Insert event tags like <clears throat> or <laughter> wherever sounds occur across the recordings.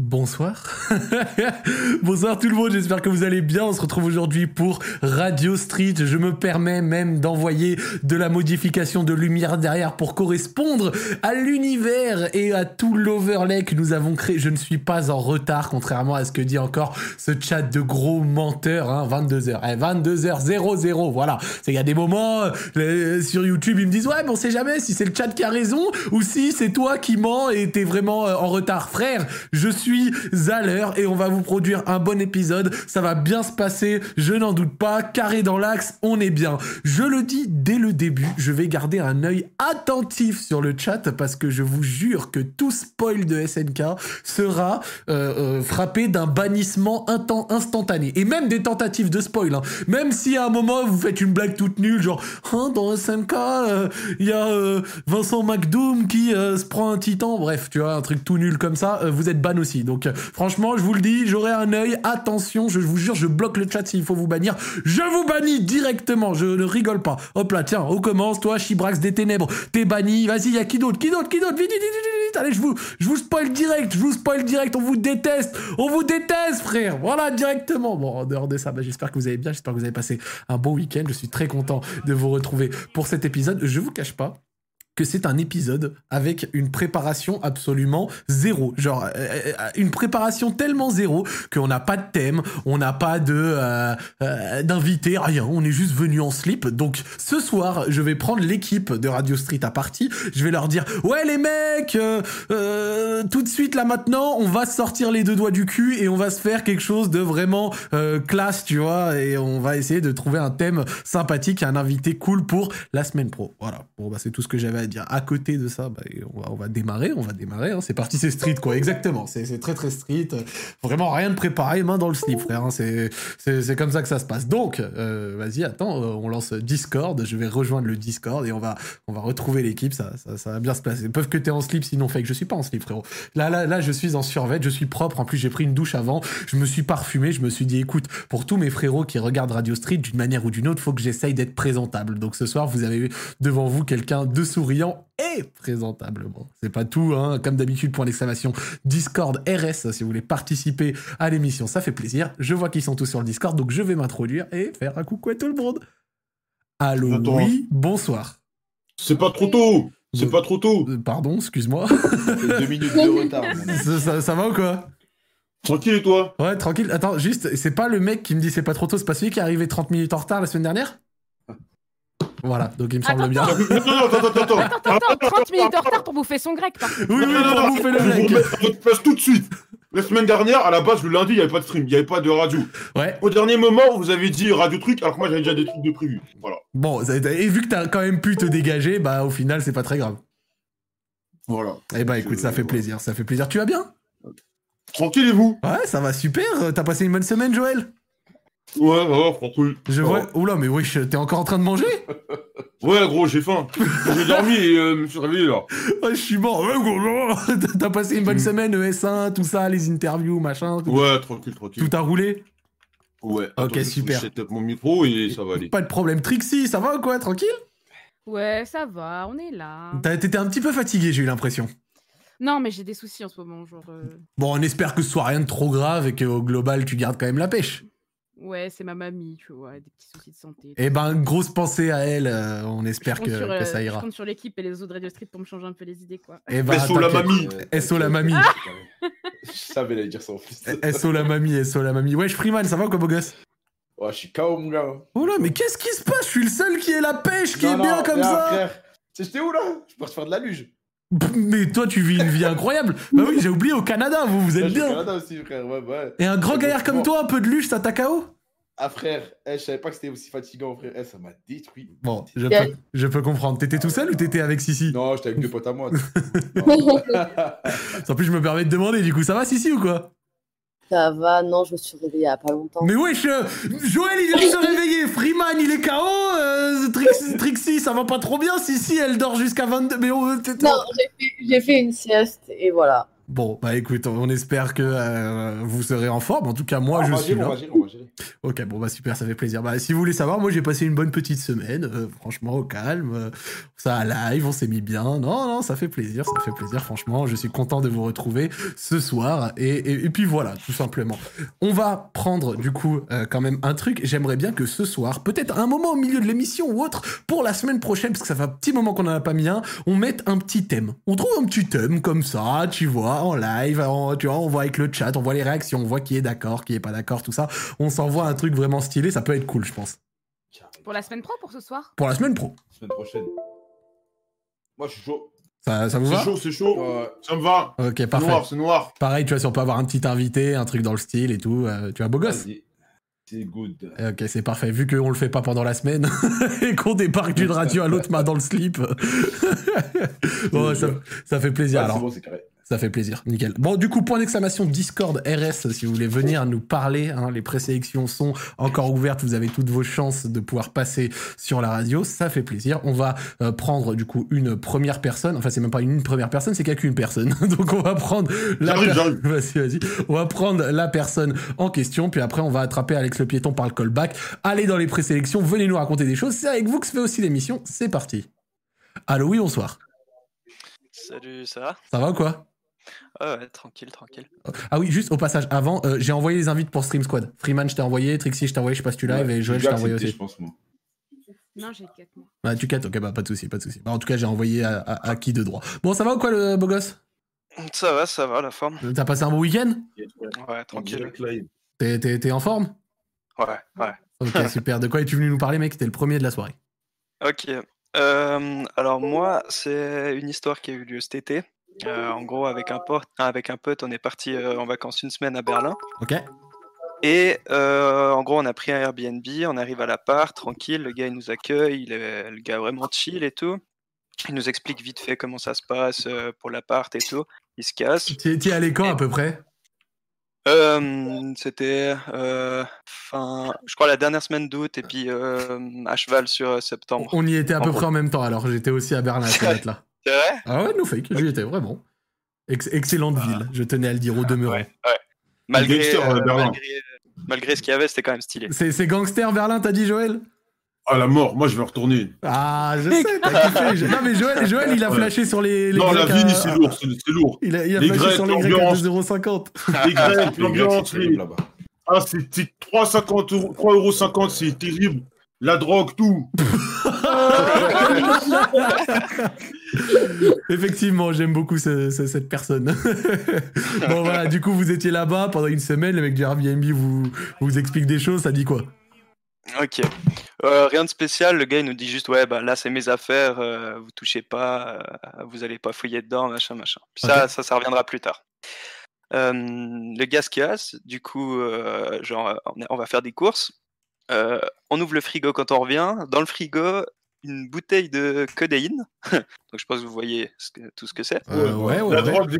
Bonsoir. <laughs> Bonsoir tout le monde, j'espère que vous allez bien. On se retrouve aujourd'hui pour Radio Street. Je me permets même d'envoyer de la modification de lumière derrière pour correspondre à l'univers et à tout l'overlay que nous avons créé. Je ne suis pas en retard, contrairement à ce que dit encore ce chat de gros menteurs. Hein, 22h. Eh, 22h00, voilà. Il y a des moments euh, sur YouTube, ils me disent Ouais, mais on sait jamais si c'est le chat qui a raison ou si c'est toi qui mens et t'es vraiment euh, en retard. Frère, je suis suis à l'heure et on va vous produire un bon épisode. Ça va bien se passer, je n'en doute pas. Carré dans l'axe, on est bien. Je le dis dès le début, je vais garder un œil attentif sur le chat parce que je vous jure que tout spoil de SNK sera euh, euh, frappé d'un bannissement instantané. Et même des tentatives de spoil. Hein. Même si à un moment vous faites une blague toute nulle, genre hein, dans SNK, il euh, y a Vincent McDoom qui euh, se prend un titan, bref, tu vois, un truc tout nul comme ça, euh, vous êtes ban aussi. Donc euh, franchement, je vous le dis, j'aurai un œil. Attention, je vous jure, je bloque le chat s'il faut vous bannir. Je vous bannis directement, je ne rigole pas. Hop là, tiens, on commence. Toi, Chibrax des ténèbres, t'es banni. Vas-y, y a qui d'autre Qui d'autre Qui d'autre Vite, vite, vite, vite, Allez, je vous, je vous spoil direct, je vous spoil direct. On vous déteste, on vous déteste, frère. Voilà, directement. Bon, en dehors de ça, bah, j'espère que vous allez bien, j'espère que vous avez passé un bon week-end. Je suis très content de vous retrouver pour cet épisode. Je vous cache pas que c'est un épisode avec une préparation absolument zéro. Genre, euh, une préparation tellement zéro qu'on n'a pas de thème, on n'a pas de euh, euh, d'invité, rien. On est juste venu en slip. Donc, ce soir, je vais prendre l'équipe de Radio Street à partie. Je vais leur dire, ouais les mecs, euh, tout de suite là maintenant, on va sortir les deux doigts du cul et on va se faire quelque chose de vraiment euh, classe, tu vois. Et on va essayer de trouver un thème sympathique, un invité cool pour la semaine pro. Voilà. Bon, bah, c'est tout ce que j'avais à dire. À côté de ça, bah, on, va, on, va, démarrer, on va démarrer. Hein. C'est parti, c'est street, quoi. Exactement. C'est très, très street. Vraiment rien de préparé, main dans le slip, frère. Hein. C'est comme ça que ça se passe. Donc, euh, vas-y, attends, euh, on lance Discord. Je vais rejoindre le Discord et on va, on va retrouver l'équipe. Ça, ça, ça, va bien se passer. Peuvent que t'es en slip, sinon fake. Je suis pas en slip, frérot. Là, là, là, je suis en survêt. Je suis propre. En plus, j'ai pris une douche avant. Je me suis parfumé. Je me suis dit, écoute, pour tous mes frérots qui regardent Radio Street d'une manière ou d'une autre, faut que j'essaye d'être présentable. Donc, ce soir, vous avez devant vous quelqu'un de sourire et présentablement. C'est pas tout, hein. comme d'habitude, point d'exclamation. Discord RS, si vous voulez participer à l'émission, ça fait plaisir. Je vois qu'ils sont tous sur le Discord, donc je vais m'introduire et faire un coucou à tout le monde. Allô, Attends. oui, bonsoir. C'est pas trop tôt C'est euh, pas trop tôt Pardon, excuse-moi. Deux minutes de <laughs> retard. ça, ça, ça va ou quoi Tranquille et toi Ouais, tranquille. Attends, juste, c'est pas le mec qui me dit c'est pas trop tôt, c'est pas celui qui est arrivé 30 minutes en retard la semaine dernière voilà, donc il me semble attends, bien. Attends, attends, attends, attends, 30 minutes en retard pour bouffer son grec. Par oui, oui, pour bouffer le grec. Je vous à votre place tout de suite. La semaine dernière, à la base, le lundi, il n'y avait pas de stream, il n'y avait pas de radio. Ouais. Au dernier moment, vous avez dit radio truc, alors que moi j'avais déjà des trucs de prévu. Voilà. Bon, et vu que t'as quand même pu te dégager, bah au final, c'est pas très grave. Voilà. Eh bah écoute, ça fait plaisir, ça fait plaisir. Tu vas bien Tranquille et vous Ouais, ça va super. T'as passé une bonne semaine, Joël Ouais, ouais, tranquille. Je vois. Oh. Oula, mais wesh, t'es encore en train de manger Ouais, gros, j'ai faim. j'ai dormi et euh, je me suis réveillé là. <laughs> Ouais, je suis mort. <laughs> T'as passé une bonne mmh. semaine, ES1, tout ça, les interviews, machin. Tout... Hmm. Ouais, tranquille, tranquille. Tout a roulé Ouais. Ok, Attends, super. Je mon micro et ça va aller. Pas de problème. Trixie, ça va ou quoi Tranquille Ouais, ça va, on est là. T'étais un petit peu fatigué, j'ai eu l'impression. Non, mais j'ai des soucis en ce moment. Genre, euh... Bon, on espère que ce soit rien de trop grave et qu'au global, tu gardes quand même la pêche. Ouais, c'est ma mamie, tu vois, des petits soucis de santé. Eh ben, grosse pensée à elle, euh, on espère que, sur, euh, que, ça ira. Je compte sur l'équipe et les autres Radio Street pour me changer un peu les idées, quoi. Eh ben, SO la mamie euh, <laughs> SO la mamie ah Je savais la dire ça en plus. SO Eh, la mamie, SO la mamie. Wesh, Freeman, ça va quoi, beau gosse Ouais, je suis KO, mon gars. Oh là, mais qu'est-ce qui se passe Je suis le seul qui est la pêche, qui non, est non, bien comme ça frère. J'étais où, là Je peux faire de la luge. Mais toi, tu vis une <laughs> vie incroyable. bah oui, j'ai oublié au Canada, vous vous êtes ouais, bien. Au Canada aussi, frère. Ouais, ouais. Et un grand gaillard comme toi, un peu de luche, ça t'a KO Ah frère, eh, je savais pas que c'était aussi fatigant, frère. Eh, ça m'a détruit. Bon, je, yeah. peux, je peux, comprendre. T'étais ah, tout seul ou t'étais avec Sissi Non, j'étais avec deux potes à moi. en plus, je me permets de demander, du coup, ça va Sissi ou quoi ça va, non, je me suis réveillé il y a pas longtemps. Mais wesh, euh, Joël, il vient de se réveiller, Freeman, il est KO, euh, Trixie, Trixie, ça va pas trop bien, si, si, elle dort jusqu'à 22... Mais on... Non, j'ai fait, fait, une sieste, et voilà. Bon, bah écoute, on espère que euh, vous serez en forme. En tout cas, moi, Ah, on je va suis gérer, là. on va gérer, on va gérer. Ok, bon, bah super, ça fait plaisir. Bah, si vous voulez savoir, moi, j'ai passé une bonne petite semaine. euh, franchement, au calme. euh, ça à live, on s'est mis bien. Non, non, ça fait plaisir, ça fait plaisir. Franchement, je suis content de vous retrouver ce soir. Et, et- et puis voilà, tout simplement. On va prendre, du coup, euh, quand même un truc. J'aimerais bien que ce soir, peut-être un moment au milieu de l'émission ou autre, pour la semaine prochaine, parce que ça fait un petit moment qu'on n'en a pas mis un, on mette un petit thème. On trouve un petit thème comme ça, tu vois, en live, en- tu vois, on voit avec le chat, on voit les réactions, on voit qui est d'accord, qui est pas d'accord, tout ça. On s'envoie un truc vraiment stylé, ça peut être cool, je pense. Carré. Pour la semaine pro, pour ce soir Pour la semaine pro. Semaine prochaine. Moi, je suis chaud. Ah, Ça, ça vous C'est va chaud, c'est chaud. Ouais. Ça me va. Ok, C'est parfait. noir, c'est noir. Pareil, tu vois, si on peut avoir un petit invité, un truc dans le style et tout, euh, tu vois, beau gosse. Vas-y. C'est good. Ok, c'est parfait. Vu qu'on le fait pas pendant la semaine <laughs> et qu'on débarque d'une radio à l'autre main dans le slip, Bon, ça, ça fait plaisir. Ouais, alors, c'est bon, c'est carré. Ça fait plaisir, nickel. Bon, du coup, point d'exclamation Discord RS, si vous voulez venir nous parler, hein, les présélections sont encore ouvertes, vous avez toutes vos chances de pouvoir passer sur la radio, ça fait plaisir. On va euh, prendre du coup une première personne, enfin c'est même pas une première personne, c'est qu'à qu'une personne. <laughs> Donc on va prendre la J'arrive, per- j'arrive. Vas-y, vas-y. On va prendre la personne en question, puis après on va attraper Alex le piéton par le callback. Allez dans les présélections, venez nous raconter des choses, c'est avec vous que se fait aussi l'émission, c'est parti. Allô, oui, bonsoir. Salut, ça va Ça va ou quoi Ah ouais, tranquille, tranquille. Ah oui, juste au passage, avant, euh, j'ai envoyé les invites pour Stream Squad. Freeman, je t'ai envoyé, Trixie, je t'ai envoyé, je sais pas si tu live, Ouais, et Joël, j'ai je accepté, t'ai envoyé aussi. Je pense, moi. Non, j'ai 4 mois. Ah, tu quittes, ok, bah pas de souci, pas de souci. Bah, en tout cas, j'ai envoyé à, à- à qui de droit. Bon, ça va ou quoi, le beau gosse Ça va, ça va, la forme T'as passé un bon week-end Ouais, tranquille. Direct live. T'es- T'es t'es en forme Ouais, ouais. <laughs> Ok, super. De quoi es-tu venu nous parler, mec T'es le premier de la soirée. Ok. Euh, alors moi, c'est une histoire qui a eu lieu cet été. Euh, en gros, avec un, pote, avec un pote, on est parti euh, en vacances une semaine à Berlin. Ok Et euh, en gros, on a pris un Airbnb, on arrive à l'appart, tranquille, le gars il nous accueille, il est, le gars vraiment chill et tout. Il nous explique vite fait comment ça se passe euh, pour l'appart et tout. Il se casse. T'y es- t'y es allé quand, à peu près Euh, c'était euh, fin, je crois la dernière semaine d'août et puis euh, à cheval sur euh, septembre. On y était à En peu gros. près en même temps, alors j'étais aussi à Berlin <laughs> à cette date-là. C'est vrai Ah ouais, no fake, j'y étais, vraiment. Ex- excellente Ah. ville, je tenais à le dire au demeurant. Ouais, ouais. Malgré, gangster, euh, Berlin. malgré, malgré ce qu'il y avait, c'était quand même stylé. C'est c'est gangster Berlin, t'as dit, Joël À Ah, la mort, moi, je vais retourner. Ah, je sais, t'as kiffé. Je- Non, mais Joël, Joël, il a Ouais. flashé sur les. les non, la Grecs vie, à- c'est lourd, c'est c'est lourd. Il a, il a Les flashé Grecs, sur les Grecs à l'ambiance. 2,50€. Les Les <laughs> Grecs, Grecs, Ah, l'ambiance, c'est les- terrible là-bas. Ah, c'est c'est 3,50 euros, 3,50€, c'est terrible. La drogue, tout. Euh, Effectivement, j'aime beaucoup ce- ce- cette personne. <laughs> bon, voilà, du coup, vous étiez là-bas pendant une semaine. Le mec du Airbnb vous, vous explique des choses. Ça dit quoi Ok. Euh, rien de spécial, le gars il nous dit juste ouais bah là c'est mes affaires, euh, vous touchez pas, euh, vous allez pas fouiller dedans, machin machin. Puis ça, ça ça reviendra plus tard. Euh, le gars se casse, du coup euh, genre euh, on, est- on va faire des courses. Euh, on ouvre le frigo quand on revient. Dans le frigo, une bouteille de codéine. <laughs> Donc je pense que vous voyez ce que- tout ce que c'est. Euh, Ouais, ouais. la, ouais. drogue des...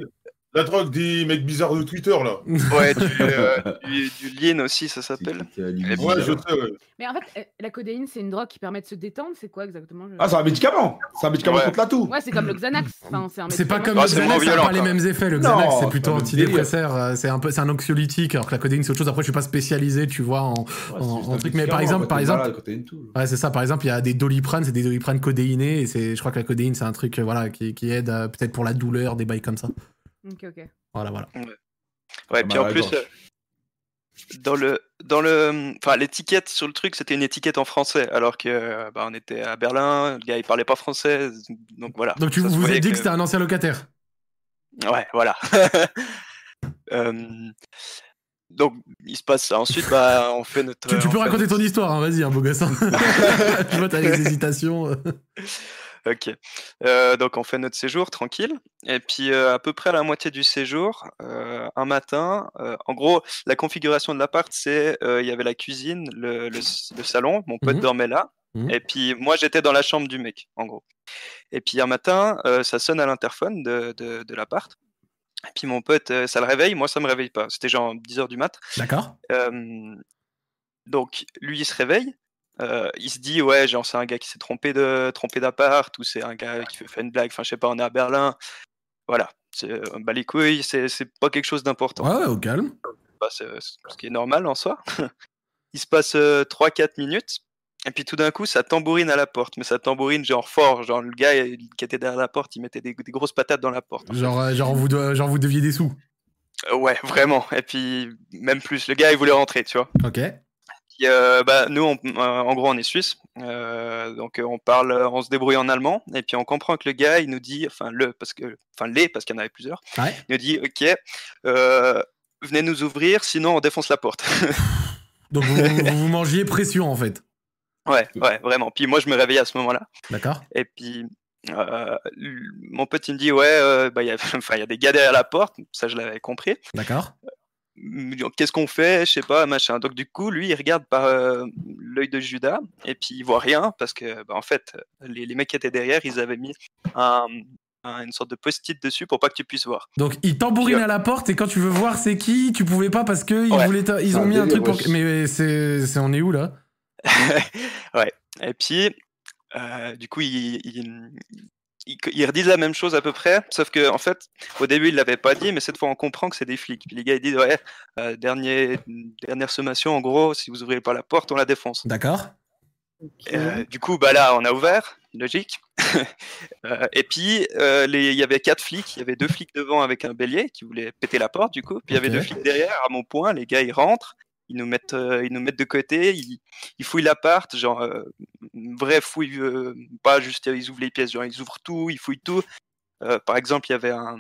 la drogue des mecs bizarres de Twitter, là. Ouais, du, <laughs> euh, du, du lean aussi ça s'appelle. C'est- c'est euh, à l'image. Ouais, je sais, ouais. Mais en fait, euh, la codéine, c'est une drogue qui permet de se détendre, c'est quoi exactement je- Ah, c'est un médicament C'est un médicament Ouais. contre la toux Ouais, c'est comme le Xanax. Enfin, c'est un Mm. C'est pas médicament. comme Ah, le c'est moins Xanax, ça n'a violent, pas les quand même. mêmes effets. Le Non, Xanax, c'est c'est plutôt pas le antidépresseur, euh, c'est un peu, c'est un anxiolytique, alors que la codéine, c'est autre chose. Après, je suis pas spécialisé, tu vois, en, Ouais, en- c'est juste en un truc, mais par médicament, en exemple, fait, par t'es exemple- malade quand t'as une toux. Ouais, c'est ça. Par exemple, il y a des doliprane, c'est des doliprane codéinés. Et c'est, je crois que la codéine, c'est un truc euh, voilà, qui, qui aide euh, peut-être pour la douleur, des bails comme ça. Ok, ok. Voilà, voilà. Ouais, Ah, puis en bah, plus, d'accord. euh, dans le, dans le, enfin, l'étiquette sur le truc, c'était une étiquette en français, alors que euh, bah, on était à Berlin, le gars il parlait pas français, donc voilà. Donc, tu Ça se vous voyait êtes dit que c'était un ancien locataire. Ouais, <laughs> voilà. Euh, donc il se passe ça. Ensuite, bah, on fait notre. Tu, tu on peux fait raconter ton histoire, hein, vas-y, un beau <laughs> gosse. hein. tu vois, t'as les hésitations. euh. Ok. Euh, donc on fait notre séjour tranquille. Et puis euh, à peu près à la moitié du séjour, euh, un matin, euh, en gros, la configuration de l'appart, c'est euh, il y avait la cuisine, le, le s- le salon, mon pote Mhm. dormait là. Mhm. Et puis moi j'étais dans la chambre du mec, en gros. Et puis un matin, euh, ça sonne à l'interphone de, de- de l'appart. Et puis mon pote, euh, ça le réveille, moi ça me réveille pas. C'était genre 10h du mat. D'accord. Euh, donc lui il se réveille, euh, il se dit ouais genre c'est un gars qui s'est trompé de trompé d'appart ou c'est un gars qui veut faire une blague, enfin je sais pas on est à Berlin, Voilà. C'est, euh, bah, les couilles, c'est c'est pas quelque chose d'important. Ouais, ouais, au calme. Bah, c'est- c'est ce qui est normal en soi. <laughs> Il se passe euh, 3-4 minutes, et puis tout d'un coup, ça tambourine à la porte, mais ça tambourine genre fort. Genre le gars euh, qui était derrière la porte, il mettait des, des grosses patates dans la porte. Genre, euh, genre, vous, doit- genre vous deviez des sous. Euh, ouais, vraiment. Et puis, même plus, le gars, il voulait rentrer, tu vois. Ok. Puis, euh, bah, nous, on- euh, en gros, on est suisse, euh, donc euh, on parle, euh, on se débrouille en allemand, et puis on comprend que le gars, il nous dit, enfin le, parce que, enfin les, parce qu'il y en avait plusieurs, Ouais. il nous dit, ok, euh, venez nous ouvrir, sinon on défonce la porte. <laughs> Donc vous, vous, vous mangiez pression en fait. ouais, ouais, vraiment. Puis moi, je me réveillais à ce moment-là, D'accord et puis euh, l- mon pote il me dit, ouais, euh, bah, il y a, <laughs> enfin, il y a des gars derrière la porte, ça je l'avais compris. <laughs> D'accord. me dire, qu'est-ce qu'on fait, je sais pas, machin. Donc du coup, lui, il regarde par euh, l'œil de Judas et puis il voit rien parce que, bah, en fait, les, les mecs qui étaient derrière, ils avaient mis un- un- une sorte de post-it dessus pour pas que tu puisses voir. Donc ils tambourinent à la porte et quand tu veux voir c'est qui, tu pouvais pas parce que ils Ouais. Ah, voulaient ta- ils ont Un mis un délire, truc pour wesh. mais c'est c'est- on est où là ouais. Et puis, euh, du coup, ils, ils- ils- ils redisent la même chose à peu près, sauf que en fait, au début, ils l'avaient pas dit, mais cette fois, on comprend que c'est des flics. Puis les gars, ils disent, ouais, euh, dernier, dernière sommation, en gros, si vous ouvrez pas la porte, on la défonce. D'accord Ok. Euh, du coup, bah là, on a ouvert, logique. <laughs> Euh, et puis, euh, les- il y avait quatre flics. Il y avait deux flics devant avec un bélier qui voulait péter la porte, du coup. Puis il y avait Ok. deux flics derrière, à mon point. Les gars, ils rentrent, ils nous mettent, euh, ils nous mettent de côté, ils, ils fouillent l'appart, genre, euh, une vraie fouille, euh, pas juste, euh, ils ouvrent les pièces, genre, ils ouvrent tout, ils fouillent tout. Euh, par exemple, il y avait un,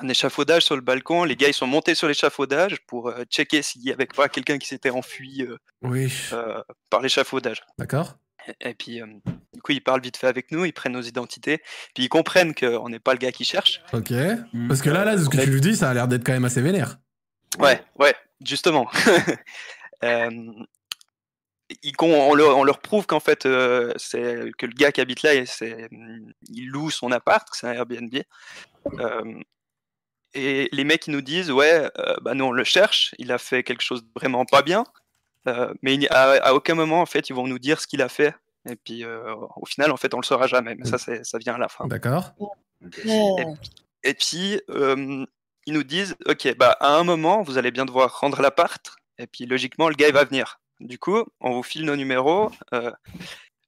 un échafaudage sur le balcon. Les gars, ils sont montés sur l'échafaudage pour euh, checker s'il y avait pas quelqu'un qui s'était enfui euh, Oui. euh, par l'échafaudage. D'accord Et puis, euh, du coup, ils parlent vite fait avec nous, ils prennent nos identités, puis ils comprennent qu'on n'est pas le gars qu'ils cherchent. Ok. Mm. Parce que là, là, ce que Mais- tu lui dis, ça a l'air d'être quand même assez vénère. Ouais, ouais, justement. <laughs> Euh, ils con- on, leur, on leur prouve qu'en fait, euh, c'est que le gars qui habite là, et c'est- il loue son appart, que c'est un Airbnb. Euh, et les mecs, ils nous disent, ouais, euh, bah nous, on le cherche, il a fait quelque chose de vraiment pas bien, Euh, mais il- à, à aucun moment, en fait, ils vont nous dire ce qu'il a fait. Et puis, euh, au final, en fait, on le saura jamais, mais ça, c'est- ça vient à la fin. D'accord Ouais. Et puis, euh, ils nous disent, OK, bah, à un moment, vous allez bien devoir rendre l'appart. Et puis, logiquement, le gars, il va venir. Du coup, on vous file nos numéros. euh,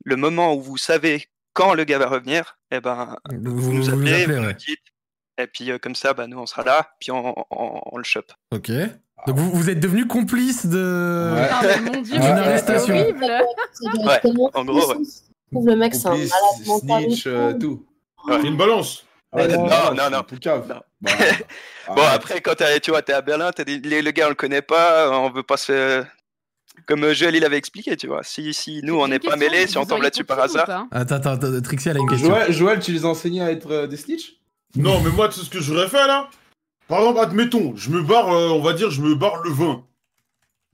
le moment où vous savez quand le gars va revenir, eh ben, Vous, vous nous vous appelez, vous nous ouais. dites. Et puis, euh, comme ça, bah, nous, on sera là. Puis, on, on- on le chope. Ok. Donc vous, vous êtes devenu complice de... Ouais. Ah, mais mon dieu, D'une mais c'est arrestation. horrible. C'est directement en gros, ouais. tout le sens. Je trouve le mec, c'est un Complice, malade hein. mental. snitch, euh, tout. C'est une balance. Ouais, Ah, non, non, non. Tout cave. Non. Bah, Bon, arrête. après, quand t'es- tu vois, t'es à Berlin, t'as des- les- le gars, on le connaît pas. On veut pas se. faire- Comme euh, Joël, il avait expliqué, tu vois. Si, si nous, on n'est pas mêlés, si on tombe là-dessus par hasard. Attends, attends, attends, Trixie, elle a une question. Joël, Joël, tu les as enseignés à être euh, des snitch Non, mais moi, c'est ce que j'aurais fait là. Par exemple, admettons, je me barre, euh, on va dire, je me barre le 20.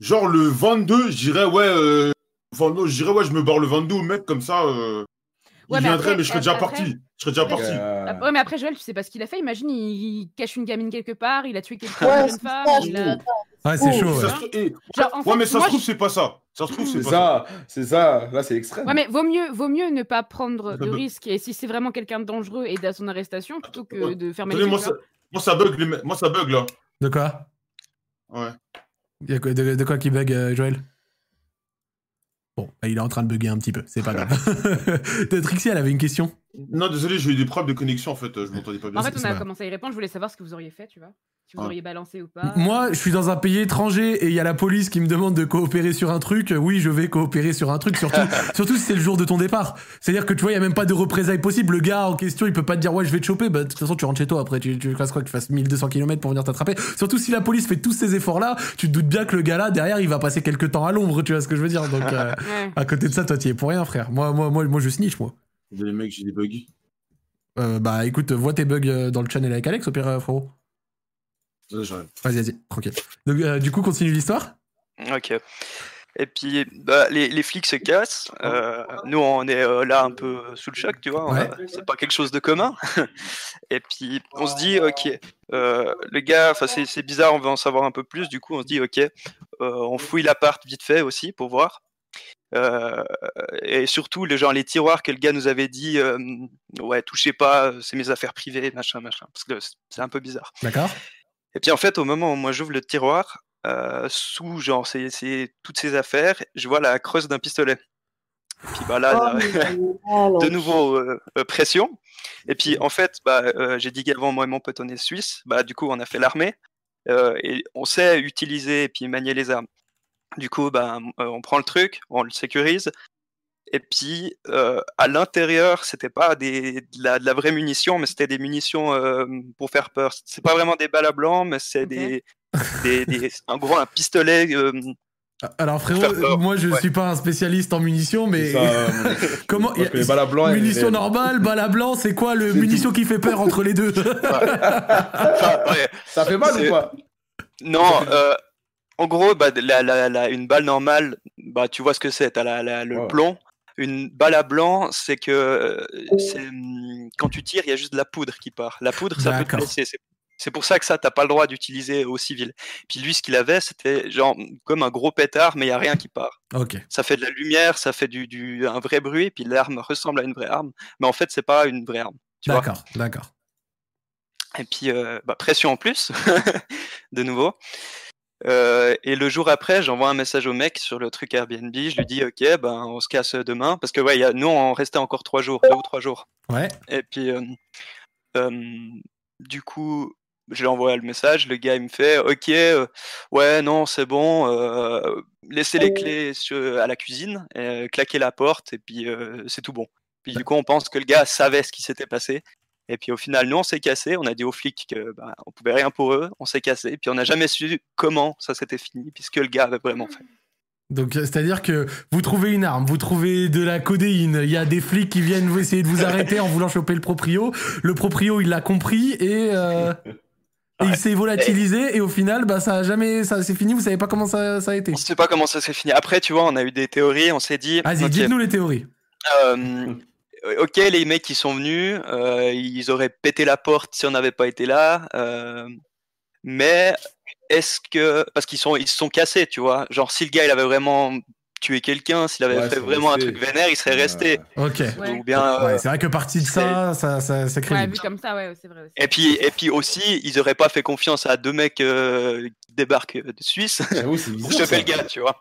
Genre le 22, je dirais, ouais, euh... enfin, non, je dirais, ouais, je me barre le 22 au mec, comme ça, euh... Ouais, il mais viendrait, après- mais je serais déjà après- parti. Je serais déjà Ouais. parti. Euh, Ah, ouais, mais après, Joël, tu sais pas ce qu'il a fait. Imagine, il, il cache une gamine quelque part, il a tué quelqu'un, Ouais, une c'est jeune ça, femme. je il me a- dis, Ouais, c'est Oh, chaud. Ça ouais. se trouve- eh, Genre, en Ouais, fait, mais ça moi, se trouve, c'est pas ça. Ça se trouve, C'est c'est pas ça. ça, c'est ça. Là, c'est extrême. Ouais, mais vaut mieux, vaut mieux ne pas prendre de <laughs> Bah, bah. risques. Et si c'est vraiment quelqu'un de dangereux, aider à son arrestation plutôt que Ouais. de faire Attendez, mal. moi, ça... moi, ça bug, les mecs. Moi, ça bug là. De quoi Ouais. Y a quoi- de, de quoi qui bug, euh, Joël Bon, bah, il est en train de bugger un petit peu, c'est pas grave. <laughs> Trixie, elle avait une question. Non, désolé, j'ai eu des problèmes de connexion en fait, euh, je m'entendais pas bien. En fait, c'est on a pas- commencé à y répondre. Je voulais savoir ce que vous auriez fait, tu vois. Si vous Ouais. auriez balancé ou pas. Moi, je suis dans un pays étranger et il y a la police qui me demande de coopérer sur un truc. Oui, je vais coopérer sur un truc, surtout, surtout si c'est le jour de ton départ. C'est-à-dire que tu vois, il y a même pas de représailles possible. Le gars en question, il peut pas te dire ouais, je vais te choper. Bah, de toute façon, tu rentres chez toi après. Tu, tu fasses quoi que tu fasses 1200 km pour venir t'attraper. Surtout si la police fait tous ces efforts-là, tu te doutes bien que le gars-là derrière, il va passer quelques temps à l'ombre. Tu vois ce que je veux dire Donc, euh, Ouais. à côté de ça, toi, tu es pour rien, frère. Moi, moi, moi, moi, je snitch, moi. Les mecs, j'ai des bugs. Euh, bah écoute, vois tes bugs euh, dans le channel avec Alex au pire, euh, frérot. Ouais, j'arrête. Vas-y, vas-y, tranquille. Donc, euh, du coup, continue l'histoire. Ok. Et puis, bah, les, les flics se cassent. euh, nous, on est euh, là un peu sous le choc, tu vois. on a- C'est pas quelque chose de commun. <laughs> Et puis, on se dit, ok, euh, le gars, enfin, c'est c'est bizarre, on veut en savoir un peu plus. Du coup, on se dit, ok, euh, on fouille l'appart vite fait aussi pour voir. Euh, et surtout, les, genre, les tiroirs que le gars nous avait dit, euh, ouais, touchez pas, euh, c'est mes affaires privées, machin, machin. Parce que c'est un peu bizarre. D'accord Et puis en fait, au moment où moi j'ouvre le tiroir, euh, sous genre c'est toutes ces affaires, je vois la creuse d'un pistolet. Et puis bah là, <laughs> de nouveau euh, euh, pression. Et puis en fait, bah, euh, j'ai dit qu'avant moi et mon pote on est suisse, bah du coup on a fait l'armée euh, et on sait utiliser et puis manier les armes. Du coup, bah, euh, on prend le truc, on le sécurise. Et puis euh, à l'intérieur, c'était pas des, de, la, de la vraie munition, mais c'était des munitions euh, pour faire peur. C'est pas vraiment des balles à blanc, mais c'est des, des, des- en gros un pistolet. euh, Ah, Alors Faire frérot, peur, moi je ouais. suis pas un spécialiste en munitions, C'est mais ça, <laughs> euh, comment je connais balle à blanc et- munitions normales, balle à blanc, c'est quoi le C'est munition qui fait peur entre <laughs> les deux enfin, ouais. Ça fait mal C'est- ou pas Non, euh, en gros, bah, la- la- la- une balle normale, bah, tu vois ce que c'est, t'as la- la- le Ouais. plomb. Une balle à blanc, c'est que euh, c'est, hum, quand tu tires, il y a juste de la poudre qui part. La poudre, ça peut te D'accord. blesser. C'est- C'est pour ça que ça, t'as pas le droit d'utiliser au civil. Puis lui, ce qu'il avait, c'était genre hum, comme un gros pétard, mais il y a rien qui part. Ok. Ça fait de la lumière, ça fait du, du- un vrai bruit, puis l'arme ressemble à une vraie arme, mais en fait, c'est pas une vraie arme. Tu vois D'accord, d'accord. et puis, euh, bah, pression en plus, <laughs> de nouveau. Euh, et le jour après, j'envoie un message au mec sur le truc Airbnb. Je lui dis, ok, ben on se casse demain, parce que ouais, il y a- nous on restait encore trois jours, deux ou trois jours. Ouais. Et puis, euh, euh, du coup, je lui envoie le message. Le gars, il me fait Ok, euh, ouais, non, c'est bon. euh, laissez les clés sur- à la cuisine, euh, claquez la porte, et puis euh, c'est tout bon. Puis, du coup, on pense que le gars savait ce qui s'était passé. Et puis, au final, nous, on s'est cassé. On a dit aux flics que bah, on pouvait rien pour eux. On s'est cassé. Puis, on n'a jamais su comment ça s'était fini, puisque le gars avait vraiment fait. Donc euh, c'est-à-dire que vous trouvez une arme, vous trouvez de la codéine, il y a des flics qui viennent vous essayer de vous arrêter en voulant choper le proprio. Le proprio il l'a compris et, euh, et il Ouais. s'est volatilisé et au final bah ça a jamais ça c'est fini, vous savez pas comment ça, ça a été. On ne sait pas comment ça s'est fini. Après, tu vois, on a eu des théories. On s'est dit Vas-y, Ok, dites-nous les théories. Euh, ok, les mecs qui sont venus, euh, ils auraient pété la porte si on n'avait pas été là. euh, mais est-ce que parce qu'ils sont ils se sont cassés, tu vois Genre si le gars il avait vraiment tué quelqu'un, s'il avait Ouais, fait c'est vraiment resté. un truc vénère, il serait resté. Ok. Ouais. Ou bien. euh, Ouais, c'est vrai que partie de ça, ça, ça, ça crée. Ouais, vite. vu comme ça, ouais, c'est vrai aussi. Et puis, et puis aussi, ils auraient pas fait confiance à deux mecs euh, qui débarquent de Suisse <laughs> J'avoue, c'est pour bizarre. choper le ça. gars, tu vois.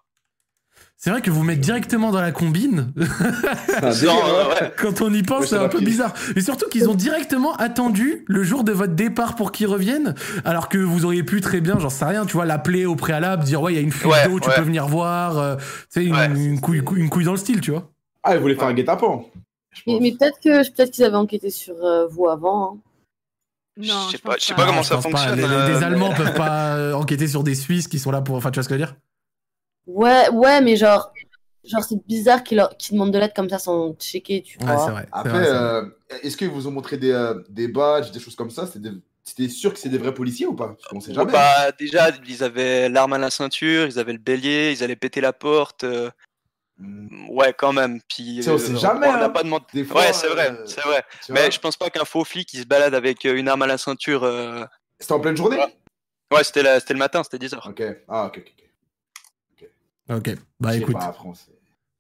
C'est vrai que vous mettre directement dans la combine, <laughs> C'est un Sans, délire, ouais. euh, ouais. quand on y pense, Ouais, c'est c'est un peu rapide. bizarre. Mais surtout qu'ils ont directement attendu le jour de votre départ pour qu'ils reviennent, alors que vous auriez pu très bien, j'en sais rien, tu vois, l'appeler au préalable, dire ouais, il y a une fuite Ouais, d'eau, tu ouais. peux venir voir, euh, tu sais, une, Ouais, une couille, une couille dans le style, tu vois. Ah, il voulait faire un guet-apens. je Mais, pense. mais peut-être que peut-être qu'ils avaient enquêté sur euh, vous avant. hein. Non, je sais pense pas- je sais pas comment Ah, je ça pense fonctionne, Les, les- euh, les mais- Allemands <laughs> peuvent pas euh, enquêter sur des Suisses qui sont là pour. Enfin, tu vois ce que je veux dire Ouais, ouais, mais genre, genre c'est bizarre qu'ils leur- qu'ils demandent de l'aide comme ça sans checker, tu Ouais, vois. c'est vrai. c'est Après, vrai, c'est vrai. euh, est-ce qu'ils vous ont montré des, euh, des badges, des choses comme ça C'était des- c'était sûr que c'est des vrais policiers ou pas Parce qu'on sait jamais. Bah, déjà, ils avaient l'arme à la ceinture, ils avaient le bélier, ils allaient péter la porte. euh, Hmm. Ouais, quand même. Puis, euh, Ça, on sait jamais, On n'a hein. pas demandé. Des fois, ouais, c'est vrai, euh, c'est vrai. tu vois, Mais je pense pas qu'un faux flic qui se balade avec euh, une arme à la ceinture. euh, C'était en pleine journée Ouais, c'était la- c'était le matin, c'était 10 heures. Ok. Ah, ok, ok. ok. Ok. Bah Je sais écoute. Pas, français.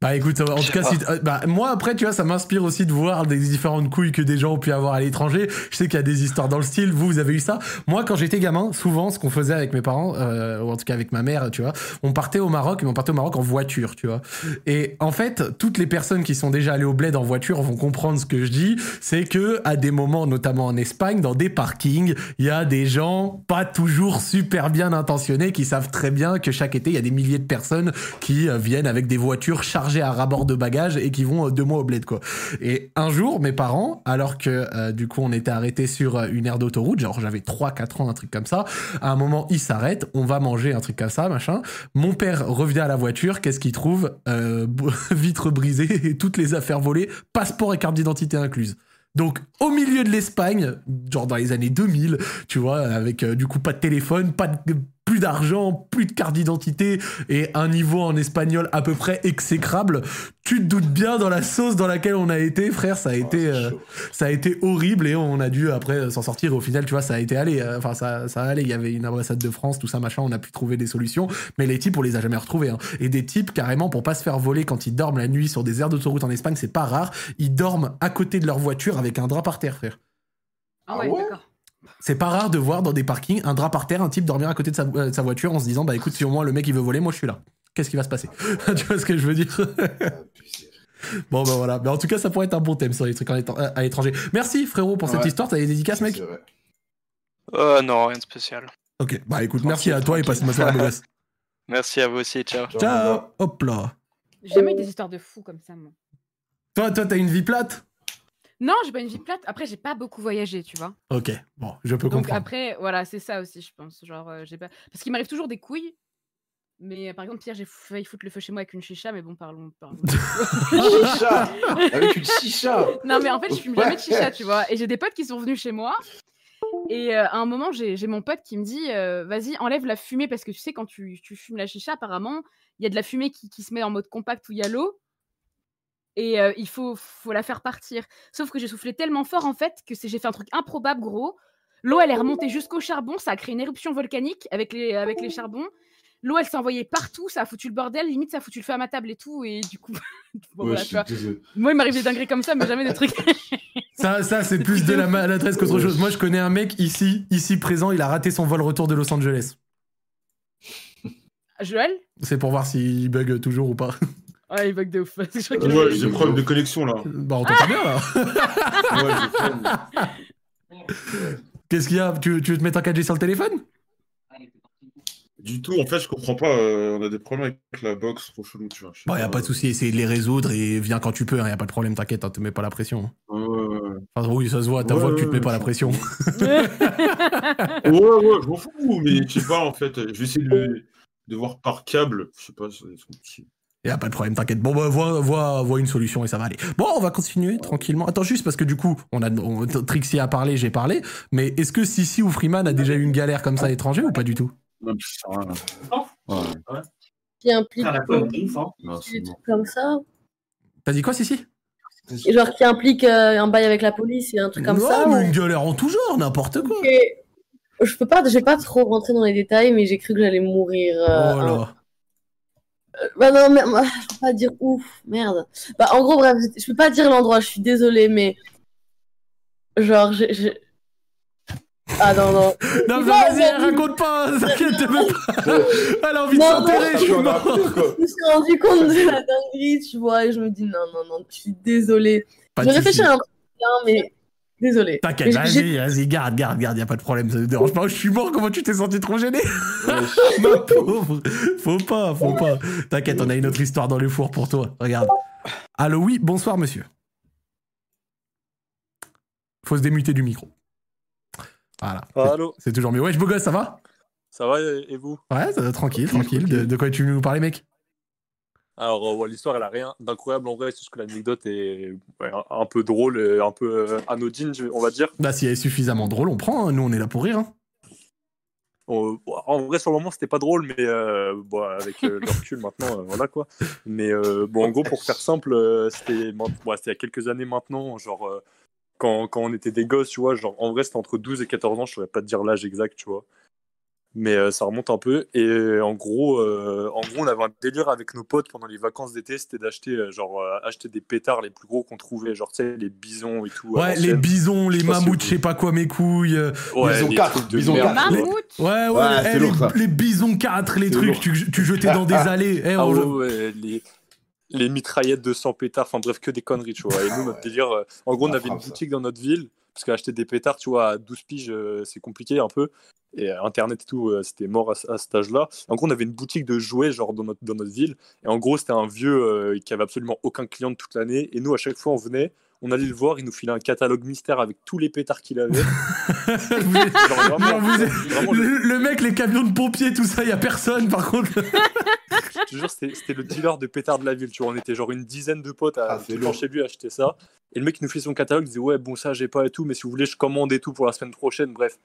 Bah écoute, en Je sais tout cas, pas. si t- euh, bah, moi après, tu vois, ça m'inspire aussi de voir des différentes couilles que des gens ont pu avoir à l'étranger. Je sais qu'il y a des histoires dans le style. Vous, vous avez eu ça. Moi, quand j'étais gamin, souvent, ce qu'on faisait avec mes parents, euh, ou en tout cas avec ma mère, tu vois, on partait au Maroc, mais on partait au Maroc en voiture, tu vois. Et en fait, toutes les personnes qui sont déjà allées au bled en voiture vont comprendre ce que je dis. C'est que à des moments, notamment en Espagne, dans des parkings, il y a des gens pas toujours super bien intentionnés qui savent très bien que chaque été, il y a des milliers de personnes qui euh, viennent avec des voitures chargées à rabord de bagages et qui vont euh, deux mois au bled quoi. Et un jour, mes parents, alors que euh, du coup on était arrêtés sur euh, une aire d'autoroute, genre j'avais 3-4 ans, un truc comme ça, à un moment ils s'arrêtent, on va manger un truc comme ça, machin. Mon père revient à la voiture, qu'est-ce qu'il trouve Euh, b- <laughs> Vitre brisée et toutes les affaires volées, passeport et carte d'identité incluses. Donc au milieu de l'Espagne, genre dans les années 2000, tu vois, avec euh, du coup pas de téléphone, pas de- plus plus d'argent, plus de carte d'identité et un niveau en espagnol à peu près exécrable. Tu te doutes bien dans la sauce dans laquelle on a été, frère, ça a été, Oh, c'est euh, chaud. ça a été horrible et on a dû après euh, s'en sortir. Au final, tu vois, ça a été allé. euh, Enfin, ça, ça allait. Il y avait une ambassade de France, tout ça, machin. On a pu trouver des solutions, mais les types, on les a jamais retrouvés. hein. Et des types, carrément, pour pas se faire voler quand ils dorment la nuit sur des aires d'autoroute en Espagne, c'est pas rare. Ils dorment à côté de leur voiture avec un drap par terre, frère. Ah Ah ouais, ouais d'accord. C'est pas rare de voir dans des parkings un drap par terre, un type dormir à côté de sa, euh, de sa voiture en se disant bah écoute si au moins le mec il veut voler, moi je suis là. Qu'est-ce qui va se passer <laughs> Tu vois ce que je veux dire Ah, putain. Bon bah voilà. Mais en tout cas ça pourrait être un bon thème sur les trucs en étant- euh, à l'étranger. Merci frérot pour cette Ouais. histoire. T'as des dédicaces mec C'est vrai. Euh, non, rien de spécial. Ok. Bah écoute merci à toi et passe une bonne soirée beau gosse. Merci à vous aussi, ciao. Genre, on Ciao. va- Hop là. J'ai Oh. jamais eu des histoires de fous comme ça, moi. Toi toi t'as une vie plate. Non, j'ai pas une vie plate. Après, j'ai pas beaucoup voyagé, tu vois. Ok. Bon je peux Donc ah, comprendre. après, voilà, c'est ça aussi, je pense. Genre, euh, j'ai pas. Parce qu'il m'arrive toujours des couilles. Mais euh, par exemple, hier, j'ai failli foutre le feu chez moi avec une chicha, mais bon, parlons. parlons. <laughs> Chicha Avec une chicha Non, mais en fait, je fume jamais de chicha, tu vois. Et j'ai des potes qui sont venus chez moi. Et euh, à un moment, j'ai j'ai mon pote qui me dit euh, Vas-y, enlève la fumée, parce que tu sais, quand tu, tu fumes la chicha, apparemment, il y a de la fumée qui, qui se met en mode compact où il y a l'eau. Et euh, il faut, faut la faire partir. Sauf que j'ai soufflé tellement fort, en fait, que c'est- j'ai fait un truc improbable, gros. L'eau, elle est remontée jusqu'au charbon, ça a créé une éruption volcanique avec les, avec les charbons. L'eau, elle s'est envoyée partout, ça a foutu le bordel, limite, ça a foutu le feu à ma table et tout. Et du coup, <laughs> bon, Ouais, voilà, je tu suis vois. désolé. Moi, il m'arrive des dingueries comme ça, mais jamais des trucs. <laughs> Ça ça c'est plus de la maladresse qu'autre chose. Moi je connais un mec ici ici présent il a raté son vol retour de Los Angeles. Joël C'est pour voir s'il bug toujours ou pas. Ouais, il bug de ouf. <laughs> Je crois qu'il a Ouais, bugué. j'ai des problèmes de connexion là. Bah on t'entend bien là. Ouais, j'ai des problèmes. Qu'est-ce qu'il y a tu, veux- tu veux te mettre en 4G sur le téléphone Du tout, en fait, je comprends pas. euh, on a des problèmes avec la box, trop chelou, tu vois. je sais Bon, Bah, y a pas de souci, essaye de les résoudre et viens quand tu peux, hein, y a pas de problème, t'inquiète, hein, te mets pas la pression. Ouais, ouais, ouais. Enfin, oui, ça se voit, ta Ouais, voix que tu te ouais, mets pas la je- pression. Ouais, ouais, je m'en fous, mais je sais pas, en fait. Je vais essayer de, de voir par câble. Je sais pas, c'est c'est petit. Y a pas de problème, t'inquiète. Bon, bah, vois, vois, vois une solution et ça va aller. Bon, on va continuer tranquillement. Attends, juste parce que du coup, on a, on- Trixie a parlé, j'ai parlé, mais est-ce que Sissi ou Freeman a déjà eu une galère comme ça à l'étranger ou pas du tout Non, mais ça sert à rien. Ouais, qui implique Ah, Faire la connerie, hein. hein. ça. non, des c'est bon. trucs comme ça. T'as dit quoi, Sissi Et genre qui implique euh, un bail avec la police et un truc comme Non, ça. mais ou- une galère en tout genre, n'importe quoi. Et Je peux pas, j'ai pas trop rentré dans les détails, mais j'ai cru que j'allais mourir. euh, oh un- là. Bah non, mais <laughs> moi, je peux pas dire ouf, merde. Bah en gros, bref, je peux pas dire l'endroit, je suis désolée, mais. Genre, j'ai. j'ai- Ah non, non. Non, Il mais va, vas-y, il va, elle raconte pas, t'inquiète te mets pas. Elle a envie de Non, non, s'enterrer, je suis On a mort. appris, quoi. Je me suis rendu compte de la dinguerie, tu vois, et je me dis non, non, non, je suis désolée. Pas je de souci. réfléchis à un truc, hein, mais. Désolée. T'inquiète, Mais vas-y, j'ai- vas-y, garde, garde, garde, y a pas de problème, ça ne dérange pas. Je suis mort, comment tu t'es senti trop gêné <laughs> Ouais, je- Ma pauvre Faut pas, faut pas. T'inquiète, on a une autre histoire dans le four pour toi, regarde. Allô, oui, bonsoir monsieur. Faut se démuter du micro. Voilà, Allô, c'est toujours mieux. Wesh, beau gosse, ça va ça va et et vous Ouais, ça va, tranquille, tranquille. De, de quoi tu veux nous parler, mec Alors, euh, ouais, l'histoire, elle a rien d'incroyable en vrai, c'est juste que l'anecdote est ouais, un- un peu drôle, et un peu euh, anodine, je- on va dire. Bah, si elle est suffisamment drôle, on prend, hein. nous on est là pour rire. hein. On- en vrai, sur le moment, c'était pas drôle, mais euh, bon, avec euh, le <laughs> recul maintenant, euh, voilà quoi. Mais euh, bon, en gros, pour faire simple, euh, c'était man- ouais, c'était il y a quelques années maintenant, genre euh, quand, quand on était des gosses, tu vois. Genre, en vrai, c'était entre 12 et 14 ans, je saurais pas te dire l'âge exact, tu vois. Mais euh, ça remonte un peu. Et euh, en gros, euh, en gros, on avait un délire avec nos potes pendant les vacances d'été, c'était d'acheter euh, genre euh, acheter des pétards les plus gros qu'on trouvait, genre, tu sais, les bisons et tout. à Ouais, les l'ancienne. bisons, les Je sais pas si mammouths, vous- je sais pas quoi, mes couilles. euh, Ouais, Bison les quatre, trucs de bison merde, quatre. tu vois. Mammouth Ouais, ouais, Ouais, c'est eh, lourd, les, ça. les bisons 4, les C'est trucs, lourd. tu, tu jetais <laughs> dans des allées. Eh, Ah on- ouais, ouais, les, les mitraillettes de 100 pétards, enfin bref, que des conneries, tu vois. Et nous, notre délire, euh, en gros, on Ah, avait une frappe, ça. boutique dans notre ville, parce qu'acheter des pétards, tu vois, à 12 piges, euh, c'est compliqué un peu. Et euh, Internet et tout, euh, c'était mort à, ce- à cet âge-là. En gros, on avait une boutique de jouets, genre, dans notre, dans notre ville. Et en gros, c'était un vieux euh, qui avait absolument aucun client de toute l'année. Et nous, à chaque fois, on venait, on allait le voir, il nous filait un catalogue mystère avec tous les pétards qu'il avait. vous êtes- Genre, vraiment, Non, vous êtes- vraiment, le- le, le mec, les camions de pompiers, tout ça, y a personne par contre. Je te jure, c'était c'était le dealer de pétards de la ville. Tu vois, on était genre une dizaine de potes Ah, à c'est tout le lourd. temps chez lui à acheter ça. Et le mec, il nous fait son catalogue. Il disait Ouais, bon, ça, j'ai pas et tout, mais si vous voulez, je commande et tout pour la semaine prochaine. Bref.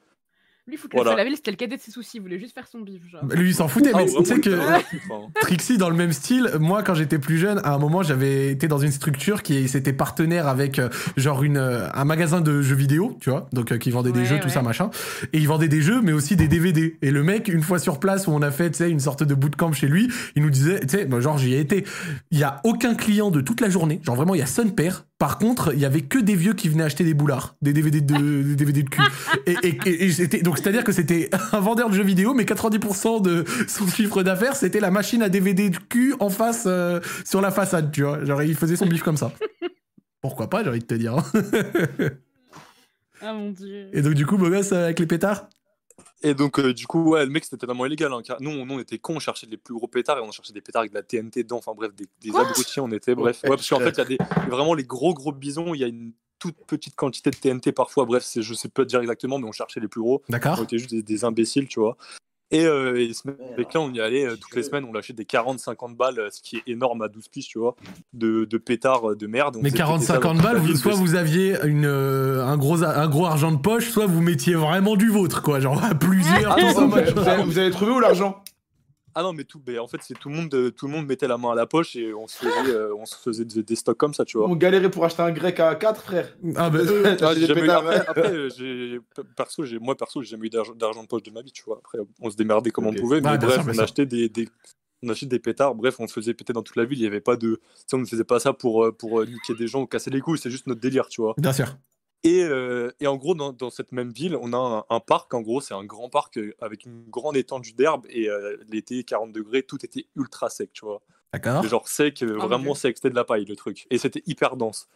Lui, foutre le Voilà. feu à la ville, c'était le cadet de ses soucis. Il voulait juste faire son bif. Genre. Bah, Lui, il s'en foutait, Ah, mais ouais, tu sais ouais, que ouais, enfin, Trixie, dans le même style, moi, quand j'étais plus jeune, à un moment, j'avais été dans une structure qui s'était partenaire avec, euh, genre, une, euh, un magasin de jeux vidéo, tu vois, donc euh, qui vendait des Ouais, jeux, tout ouais. ça, machin. Et il vendait des jeux, mais aussi des DVD. Et le mec, une fois sur place, où on a fait, tu sais, une sorte de bootcamp chez lui, il nous disait, tu sais, bah, genre, j'y ai été. Il y a aucun client de toute la journée. Genre, vraiment, il y a son père. Par contre, il y avait que des vieux qui venaient acheter des boulards, des DVD de, <laughs> des DVD de cul. Et, et- et- et c'était, donc c'est-à-dire que c'était <laughs> un vendeur de jeux vidéo, mais 90% de son chiffre d'affaires, c'était la machine à DVD de cul en face, euh, sur la façade, tu vois. Genre, il faisait son bif comme ça. Pourquoi pas, j'ai envie de te dire. hein. <laughs> Ah mon dieu. Et donc, du coup, beau gosse euh, avec les pétards Et donc, euh, du coup, ouais, le mec, c'était totalement illégal. hein, car nous, on, nous, on était cons, on cherchait les plus gros pétards et on cherchait des pétards avec de la TNT dedans. Enfin, bref, des, des Quoi abrutis, on était. Bref, ouais, parce qu'en fait, il y a des, vraiment les gros, gros bisons. Il y a une toute petite quantité de TNT parfois. Bref, c'est- je sais pas dire exactement, mais on cherchait les plus gros. D'accord. On était juste des, des imbéciles, tu vois. Et, euh, et ce mec-là, on y allait euh, toutes les semaines, on lâchait des 40-50 balles, euh, ce qui est énorme à 12 piges, tu vois, de, de pétards euh, de merde. On Mais faisait péter ça 40-50 dans balles, la vous- ville soit de- vous aviez une, euh, un, gros, a- un gros argent de poche, soit vous mettiez vraiment du vôtre, quoi. Genre à plusieurs, tout ça, Attends, vous avez- machin. vous avez- vous avez trouvé où l'argent Ah non, mais tout, mais en fait, c'est tout le monde, euh, tout le monde mettait la main à la poche et on se faisait, euh, on se faisait des, des stocks comme ça, tu vois. <laughs> On galérait pour acheter un grec à 4, frère. Ah, <laughs> bah, Ah, j'ai Des jamais eu pétards. d'argent. Après, euh, j'ai- perso, j'ai- moi perso, j'ai jamais eu d'argent d'argent de poche de ma vie, tu vois. Après, on se démerdait comme Ok. on pouvait, mais Ouais, Bah, bien bref, sûr, bien on sûr. achetait des, des- on achetait des pétards, bref, on se faisait péter dans toute la ville. Il y avait pas de, tu sais, on ne faisait pas ça pour euh, pour euh, niquer des gens ou casser les couilles. C'est juste notre délire, tu vois. bien sûr. Et, euh, et en gros, dans, dans cette même ville, on a un, un parc. En gros, c'est un grand parc euh, avec une grande étendue d'herbe. Et euh, l'été, 40 degrés, tout était ultra sec, tu vois. D'accord. Mais Genre sec, euh, Ah, mon vraiment Dieu. sec, c'était de la paille le truc. Et c'était hyper dense.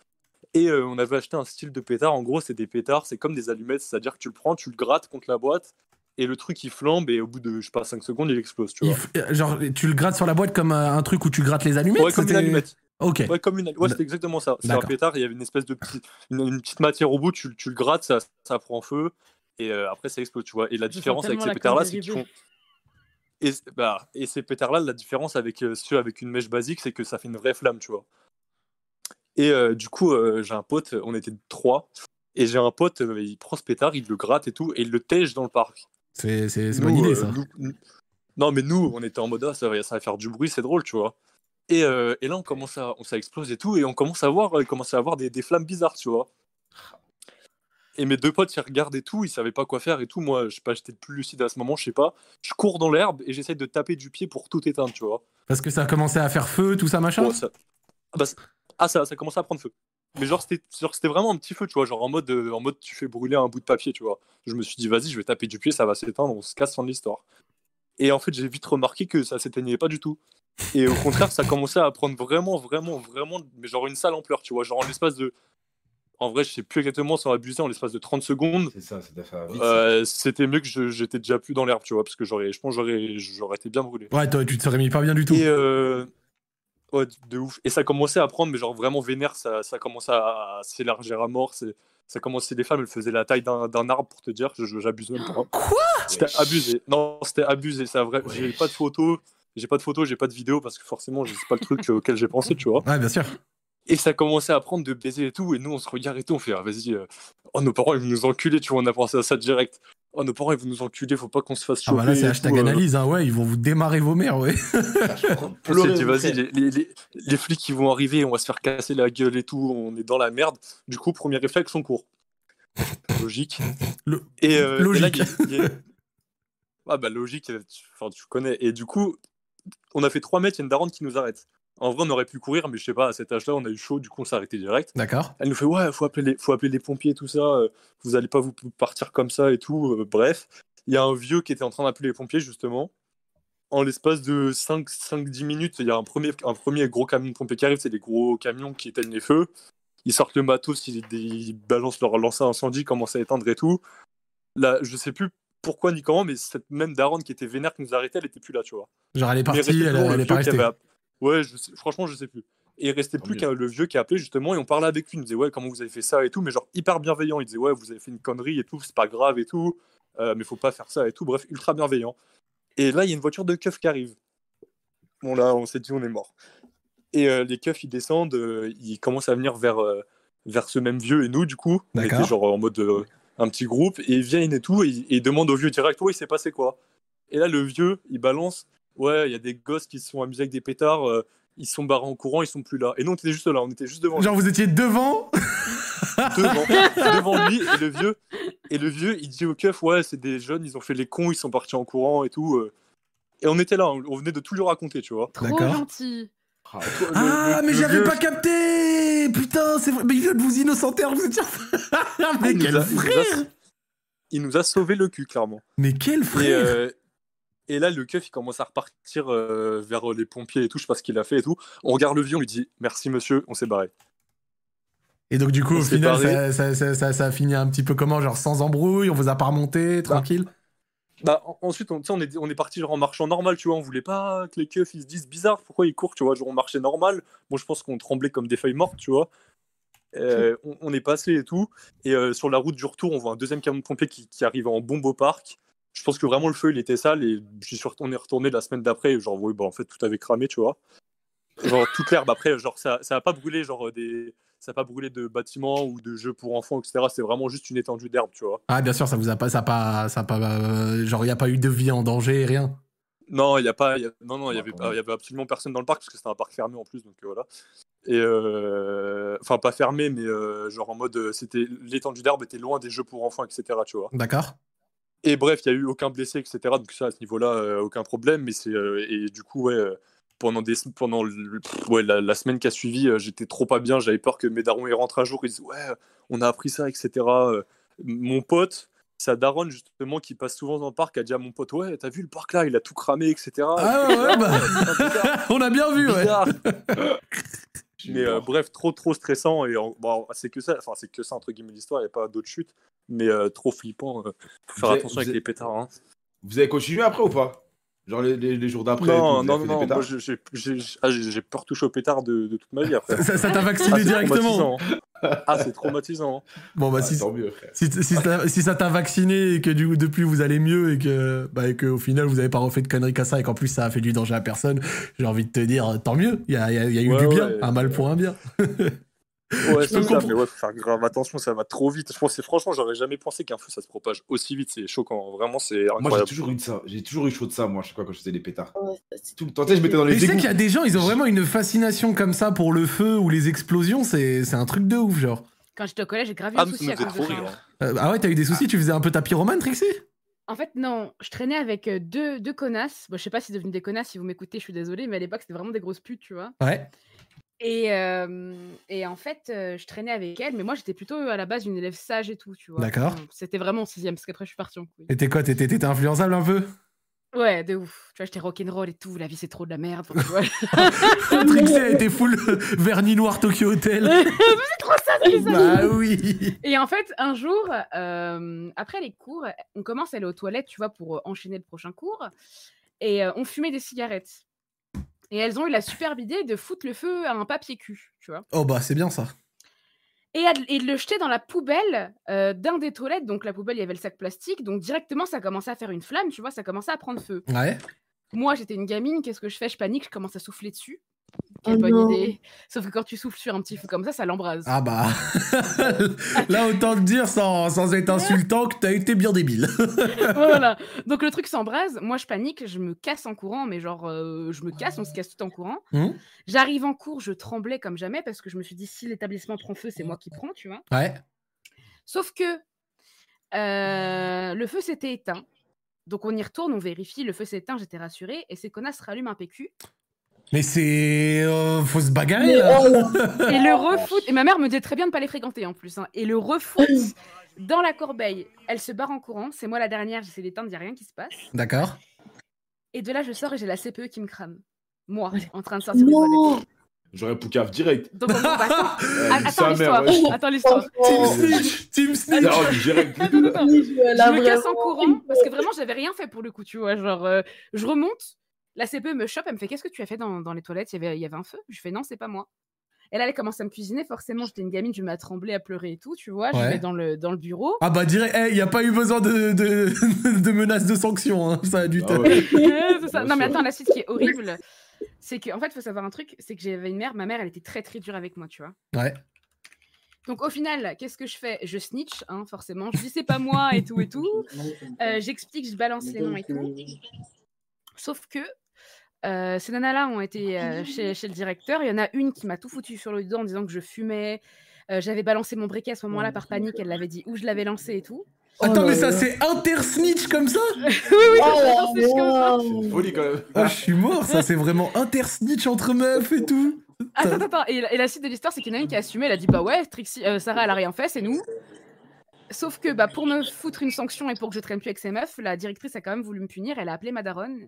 Et euh, on avait acheté un style de pétard. En gros, c'est des pétards, c'est comme des allumettes, c'est-à-dire que tu le prends, tu le grattes contre la boîte, et le truc il flambe, et au bout de, je sais pas, 5 secondes, il explose, tu Il vois. f- euh, Genre, tu le grattes sur la boîte comme euh, un truc où tu grattes les allumettes Ouais, comme une c'était- allumette. Ok. Ouais, comme une allumette. Ouais, c'est exactement ça. C'est un D'accord. pétard, il y avait une espèce de petit- une, une petite matière au bout, tu, le- tu le grattes, ça, ça prend feu, et euh, après ça explose, tu vois. Et la Je sens différence avec tellement ces la pétards-là, conne c'est qu'ils d'arriver. font. Et, bah, et ces pétards-là, la différence avec euh, ceux avec une mèche basique, c'est que ça fait une vraie flamme, tu vois. Et euh, du coup, euh, j'ai un pote, on était trois, et j'ai un pote, euh, il prend ce pétard, il le gratte et tout, et il le tège dans le parc. C'est c'est- c'est Nous, bonne idée, euh, ça. nous- nous- Non, mais nous, on était en mode, ah, ça, va, ça va faire du bruit, c'est drôle, tu vois. Et, euh, et là, on commence à, on, ça explose et tout, et on commence à voir, euh, commence à avoir des, des flammes bizarres, tu vois. Et mes deux potes, ils regardent et tout, ils savaient pas quoi faire et tout. Moi, je sais pas, j'étais le plus lucide à ce moment, je sais pas. Je cours dans l'herbe et j'essaie de taper du pied pour tout éteindre, tu vois. Parce que ça a commencé à faire feu, tout ça, machin. Bon, ça- Ah, bah, c'est- ah, ça, ça commençait à prendre feu. Mais genre, c'était genre, c'était vraiment un petit feu, tu vois. Genre en mode, euh, en mode, tu fais brûler un bout de papier, tu vois. Je me suis dit, vas-y, je vais taper du pied, ça va s'éteindre, on se casse fin de l'histoire. Et en fait, j'ai vite remarqué que ça s'éteignait pas du tout. Et au contraire, ça commençait à prendre vraiment, vraiment, vraiment, mais genre une sale ampleur, tu vois. Genre en l'espace de. En vrai, je sais plus exactement sans abuser, en l'espace de 30 secondes, C'est ça, c'est affaire vite. ça. euh, c'était mieux que je- j'étais déjà plus dans l'herbe, tu vois, parce que j'aurais, je pense, j'aurais, j'aurais été bien brûlé. Ouais, toi, tu te serais mis pas bien du tout. Et euh, ouais, de- de ouf. Et ça commençait à prendre, mais genre vraiment vénère, ça, ça commençait à, à s'élargir à mort. c'est- Ça commençait, les femmes, elles faisaient la taille d'un d'un arbre pour te dire, je- je- j'abuse même pas. Quoi C'était abusé. Non, c'était abusé, c'est vrai. J'ai Wesh. pas de photos, j'ai pas de photos, j'ai pas de vidéos parce que forcément, je sais pas le truc auquel j'ai pensé, tu vois. Ouais, bien sûr. Et ça commençait à prendre de baiser et tout. Et nous, on se regarde et tout. On fait, ah, vas-y, euh, oh, nos parents, ils vont nous enculer. Tu vois, on a pensé à ça direct. Oh, nos parents, ils vont nous enculer. Faut pas qu'on se fasse Ah choper. bah là, et c'est hashtag tout, euh. analyse, hein. Ouais, ils vont vous démarrer vos mères, ouais. On <laughs> s'est dit, vas-y, les, les- les- les flics, ils vont arriver. On va se faire casser la gueule et tout. On est dans la merde. Du coup, premier réflexe, on <laughs> court. Logique. Le- Et, euh, et là, Logique. il y a- il y a- Ah, bah, logique. euh, tu- Enfin, tu connais. Et du coup, on a fait 3 mètres. Il y a une daronne qui nous arrête. En vrai, on aurait pu courir, mais je sais pas, à cet âge-là, on a eu chaud. Du coup, on s'est arrêté direct. D'accord. Elle nous fait ouais, faut appeler les, faut appeler les pompiers, tout ça. euh, vous allez pas vous partir comme ça et tout. euh, bref, il y a un vieux qui était en train d'appeler les pompiers justement. En l'espace de 5-10 minutes, il y a un premier, un premier gros camion de pompiers qui arrive. C'est des gros camions qui éteignent les feux. Ils sortent le matos, ils, ils balancent leur lancer à incendie, commencent à éteindre et tout. Là, je sais plus pourquoi ni comment, mais cette même daronne qui était vénère qui nous arrêtait, elle était plus là, tu vois. Genre, elle est Mais il partie, restait elle, toujours elle le est pas vieux qui restée. avait app- Ouais, je sais- franchement, je sais plus. Et il restait Tant plus mieux. qu'un le vieux qui a appelé justement et on parlait avec lui. Il nous disait ouais comment vous avez fait ça et tout, mais genre hyper bienveillant. Il disait ouais vous avez fait une connerie et tout, c'est pas grave et tout, euh, mais faut pas faire ça et tout. Bref, ultra bienveillant. Et là il y a une voiture de keuf qui arrive. Bon là on s'est dit on est mort. Et euh, les keufs ils descendent, euh, ils commencent à venir vers euh, vers ce même vieux et nous du coup on D'accord. était genre en mode euh, un petit groupe, et ils viennent et tout, et ils- ils demandent au vieux direct, ouais, il s'est passé quoi Et là, le vieux, il balance, ouais, il y a des gosses qui se sont amusés avec des pétards, euh, ils se sont barrés en courant, ils sont plus là. Et nous, on était juste là, on était juste devant lui, Genre, vous étiez devant devant, <laughs> devant lui, et le vieux, et le vieux, il dit au keuf, ouais, c'est des jeunes, ils ont fait les cons, ils sont partis en courant et tout. euh. Et on était là, on, on venait de tout lui raconter, tu vois. Trop <laughs> D'accord. gentil. Le- Ah, le- mais le j'avais vieux- pas capté Putain, c'est vrai. Mais il vient de vous innocenter, alors vous <laughs> étiez... Ah, mais, il nous quel a- il nous a- frère il nous a sauvé le cul, clairement. mais quel frère Et, euh, et là, le keuf, il commence à repartir euh, vers les pompiers et tout. Je sais pas ce qu'il a fait et tout. On regarde le vieux, on lui dit merci monsieur, on s'est barré. Et donc du coup, On au s'est final, barré. ça, ça- ça- ça- ça a fini un petit peu comment Genre sans embrouille, on vous a pas Ah. remonté, tranquille Bah, en- ensuite, on, tu sais, on est, on est parti genre en marchant normal, tu vois. On voulait pas que les keufs ils se disent bizarre, pourquoi ils courent, tu vois. Genre, on marchait normal. Bon, je pense qu'on tremblait comme des feuilles mortes, tu vois. Euh, on, on est passé et tout. Et euh, sur la route du retour, on voit un deuxième camion de pompiers qui, qui arrive en bombe au parc. Je pense que vraiment le feu il était sale et je suis sûr qu'on est retourné la semaine d'après. et Genre, oui, bah en fait, tout avait cramé, tu vois. Genre, toute l'herbe après, genre, ça, ça a pas brûlé, genre, euh, des. Ça a pas brûlé de bâtiments ou de jeux pour enfants, etc. C'est vraiment juste une étendue d'herbe, tu vois. Ah bien sûr, ça vous a pas... Ça a pas, ça a pas euh, genre, il n'y a pas eu de vie en danger, rien Non, il y a pas, il y a- non, non, il y Ouais, avait, quand pas- même. il y avait absolument personne dans le parc parce que c'était un parc fermé en plus, donc euh, voilà. Et euh, enfin pas fermé, mais euh, genre en mode, euh, c'était l'étendue d'herbe était loin des jeux pour enfants, etc. Tu vois. D'accord Et bref, il y a eu aucun blessé, etc. Donc ça, à ce niveau-là, euh, aucun problème. Mais c'est euh, et du coup, ouais, euh, pendant des, pendant le- pff, ouais, la, la semaine qui a suivi, euh, j'étais trop pas bien. J'avais peur que mes darons ils rentrent à jour. Ils disent ouais, on a appris ça, etc. Euh, mon pote. Sa daronne, justement, qui passe souvent dans le parc, a dit à mon pote Ouais, t'as vu le parc là, il a tout cramé, etc. Ah ouais, bah, Bizarre, <laughs> on a bien vu, ouais bizarre. <laughs> Mais euh, bref, trop trop stressant et en- bon, c'est que ça, enfin c'est que ça entre guillemets l'histoire, il n'y a pas d'autres chutes, mais euh, trop flippant. euh. faut faire Vous avez- attention avec vous les pétards. hein. Vous avez continué après ou pas Genre les, les- les jours d'après et Non, tout, vous avez non, non, fait des non, pétards moi, j'ai- j'ai j'ai- ah, j'ai- j'ai peur toucher au pétard de, de toute ma vie après. ça, ça t'a Ah, vacciné c'est directement. traumatisant. Ah, c'est traumatisant. Bon, bah, Ah, si, Tant mieux, frère. si, si ça- si ça t'a vacciné et que du, depuis vous allez mieux et que, bah, et que au final vous avez pas refait de conneries qu'à ça et qu'en plus ça a fait du danger à personne, j'ai envie de te dire tant mieux, il y a, il y a- il y a eu Ouais, du bien, ouais. un mal pour un bien. Ouais, peux c'est ça, comprendre. mais ouais, faut faire grave attention, ça va trop vite. Je pensais, franchement, j'aurais jamais pensé qu'un feu ça se propage aussi vite, c'est choquant. Vraiment, c'est Moi j'ai incroyable. toujours eu de ça, j'ai toujours eu chaud de ça moi, je sais pas quand je faisais des pétards. Ouais, c'est- Tout le temps, tu sais, je mettais dans Et les je sais qu'il y égouts. a des gens, ils ont vraiment une fascination comme ça pour le feu ou les explosions, c'est c'est un truc de ouf, genre. Quand j'étais au collège, j'ai grave eu Ah, un mais ça souci nous à faisait cause de trop ça. rire. Euh, ah ouais, t'as eu des soucis, tu faisais un peu ta pyromane, Trixie En fait, non, je traînais avec euh, deux, deux connasses. Bon, je sais pas si c'est devenu des connasses, si vous m'écoutez, je suis désolée, mais à l'époque, c'était vraiment des grosses putes, tu vois. Ouais. Et, euh, et en fait, euh, je traînais avec elles, mais moi, j'étais plutôt à la base une élève sage et tout, tu vois. D'accord. Enfin, C'était vraiment en sixième, parce qu'après, je suis partie en couille. Et t'es quoi T'étais t'étais influençable un peu <laughs> Ouais, de ouf. Tu vois, j'étais rock'n'roll et tout, la vie, c'est trop de la merde. enfin, tu vois. <laughs> Trixie a été full <laughs> vernis noir Tokyo Hotel. <laughs> c'est trop ça, ce que ça bah oui Et en fait, un jour, euh, après les cours, on commence à aller aux toilettes, tu vois, pour euh, enchaîner le prochain cours. Et euh, on fumait des cigarettes. Et elles ont eu la superbe idée de foutre le feu à un papier cul, tu vois. Oh bah c'est bien ça. Et, à- et de le jeter dans la poubelle euh, d'un des toilettes. Donc la poubelle, il y avait le sac plastique. Donc directement, ça commençait à faire une flamme, tu vois, ça commençait à prendre feu. Ouais. Moi, j'étais une gamine, qu'est-ce que je fais Je panique, je commence à souffler dessus. Oh Quelle bonne non. idée. Sauf que quand tu souffles sur un petit feu comme ça, ça l'embrase. Ah bah <laughs> là autant te dire sans, sans être insultant que t'as été bien débile. <laughs> voilà. Donc le truc s'embrase, moi je panique, je me casse en courant, mais genre euh, je me casse, on se casse tout en courant. Mhm. J'arrive en cours, je tremblais comme jamais parce que je me suis dit si l'établissement prend feu, c'est moi qui prends, tu vois. Ouais. Sauf que euh, le feu s'était éteint. Donc on y retourne, on vérifie, le feu s'est éteint, j'étais rassurée, et ces connasses rallument un PQ Mais c'est euh, faut se bagarrer Mais là. oh là, et le refoutent. Et ma mère me dit très bien de ne pas les fréquenter en plus, hein. et le refoutent dans la corbeille. Elle se barre en courant, c'est moi la dernière, j'essaie d'éteindre, il n'y a rien qui se passe. <laughs> D'accord. Et de là, je sors et j'ai la CPE qui me crame. Moi, en train de sortir des toilettes. non, J'aurais Poucave direct. Donc, en gros, <laughs> bah, attends, Euh, a- attends sa mère, l'histoire. ouais. Attends l'histoire. Team franchement. Snitch, Team Snitch. Non, direct. Attends, attends. Je Je me casse en courant parce que vraiment, j'avais rien fait pour le coup, tu vois. Genre, euh, je remonte, la CPE me chope, elle me fait Qu'est-ce que tu as fait dans, dans les toilettes il y, avait, il y avait un feu. Je fais Non, c'est pas moi. Et là, elle commence à me cuisiner. Forcément, j'étais une gamine, je me mets à trembler, à pleurer et tout, tu vois. Ouais. Je vais dans le, dans le bureau. <laughs> Ah bah direct, il y a pas eu besoin de, de, <laughs> de menaces de sanctions, hein. ça a dû te- Ah ouais. C'est ça. Bien Non, mais sûr. attends, la suite qui est horrible, c'est qu'en en fait, faut savoir un truc c'est que j'avais une mère, ma mère, elle était très très dure avec moi, tu vois. Ouais. Donc au final, qu'est-ce que je fais Je snitch, hein, forcément. Je dis c'est pas moi et tout et <laughs> tout. Euh, J'explique, je balance les noms et tout. euh, Sauf que euh, ces nanas-là ont été euh, chez, chez le directeur. Il y en a une qui m'a tout foutu sur le dos en disant que je fumais. Euh, J'avais balancé mon briquet à ce moment-là par panique. Elle l'avait dit où je l'avais lancé et tout. Oh Attends, mais ça, c'est inter-snitch comme ça <laughs> oui, oui, Oh, ça, c'est dans ces choses-là. Folie quand même. Ah, je suis mort, ça, c'est vraiment inter-snitch entre meufs et tout. Attends, attends, attends. Et, la- et la suite de l'histoire, c'est qu'il y en a une qui a assumé. Elle a dit bah ouais, Trixie, euh, Sarah, elle a rien fait, c'est nous. Sauf que bah, pour me foutre une sanction et pour que je traîne plus avec ces meufs, la directrice a quand même voulu me punir. Elle a appelé ma daronne.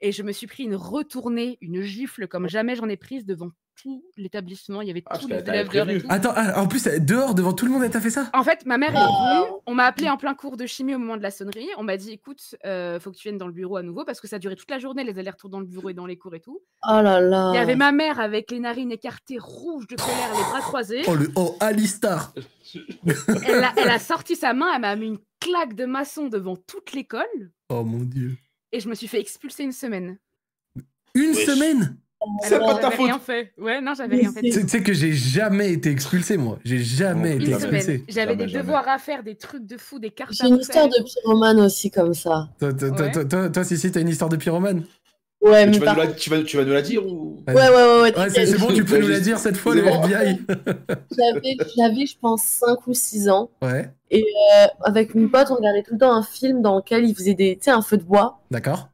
Et je me suis pris une retournée, une gifle comme jamais j'en ai prise devant tout l'établissement. Il y avait Ah, tous je les t'avais élèves Ah. dehors et prévenu. tout. Attends, ah, en plus, dehors, devant tout le monde, elle t'a fait ça En fait, ma mère est venue. On m'a appelé en plein cours de chimie au moment de la sonnerie. On m'a dit écoute, euh, faut que tu viennes dans le bureau à nouveau parce que ça durait toute la journée, les allers-retours dans le bureau et dans les cours et tout. Oh là là. Euh. Il y avait ma mère avec les narines écartées, rouge de colère, les bras croisés. Oh, le oh, <laughs> Alistar Elle a, elle a sorti sa main, elle m'a mis une claque de maçon devant toute l'école Oh mon dieu. et je me suis fait expulser une semaine. Une Wesh. semaine C'est Alors pas que ta j'avais faute. rien fait. Ouais, non, j'avais rien fait. Tu tu sais que j'ai jamais été expulsé, moi. J'ai jamais Une été Une semaine. expulsé. J'avais des Jamais, jamais. devoirs à faire, des trucs de fou, des cartes à J'ai une faire. histoire de pyromane aussi comme ça. Toi, toi, toi, Ouais. toi, toi, toi, Sissi, t'as une histoire de pyromane Ouais, mais Tu vas, par... nous Ouais, la, tu, vas, tu vas nous la dire ou ouais, ouais, ouais. Ouais, c'est c'est bon, tu peux nous la dire cette fois, le C'est bon. FBI. J'avais, j'avais, je pense, 5 ou 6 ans. Ouais, Euh, avec une pote, on regardait tout le temps un film dans lequel ils faisaient des, tu sais, un feu de bois. d'accord.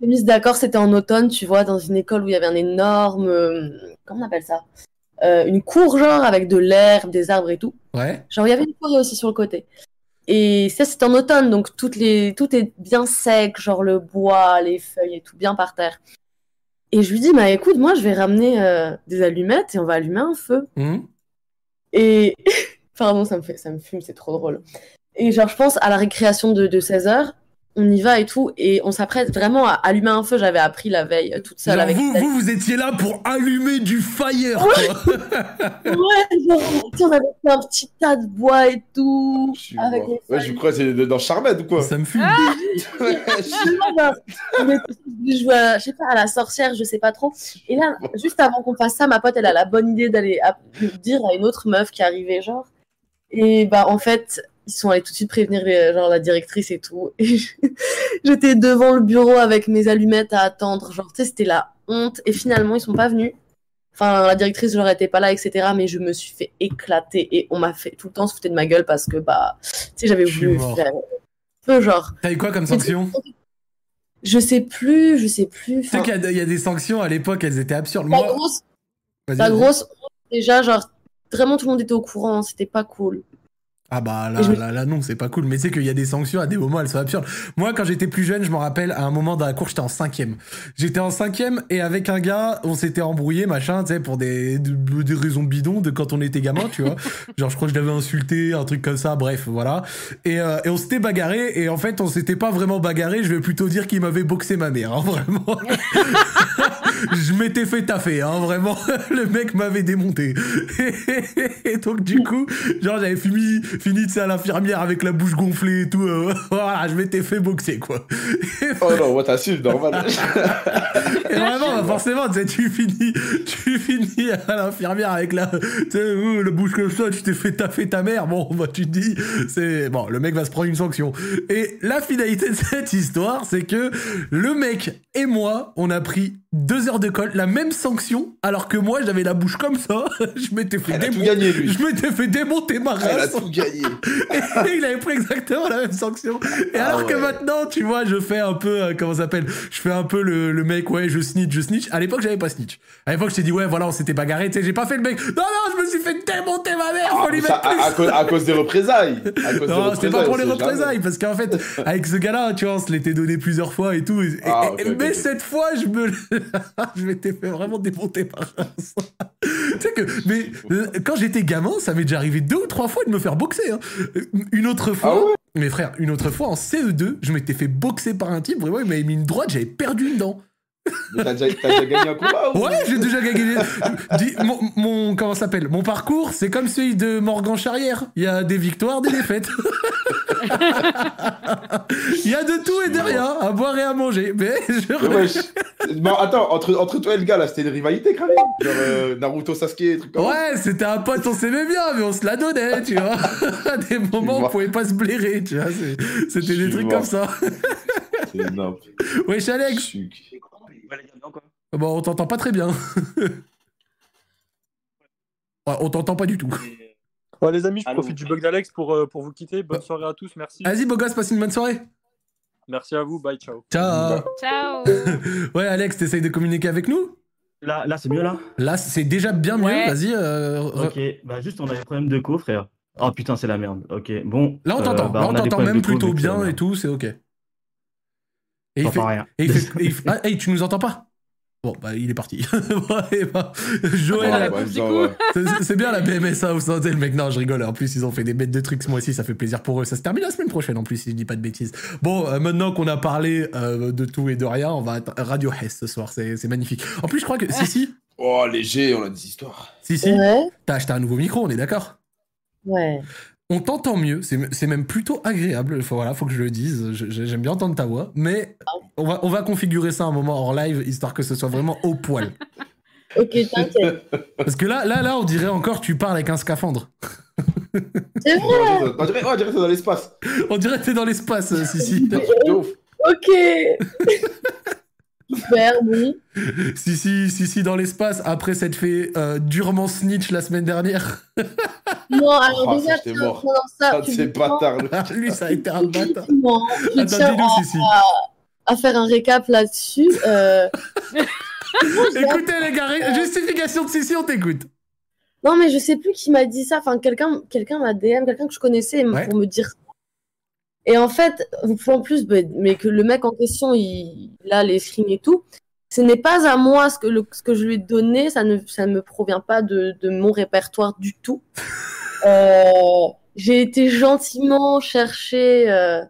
s'est mise d'accord, c'était en automne, tu vois, dans une école où il y avait un énorme. euh, Comment on appelle ça Euh, Une cour, genre, avec de l'herbe, des arbres et tout. Ouais, Genre, il y avait une forêt aussi sur le côté. Et ça, c'était en automne, donc toutes les... tout est bien sec, genre le bois, les feuilles et tout, bien par terre. Et je lui dis, bah écoute, moi, je vais ramener euh, des allumettes et on va allumer un feu. hum, Et. <laughs> Pardon, ça me, fait... ça me fume, c'est trop drôle. Et genre, je pense à la récréation de, de 16 heures. On y va et tout, et on s'apprête vraiment à allumer un feu. J'avais appris la veille euh, toute seule Genre, avec. vous, Stan. vous, vous étiez là pour allumer du fire, quoi. Ouais, genre, tu sais, on avait fait un petit tas de bois et tout. Ah, Je suis Avec mort. les <laughs> Ouais, je crois que c'est de- dans Charmed ou quoi Ça me fume. Ah <laughs> Vraiment, genre, on était- je jouais, à- je sais pas, à la sorcière, je sais pas trop. Et là, juste avant qu'on fasse ça, ma pote, elle a la bonne idée d'aller à- dire à une autre meuf qui arrivait, genre. Et bah, en fait, ils sont allés tout de suite prévenir les- genre, la directrice et tout. Et <laughs> je- j'étais devant le bureau avec mes allumettes à attendre. Genre, tu sais, c'était la honte. Et finalement, ils sont pas venus. Enfin, la directrice, genre, était pas là, etc. Mais je me suis fait éclater et on m'a fait tout le temps se foutre de ma gueule parce que, bah, tu sais, j'avais Je suis voulu mort. faire peu, genre. T'as eu quoi comme sanction Je sais plus, je sais plus. Tu sais enfin, qu'il y a- il y, a des sanctions, à l'époque, elles étaient absurdes. la Moi, grosse, vas-y, la vas-y. Bah, grosse, honte, déjà, genre, vraiment tout le monde était au courant, hein, c'était pas cool. Ah bah là, Et je me- là, là non, c'est pas cool. Mais c'est qu'il y a des sanctions à des moments, elles sont absurdes. Moi, quand j'étais plus jeune, je me rappelle, à un moment dans la cour, j'étais en cinquième. J'étais en cinquième et avec un gars, on s'était embrouillé, machin, tu sais, pour des, de- des raisons bidons de quand on était gamin, tu <laughs> vois. Genre, je crois que je l'avais insulté, un truc comme ça, bref, voilà. Et, euh, et on s'était bagarré et en fait, on s'était pas vraiment bagarré. Je vais plutôt dire qu'il m'avait boxé ma mère, hein, <laughs> vraiment. je m'étais fait taffer, hein, vraiment. <laughs> Le mec m'avait démonté. <laughs> et donc, du coup, Genre j'avais fini, fini de ça à l'infirmière avec la bouche gonflée et tout. euh, <laughs> voilà, je m'étais fait boxer quoi. Oh non, what t'assumes, <laughs> normal. Et vraiment, bah, forcément, tu sais, tu finis, tu finis à l'infirmière avec la, tu sais, euh, la bouche comme ça, tu t'es fait taper ta mère. Bon, bah tu te dis, c'est bon, le mec va se prendre une sanction. Et la finalité de cette histoire, c'est que le mec et moi, on a pris deux heures de colle, la même sanction, alors que moi j'avais la bouche comme ça, <laughs> je m'étais fait Elle a tout démonter, gagné, lui. je m'étais fait démonter ma Elle a race. tout gagné. Et <laughs> il avait pris exactement la même sanction. Et Ah alors que ouais. maintenant, tu vois, je fais un peu, euh, comment ça s'appelle Je fais un peu le, le mec, ouais, je snitch, je snitch. À l'époque, j'avais pas snitch. À l'époque, je t'ai dit, ouais, voilà, on s'était bagarré, tu sais, j'ai pas fait le mec. Non, non, je me suis fait démonter ma mère, faut lui Ça, mettre plus. à, à cause, à cause des représailles. À cause <laughs> Non, des c'était pas pour on les sait jamais. représailles, parce qu'en fait, avec ce gars-là, tu vois, on se l'était donné plusieurs fois et tout. Et- et- Ah, ok, et- ok, mais ok. cette fois, je me, <laughs> je m'étais fait vraiment démonter par un sens. tu sais que, mais euh, quand j'étais gamin, ça m'est déjà arrivé deux ou trois fois de me faire boxer. hein. Une autre fois. Ah ouais Mes frères, une autre fois en CE2, je m'étais fait boxer par un type, vraiment, il m'avait mis une droite, j'avais perdu une dent. Mais T'as déjà, t'as déjà gagné un combat ou Ouais, j'ai déjà gagné. Dis- mon, mon- comment ça s'appelle Mon parcours, c'est comme celui de Morgan Charrière. Il y a des victoires, des défaites. <laughs> Il y a de tout et de rien à boire et à manger. Mais <laughs> je- Mais wesh. Bon, attends, entre, entre toi et le gars, là, c'était une rivalité cramée. Genre euh, Naruto, Sasuke, truc comme ça. Ouais, c'était un pote, on s'aimait bien, mais on se la donnait, tu vois. <laughs> À des moments, on mort. pouvait pas se blairer, tu vois. c'est- C'était Je des suis trucs mort. comme ça. C'est énorme. Wesh, Je Alex. suis- Ouais, les gars, non, quoi. Bon, on t'entend pas très bien. Ouais, on t'entend pas du tout. Et- Ouais, les amis, je Allô. profite du bug d'Alex pour, euh, pour vous quitter. Bonne soirée à tous. Merci. Vas-y, beau gosse, passe une bonne soirée. Merci à vous. Bye. Ciao. Ciao. Ciao. <laughs> Ouais, Alex, t'essayes de communiquer avec nous Là, là c'est mieux là Là, c'est déjà bien mieux. Ouais. Vas-y. euh, re- Ok, bah juste on a des problèmes de co, frère. Oh putain, c'est la merde. Ok, bon. Là, on euh, t'entend. bah, Là, on a des t'entend problèmes même de co, euh, bah. plutôt mais c'est la bien et merde. tout, c'est ok. Et il fait. J'entends rien. et il <laughs> fait- et il fait- Ah, hey, tu nous entends pas Bon, bah, il est parti. <laughs> Bon, eh ben, Ouais, Joël, la ouais, bouffe, du genre, coup. ouais. C'est- C'est bien la hein, BMSA au sein d'elle, mec. Non, je rigole. En plus, ils ont fait des bêtes de trucs ce mois-ci. Ça fait plaisir pour eux. Ça se termine la semaine prochaine, en plus, si je dis pas de bêtises. Bon, euh, maintenant qu'on a parlé euh, de tout et de rien, on va atte- Radio Hess ce soir. C'est c'est magnifique. En plus, je crois que. Si, si. Oh, léger, on a des histoires. Si, si. Ouais, T'as acheté un nouveau micro, on est d'accord ouais. on t'entend mieux, c'est c'est même plutôt agréable, faut, voilà, faut que je le dise, Je- je- j'aime bien entendre ta voix, mais on va, on va configurer ça un moment en live, histoire que ce soit vraiment au poil. <laughs> Ok, t'inquiète. Parce que là, là, là, on dirait encore tu parles avec un scaphandre. C'est Oh, On vrai. dirait ça- bah, on dirait on dirait ça dans l'espace. On dirait que t'es dans l'espace, euh, si, si. C'est un truc de ouf. Ok. Super, oui. <laughs> Si, si, si, si, dans l'espace, après s'être fait euh, durement snitch la semaine dernière. Non, alors Oh, ça, déjà, j'étais tiens, mort. pendant ça, Ah, tu C'est me prends- bâtard. le- Ah, <laughs> Lui, ça a été un <laughs> bâtard. Non, je tiens Attends, dis-nous, si, si. à faire un récap là-dessus. Euh, Écoutez, les gars, ré- justification de Sissi, on t'écoute. Non, mais je sais plus qui m'a dit ça. Enfin, quelqu'un quelqu'un m'a DM, quelqu'un que je connaissais m- Ouais. pour me dire ça. Et en fait, vous pouvez en plus, ben, mais que le mec en question, il, il a les screens et tout. Ce n'est pas à moi ce que, le- ce que je lui ai donné, ça ne, ça ne me provient pas de, de mon répertoire du tout. Euh, J'ai été gentiment chercher euh,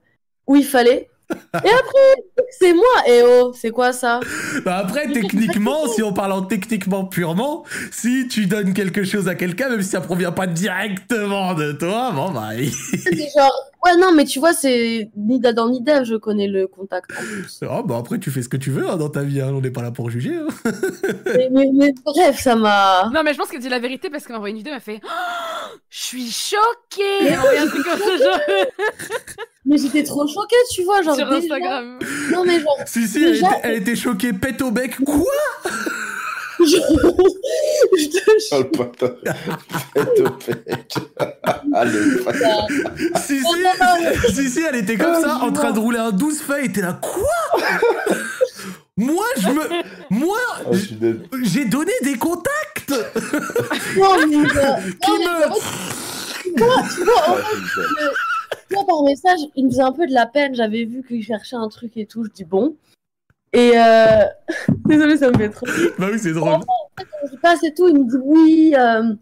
où il fallait. Et après, c'est moi. Et oh, c'est quoi ça Bah, après, techniquement, si on parle en techniquement purement, si tu donnes quelque chose à quelqu'un, même si ça provient pas directement de toi, bon, bah, il- <laughs> C'est genre, ouais, non, mais tu vois, c'est ni d'Adam ni d'Ève, je connais le contact en plus. Ah, bah, après, tu fais ce que tu veux hein, dans ta vie, hein, on n'est pas là pour juger. hein. Mais, mais- mais bref, ça m'a. Non, mais je pense qu'elle dit la vérité parce qu'elle m'a envoyé une vidéo, elle m'a fait Ah, Je suis choquée Elle m'a envoyé un truc comme ça, genre, <laughs> Mais j'étais trop choquée, tu vois, genre. sur déjà- Instagram. Non, mais genre, Si, si, elle Déjà- était, elle était choquée, pète au bec, quoi je. <laughs> je te Oh, jure. le bâtard. Fête au bec. <laughs> Ah, le bâtard. si, Oh, Non, non, si, non, <laughs> si, si, elle était comme Ah, ça, en train de rouler un 12 feuilles, et t'es là, quoi Moi, je me. Moi, Ah, je suis dead. j'ai donné des contacts non, mais genre, qui non, mais me. euh, en fait, tu vois, tu vois, en Ah, fait, <laughs> je suis dead. tu vois, par message, il me faisait un peu de la peine. J'avais vu qu'il cherchait un truc et tout. Je dis bon. Et euh... désolée, ça me fait trop. <laughs> Bah oui, c'est drôle. je passe et tout. Il me dit oui. euh,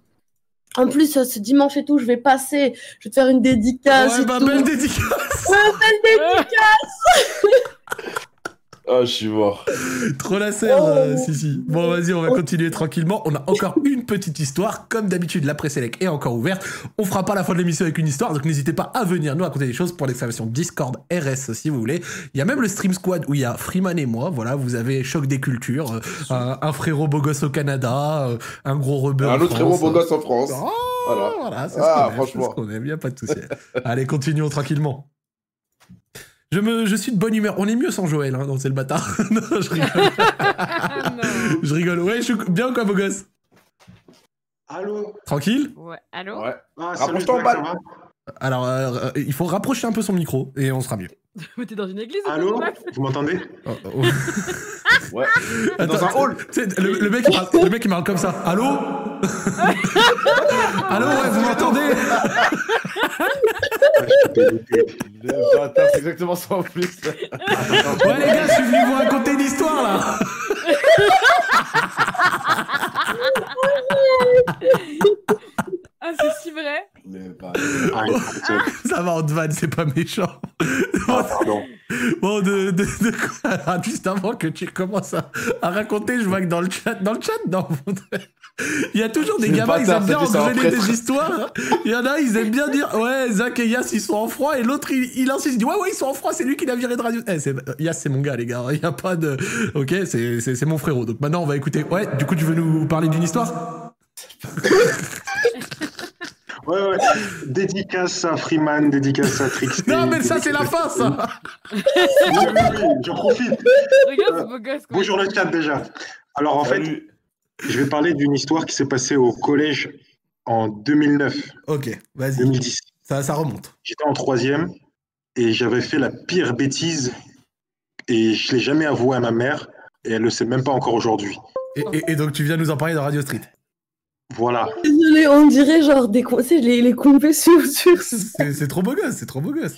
En plus, euh, ce dimanche et tout, je vais passer. Je vais te faire une dédicace. ouais, et bah, tout. belle dédicace Ouais, belle dédicace. Ah, je suis mort. Trop la serre, euh, si, si. Bon, vas-y, on va continuer tranquillement. On a encore une petite histoire. Comme d'habitude, la préselec est encore ouverte. On fera pas la fin de l'émission avec une histoire, donc n'hésitez pas à venir nous raconter des choses pour l'exclamation Discord RS, si vous voulez. Il y a même le Stream Squad où il y a Freeman et moi. Voilà, vous avez Choc des Cultures, euh, un, un frérot beau gosse au Canada, euh, un gros rebeu. en Un autre France. héros beau gosse en France. Ah, Voilà. voilà, c'est Ah, ce qu'on aime, c'est ce franchement. qu'on aime, y a pas de souci. Allez, continuons tranquillement. Je, me, je suis de bonne humeur. On est mieux sans Joël, hein, non, c'est le bâtard. <laughs> non, je rigole. Ah non. Je rigole. Ouais, je suis bien ou quoi, beau gosse Allô Tranquille Ouais, allô Ouais. ah, Rapproche-toi en toi, ça bas. va Alors, euh, euh, il faut rapprocher un peu son micro et on sera mieux. <laughs> Mais t'es dans une église Allô Max Vous m'entendez Oh, oh. Ouais. Attends, Dans un hall tu sais, le, le mec, il parle, le mec, il parle comme ça. Allô Allô, ouais, vous m'entendez Le bâtard, c'est exactement ça en plus. Ouais, les gars, je suis venu vous raconter une histoire là. Ah, c'est si vrai Le bâtard. <laughs> Ah, Ça va, on te vanne, c'est pas méchant. Ah, Bon, Pardon. Bon, de, de, de quoi Alors, Juste avant que tu commences à, à raconter, je vois que dans le chat, dans le chat, non, Il y a toujours des C'est le gamins, ils bâtard, ça aiment bien dit, c'est un engueuler des prêtre. histoires. hein. Il y en a, ils aiment bien dire Ouais, Zach et Yass, ils sont en froid. Et l'autre, il, il insiste, il dit Ouais, ouais, ils sont en froid, c'est lui qui l'a viré de radio. Eh, c'est- Yass, c'est mon gars, les gars. Il n'y a pas de. Ok, c'est c'est- c'est mon frérot. Donc maintenant, on va écouter. Ouais, du coup, tu veux nous parler d'une histoire Ouais, ouais. Dédicace à Freeman, dédicace à Trixie. Non, mais ça, c'est la fin, ça Oui, oui, oui, j'en profite. Regarde ce beau gosse, quoi. Bonjour le chat déjà. Alors en fait, je vais parler d'une histoire qui s'est passée au collège en 2009, Ok, vas-y. 2010. Ça, ça remonte. J'étais en troisième et j'avais fait la pire bêtise et je l'ai jamais avoué à ma mère et elle le sait même pas encore aujourd'hui. Et, et- et donc, tu viens nous en parler dans Radio Street. Voilà. Désolé, on dirait genre des con- tu sais, les, les compés sur, sur- C'est c'est trop beau gosse, c'est trop beau gosse.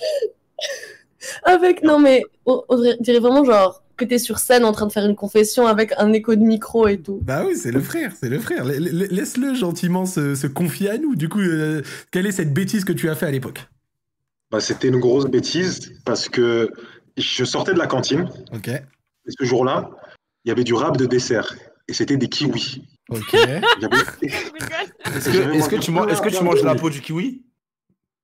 Avec, non mais, on, on dirait- dirait vraiment genre que t'es sur scène en train de faire une confession avec un écho de micro et tout. Bah oui, c'est le frère, c'est le frère. La- la- Laisse-le gentiment se, se confier à nous. Du coup, euh, quelle est cette bêtise que tu as fait à l'époque Bah, c'était une grosse bêtise parce que je sortais de la cantine Ok, et ce jour-là, il y avait du rap de dessert et c'était des kiwis. ok. J'avais- Je rigole. Est-ce que, est-ce que tu, man- est-ce que tu manges la peau du kiwi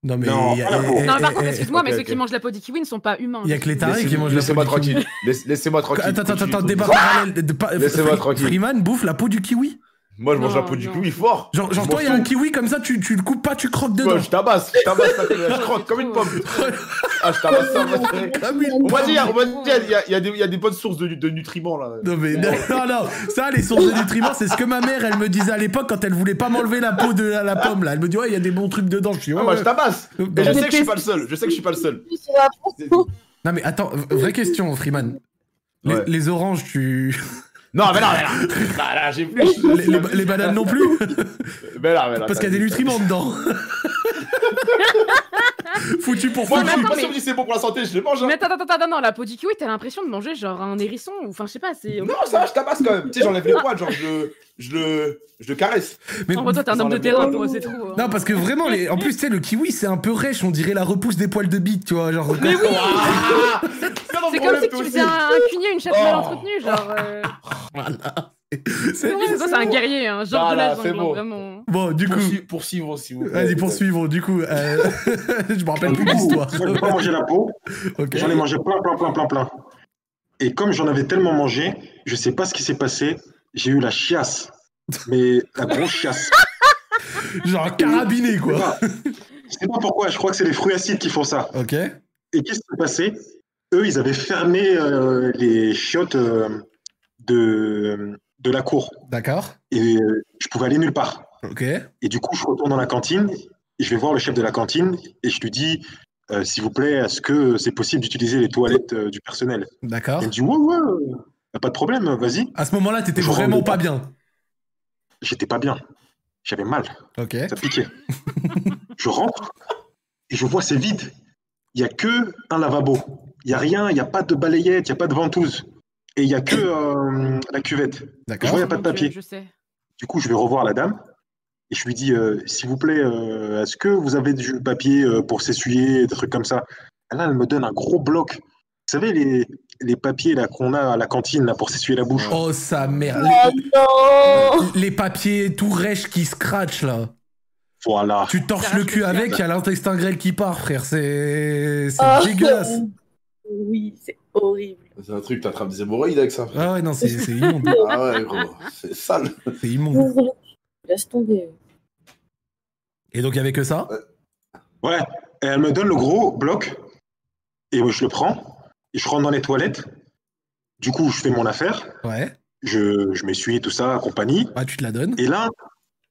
Non mais Non, Ah, il y a- voilà, eh, bon. eh, Non, mais par eh, contre, eh, excuse-moi, ok, mais ceux ok. qui mangent la peau du kiwi ne sont pas humains. il y a que les tarés qui Laissez- mangent la peau Laissez-moi du kiwi. tranquille. Laisse- Laissez-moi tranquille. Attends, attends, attends, débat Quoi parallèle. de- de- pas- Laissez-moi Free- tranquille. Freeman bouffe la peau du kiwi. Moi, je mange la Non, peau du non. kiwi fort. Genre, genre Je toi, mange il y a un tout. kiwi comme ça, tu, tu le coupes pas, tu croques dedans. Ouais, Je tabasse, je tabasse, la- je <laughs> croque comme une pomme. Ah, je tabasse ça, moi, c'est- Comme une On va dire, on va pomme. dire, il y a- il y a des- il y a des bonnes sources de de nutriments là. Non mais <laughs> non, non, non. ça les sources de nutriments c'est ce que ma mère elle me disait à l'époque quand elle voulait pas m'enlever la peau de la, la pomme là elle me dit ouais il y a des bons trucs dedans je suis Ah, ouais, moi, ouais. je tabasse. Euh, Et je sais que je suis pas le seul. Je sais que je suis pas le seul. C'est- non mais attends v- vraie question Freeman les, Ouais. les oranges tu <laughs> Non, mais là, mais là, <laughs> Bah, là, j'ai plus. les, les <laughs> ba- les bananes non plus Mais là, mais là, parce qu'il y a des t'as- nutriments dedans <laughs> foutu pour Moi, foutu je suis attends, pas mais- sûr que c'est bon pour la santé. Je les mange. hein. Mais attends, attends, attends, non, la peau du kiwi, t'as l'impression de manger genre un hérisson ou enfin, je sais pas, c'est. Non, ça va, je tabasse quand même. Tu sais, j'enlève les poils, genre, je le, je le, je le caresse. mais Non, moi, toi, t'es un homme de Sans la terrain, peau. toi, c'est trop. hein. non parce que vraiment les... en plus tu sais le kiwi c'est un peu rêche on dirait la repousse des poils de bite tu vois genre Mais oui Ah non, C'est mon comme problème, si toi tu aussi. faisais un un cunier, une chatte mal Oh. entretenue, genre. <laughs> euh, Voilà. C'est C'est vrai, vrai, ça, c'est c'est un bon. guerrier, hein, genre de la Voilà, c'est jungle, hein, bon. vraiment. bon du coup Poursuivons, poursuivons, s'il vous plaît. Vas-y, poursuivons, du coup. euh, <laughs> je me rappelle plus de l'histoire. Moi, j'ai pas mangé la peau. Ok. J'en ai mangé plein, plein, plein, plein, plein. Et comme j'en avais tellement mangé, je sais pas ce qui s'est passé, j'ai eu la chiasse. Mais la grosse chiasse. Genre carabiné, Je sais quoi. pas. Je sais pas pourquoi, je crois que c'est les fruits acides qui font ça. Ok. Et qu'est-ce qui s'est passé Eux, ils avaient fermé euh, les chiottes euh, de, de la cour. D'accord. Et euh, je pouvais aller nulle part. Ok. Et du coup, je retourne dans la cantine, et je vais voir le chef de la cantine, et je lui dis, euh, s'il vous plaît, est-ce que c'est possible d'utiliser les toilettes euh, du personnel D'accord. Il me dit, ouais, ouais, euh, y a pas de problème, vas-y. À ce moment-là, t'étais Je rentre vraiment dedans. pas bien. J'étais pas bien. J'avais mal, Ok. ça piquait. je rentre, et je vois, c'est vide. Il y a que un lavabo. Il y a rien, il n'y a pas de balayette, il n'y a pas de ventouse. Et il y a que euh, la cuvette. Je D'accord. vois, y a pas de Mon Dieu, papier. Je sais. Du coup, je vais revoir la dame et je lui dis euh, S'il vous plaît, euh, est-ce que vous avez du papier euh, pour s'essuyer, des trucs comme ça Là, elle me donne un gros bloc. Vous savez, les, les papiers là qu'on a à la cantine là, pour s'essuyer la bouche. Oh, sa mère. Oh non Les, les papiers tout rêches qui scratchent, là. Voilà. Tu torches Ça le reste cul le avec, il y a l'intestin grêle qui part, frère. C'est. C'est Ah, Oh, dégueulasse. Oui, c'est horrible. C'est un truc, t'attrapes des hémorroïdes avec ça. frère. Ah ouais, non, c'est c'est immonde. Ah ouais, gros, c'est sale. C'est immonde. Laisse tomber. Et donc, il y avait que ça Ouais. Et elle me donne le gros bloc et moi, je le prends et je rentre dans les toilettes. Du coup, je fais mon affaire. Ouais. Je, je m'essuie, tout ça, compagnie. Ah, tu te la donnes. Et là,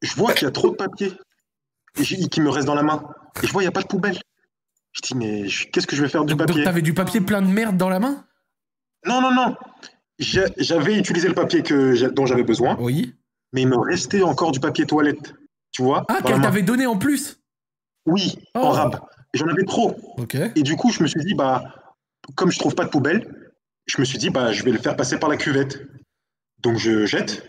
je vois qu'il y a trop de papier et j'ai- qui me reste dans la main. Et je vois, il n'y a pas de poubelle. Je dis, mais je- qu'est-ce que je vais faire du Donc, donc papier t'avais du papier plein de merde dans la main Non, non, non. J'a- J'avais utilisé le papier que j'a- dont j'avais besoin, Oui. mais il me restait encore du papier toilette. Tu vois Ah, dans la qu'elle main. t'avait donné en plus Oui, Oh. en rab. Et J'en avais trop. Ok. Et du coup, je me suis dit, bah, comme je trouve pas de poubelle, je me suis dit, bah, je vais le faire passer par la cuvette. Donc je jette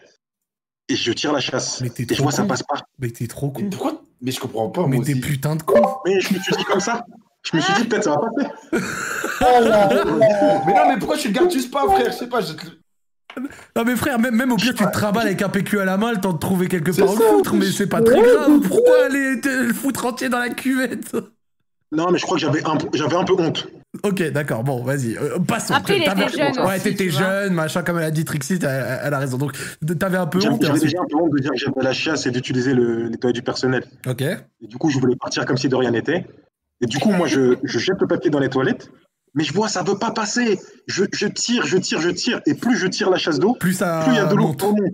et je tire la chasse. Mais t'es Et je trop vois, ça con. passe pas. Mais t'es trop con. Mais pourquoi Mais je comprends pas, Mais moi t'es aussi. putain de con. Mais je me suis dit comme ça. Je me suis dit, peut-être ça va passer. Oh là là. <laughs> Mais non, mais pourquoi tu le gardes juste pas, frère Je sais pas, je te- Non mais frère, même, même au pire, tu te travailles avec un PQ à la main, le temps de trouver quelque part où le ça, foutre, mais je- c'est pas très ouais, grave. mais- Pourquoi aller te- le foutre entier dans la cuvette Non, mais je crois que j'avais un, j'avais un peu honte. Ok, d'accord, bon, vas-y, euh, passons. Après, il T'as- était t'avais- jeune Ouais, aussi, t'étais tu vois. jeune, machin, comme elle a dit Trixie, t'as- elle, a raison. Donc, t'avais un peu J'avais honte. hein, et j'avais ensuite- déjà un peu honte de dire que j'avais la chasse et d'utiliser le nettoyage du personnel. Ok. Et du coup, je voulais partir comme si de rien n'était. Et du coup, moi, je, je jette le papier dans les toilettes, mais je vois, ça veut pas passer. Je, je tire, je tire, je tire. Et plus je tire la chasse d'eau, Plus ça plus il y a de l'eau monte. qui remonte.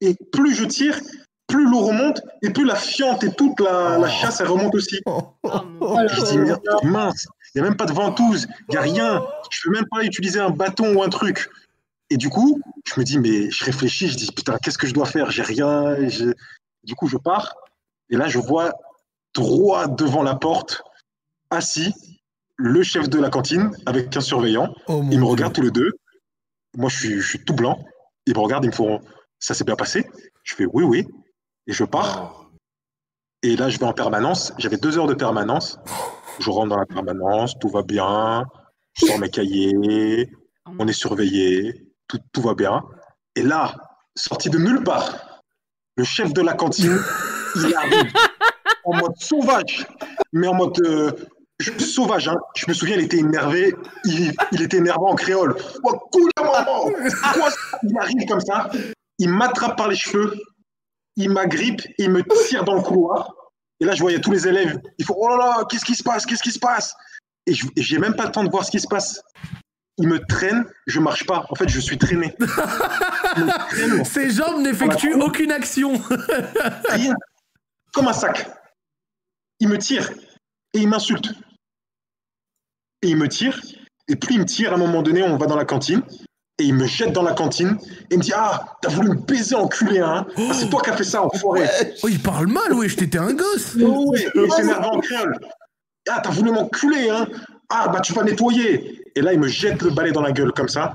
Et plus je tire, plus l'eau remonte, et plus la fiente et toute la, Oh. la chasse, elle remonte aussi. Je dis, merde, mince, il n'y a même pas de ventouse, il n'y a rien. Je peux même pas utiliser un bâton ou un truc. Et du coup, je me dis, mais je réfléchis, je dis, putain, qu'est-ce que je dois faire J'ai rien. j'ai- Du coup, je pars. Et là, je vois droit devant la porte, assis, le chef de la cantine avec un surveillant. Oh, mon Ils me Dieu. regardent tous les deux. Moi, je suis, je suis tout blanc. Ils me regardent, ils me font, ça s'est bien passé Je fais, oui, oui. Et je Oh. pars. Et là, je vais en permanence. J'avais deux heures de permanence. Je rentre dans la permanence, tout va bien. Je sors mes cahiers. On est surveillé. Tout, tout va bien. Et là, sorti de nulle part, le chef de la cantine, il arrive en mode sauvage, mais en mode euh, je- sauvage. hein. Je me souviens, il était énervé. Il, il était énervé en créole. Oh, cool, la maman Quoi, ça Il arrive comme ça. Il m'attrape par les cheveux. Il m'agrippe. Il me tire dans le couloir. Et là, je voyais tous les élèves. Ils font Oh là là, qu'est-ce qui se passe Qu'est-ce qui se passe Et je- et j'ai même pas le temps de voir ce qui se passe. Il me traîne. Je marche pas. En fait, je suis <laughs> traîné. Ses jambes n'effectuent aucune <laughs> action. Rien. Comme un sac. Il me tire et il m'insulte. Et il me tire, et puis il me tire à un moment donné, on va dans la cantine, et il me jette dans la cantine, et il me dit Ah, t'as voulu me baiser, enculé, hein Ah, C'est toi qui as fait ça, enfoiré Oh, il parle mal, ouais, je t'étais un gosse. Oh, ouais, il s'énerve en créole. Ah, t'as voulu m'enculer, hein Ah, bah tu vas nettoyer. Et là, il me jette le balai dans la gueule comme ça.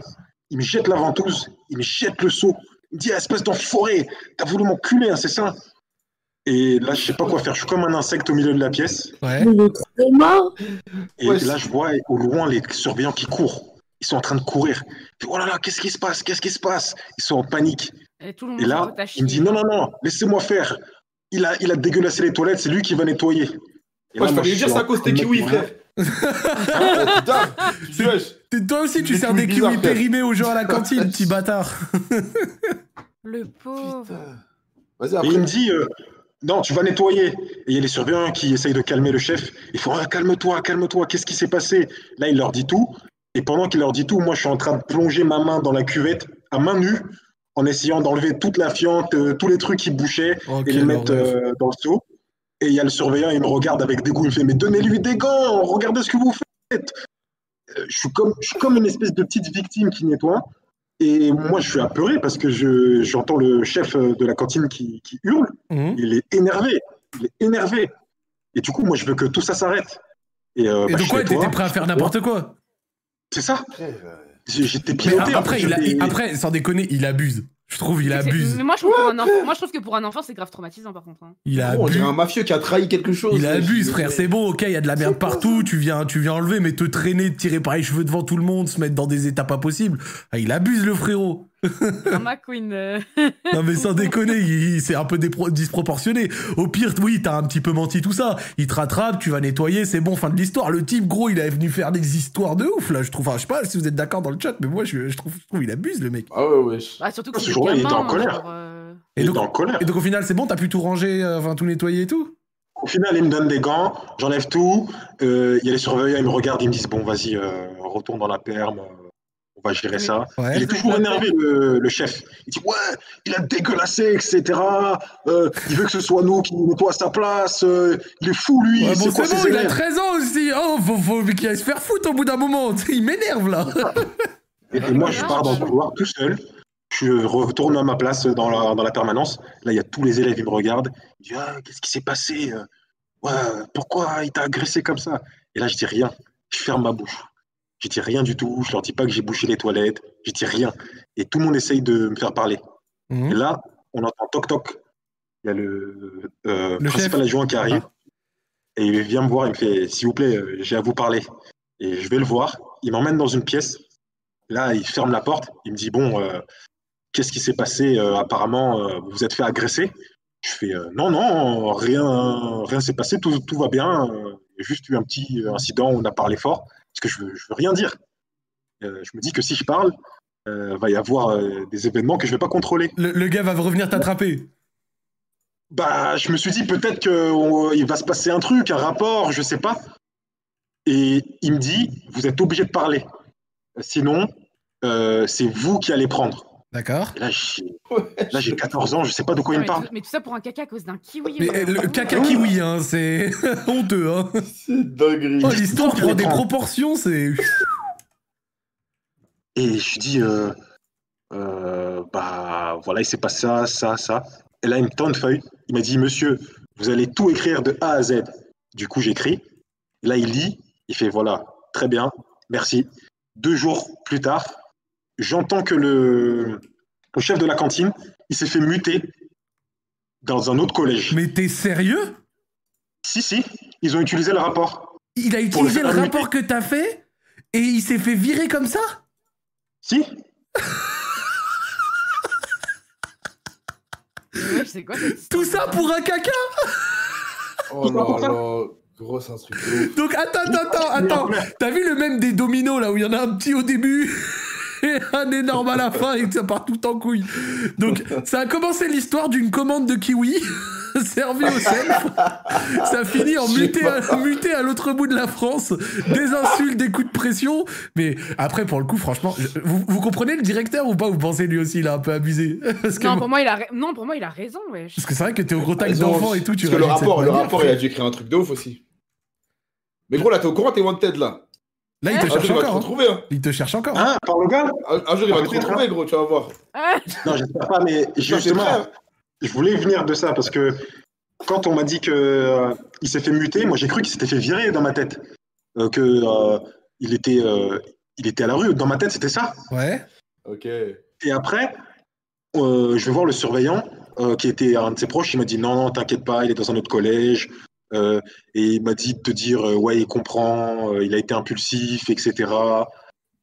Il me jette la ventouse. Il me jette le seau. Il me dit, Ah, espèce d'enfoiré, t'as voulu m'enculer, hein, c'est ça Et là, je sais pas quoi faire. Je suis comme un insecte au milieu de la pièce. Ouais. Et là, je vois au loin les surveillants qui courent. Ils sont en train de courir. Je dis, Oh là là, qu'est-ce qui se passe Qu'est-ce qui se passe Ils sont en panique. Et tout le monde Et là, il me dit non, non, non, laissez-moi faire. Il a, il a dégueulassé les toilettes, c'est lui qui va nettoyer. Et Ouais, moi, je fallait je dire suis ça à en cause train de des kiwis, mettre mon- <laughs> frère. Ah, putain, tu wesh. T'es- Toi aussi, tu Des sers des kiwis bizarres, kiwis frère. périmés aux gens à la cantine, petit bâtard. Euh, Le pauvre. Vas-y, Et il après. me dit euh, non, tu vas nettoyer. Et il y a les surveillants qui essayent de calmer le chef. Ils font Ah, calme-toi, calme-toi, qu'est-ce qui s'est passé Là, il leur dit tout. Et pendant qu'il leur dit tout, moi, je suis en train de plonger ma main dans la cuvette à main nue en essayant d'enlever toute la fiente, euh, tous les trucs qui bouchaient Ok, et les mettre l'horreur. euh, dans le seau. Et il y a le surveillant, il me regarde avec dégoût. Il me fait Mais donnez-lui des gants, regardez ce que vous faites. Euh, Je suis, comme, je suis comme une espèce de petite victime qui nettoie. Et moi, je suis apeuré parce que je- j'entends le chef euh, de la cantine qui, qui hurle. Mhm. Il est énervé. Il est énervé. Et du coup, moi, je veux que tout ça s'arrête. Et, euh, Et bah, donc, je ouais, nettoie, t'étais prêt à je faire nettoie. n'importe quoi. C'est ça. euh, J'ai- J'étais Mais piloté. en après, fait, il a- j'étais- il- après, sans déconner, il abuse. Je trouve, il C'est- abuse. Mais moi je, trouve que pour un enfant- moi, je trouve que pour un enfant, c'est grave traumatisant par contre. hein. Il Bon, Oh, on abuse. dirait un mafieux qui a trahi quelque chose. Il là, abuse, je- frère. C'est bon, ok, il y a de la merde partout. Tu viens, tu viens enlever, mais te traîner, te tirer par les cheveux devant tout le monde, se mettre dans des états pas possibles. Ah, il abuse, le frérot. <laughs> Drama queen. euh. Non, mais sans déconner, il- il- c'est un peu dépro- disproportionné. Au pire, oui, t'as un petit peu menti tout ça. Il te rattrape, tu vas nettoyer, c'est bon, fin de l'histoire. Le type, gros, il est venu faire des histoires de ouf, là. Je trouve, enfin, je sais pas si vous êtes d'accord dans le chat, mais moi, je, je trouve, je trouve, il abuse, le mec. Ah ouais, wesh. Bah, surtout que Ce c'est jour-là, il était en gamin, colère. genre, euh, Et il était donc, en colère. et donc, au final, c'est bon, t'as pu tout ranger, euh, enfin, tout nettoyer et tout. Au final, ils me donnent des gants, j'enlève tout. euh, Il y a les surveillants, ils me regardent, ils me disent Bon, vas-y, euh, retourne dans la perme, euh, on va gérer ça. Ouais. Il est toujours énervé, le, le chef. Il dit Ouais, il a dégueulassé, etc. Euh, il veut que ce soit nous qui nettoie à sa place. euh, il est fou, lui. Ouais, bon, quoi c'est bon, ses il a élèves 13 ans aussi. Oh, faut, faut qu'il aille se faire foutre au bout d'un moment. <laughs> Il m'énerve, là. Et puis moi, je pars dans le couloir tout seul. Je retourne à ma place dans la, dans la permanence. Là, il y a tous les élèves, ils me regardent. Ils disent Ah, qu'est-ce qui s'est passé Euh, ouais, Pourquoi il t'a agressé comme ça Et là, je dis rien. Je ferme ma bouche. Je dis rien du tout. Je leur dis pas que j'ai bouché les toilettes. Je dis rien. Et tout le monde essaye de me faire parler. Mhm. Mmh. Et là, on entend toc-toc. Il y a le, euh, Le principal chef. adjoint qui arrive. Et il vient me voir, il me fait S'il vous plaît, euh, j'ai à vous parler. Et je vais le voir. Il m'emmène dans une pièce. Là, il ferme la porte. Il me dit Bon, euh, qu'est-ce qui s'est passé Euh, Apparemment, euh, vous vous êtes fait agresser. Je fais euh, Non, non, rien rien s'est passé. Tout, tout va bien. euh, il y a juste eu un petit incident où on a parlé fort. Parce que je veux, je veux rien dire. Euh, je me dis que si je parle, euh, va y avoir euh, des événements que je vais pas contrôler. Le, le gars va revenir t'attraper. Bah, je me suis dit peut-être qu'il va se passer un truc, un rapport, je sais pas. Et il me dit, vous êtes obligé de parler. Sinon, euh, c'est vous qui allez prendre. D'accord. Et là, j'ai là, j'ai 14 ans, je sais pas de quoi il mais, me parle. Ah tout, mais tout ça pour un caca à cause d'un kiwi. Mais ouais. euh, le caca kiwi, hein, c'est <laughs> honteux. Hein. C'est dinguerie. Oh, l'histoire prend des proportions, c'est. <laughs> Et je dis, euh, euh, bah voilà, il s'est passé ça, ça, ça. Et là, il me tend une feuille. Il m'a dit, monsieur, vous allez tout écrire de A à Z. Du coup, j'écris. Là, il lit. Il fait, voilà, très bien, merci. Deux jours plus tard, j'entends que le, le chef de la cantine, il s'est fait muter dans un autre collège. Mais t'es sérieux Si, si, ils ont utilisé le rapport. Il a Pour le utilisé faire le muter. rapport que t'as fait et il s'est fait virer comme ça Si, <laughs> Ouais, c'est quoi cette histoire Tout ça pour un caca Oh là là, grosse instruction. Donc attends, attends, attends, attends. T'as vu le même des dominos là où il y en a un petit au début et un énorme <laughs> à la fin et que ça part tout en couille. Donc ça a commencé l'histoire d'une commande de kiwi <laughs> servie au self. Ça finit en Je sais muté à, muté à l'autre bout de la France. Des insultes, des coups de pression. Mais après pour le coup franchement, je- vous, vous comprenez le directeur ou pas Vous pensez lui aussi il a un peu abusé <laughs> Parce que, Non, pour moi, il a, ra- non, pour moi, il a raison, wesh. parce que c'est vrai que t'es au gros tac Ils ont- d'enfant et tout. Tu Parce que le réagis de cette rapport, le manière. rapport, il a dû écrire un truc de ouf aussi. Mais gros, là, t'es au courant, t'es wanted là. Là il te Un jour, cherche il va te encore. hein. retrouver. hein. Il te cherche encore. hein, par le gars Un un jour, il va Ah, te peut-être, retrouver, gros, tu vas voir. Ah, <laughs> Non, j'espère pas, mais justement, prêt, hein. je voulais venir de ça parce que quand on m'a dit que euh, il s'est fait muter, moi j'ai cru qu'il s'était fait virer dans ma tête, Euh, que euh, il était euh, il était à la rue. Dans ma tête, c'était ça. hein. Ouais. Ok. Et après, euh, je vais voir le surveillant euh, qui était un de ses proches. Il m'a dit non, non, t'inquiète pas, il est dans un autre collège. Euh, et il m'a dit de te dire euh, ouais, il comprend, euh, il a été impulsif, etc.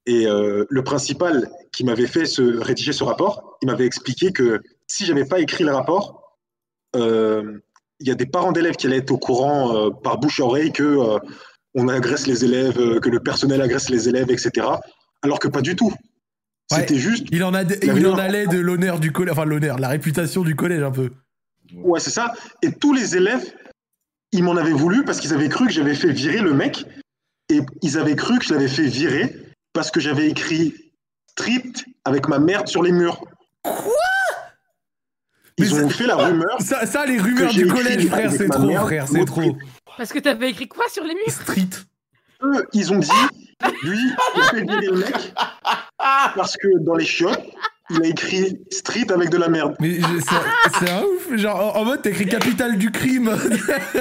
Et euh, le principal qui m'avait fait ce, rédiger ce rapport, il m'avait expliqué que si j'avais pas écrit le rapport, euh, il y a des parents d'élèves qui allaient être au courant euh, par bouche à oreille que euh, on agresse les élèves, euh, que le personnel agresse les élèves, etc. Alors que pas du tout. Ouais. C'était juste Il en, a, La il en rumeur. allait de l'honneur du collège, enfin l'honneur, la réputation du collège un peu. Ouais, c'est ça. Et tous les élèves, ils m'en avaient voulu parce qu'ils avaient cru que j'avais fait virer le mec. Et ils avaient cru que je l'avais fait virer parce que j'avais écrit street avec ma merde sur les murs. Quoi Ils Mais ont fait la rumeur. Ça, ça les rumeurs Que j'ai du écrit collège, avec frère, ma c'est trop, merde, frère, c'est l'autre trop. parce que t'avais écrit quoi sur les murs Street. Eux, ils ont dit, lui, il fait virer le mec parce que dans les chiottes, il a écrit street avec de la merde. Mais je- c'est- c'est un ouf. Genre, en, en mode, t'écris capital du crime. <laughs>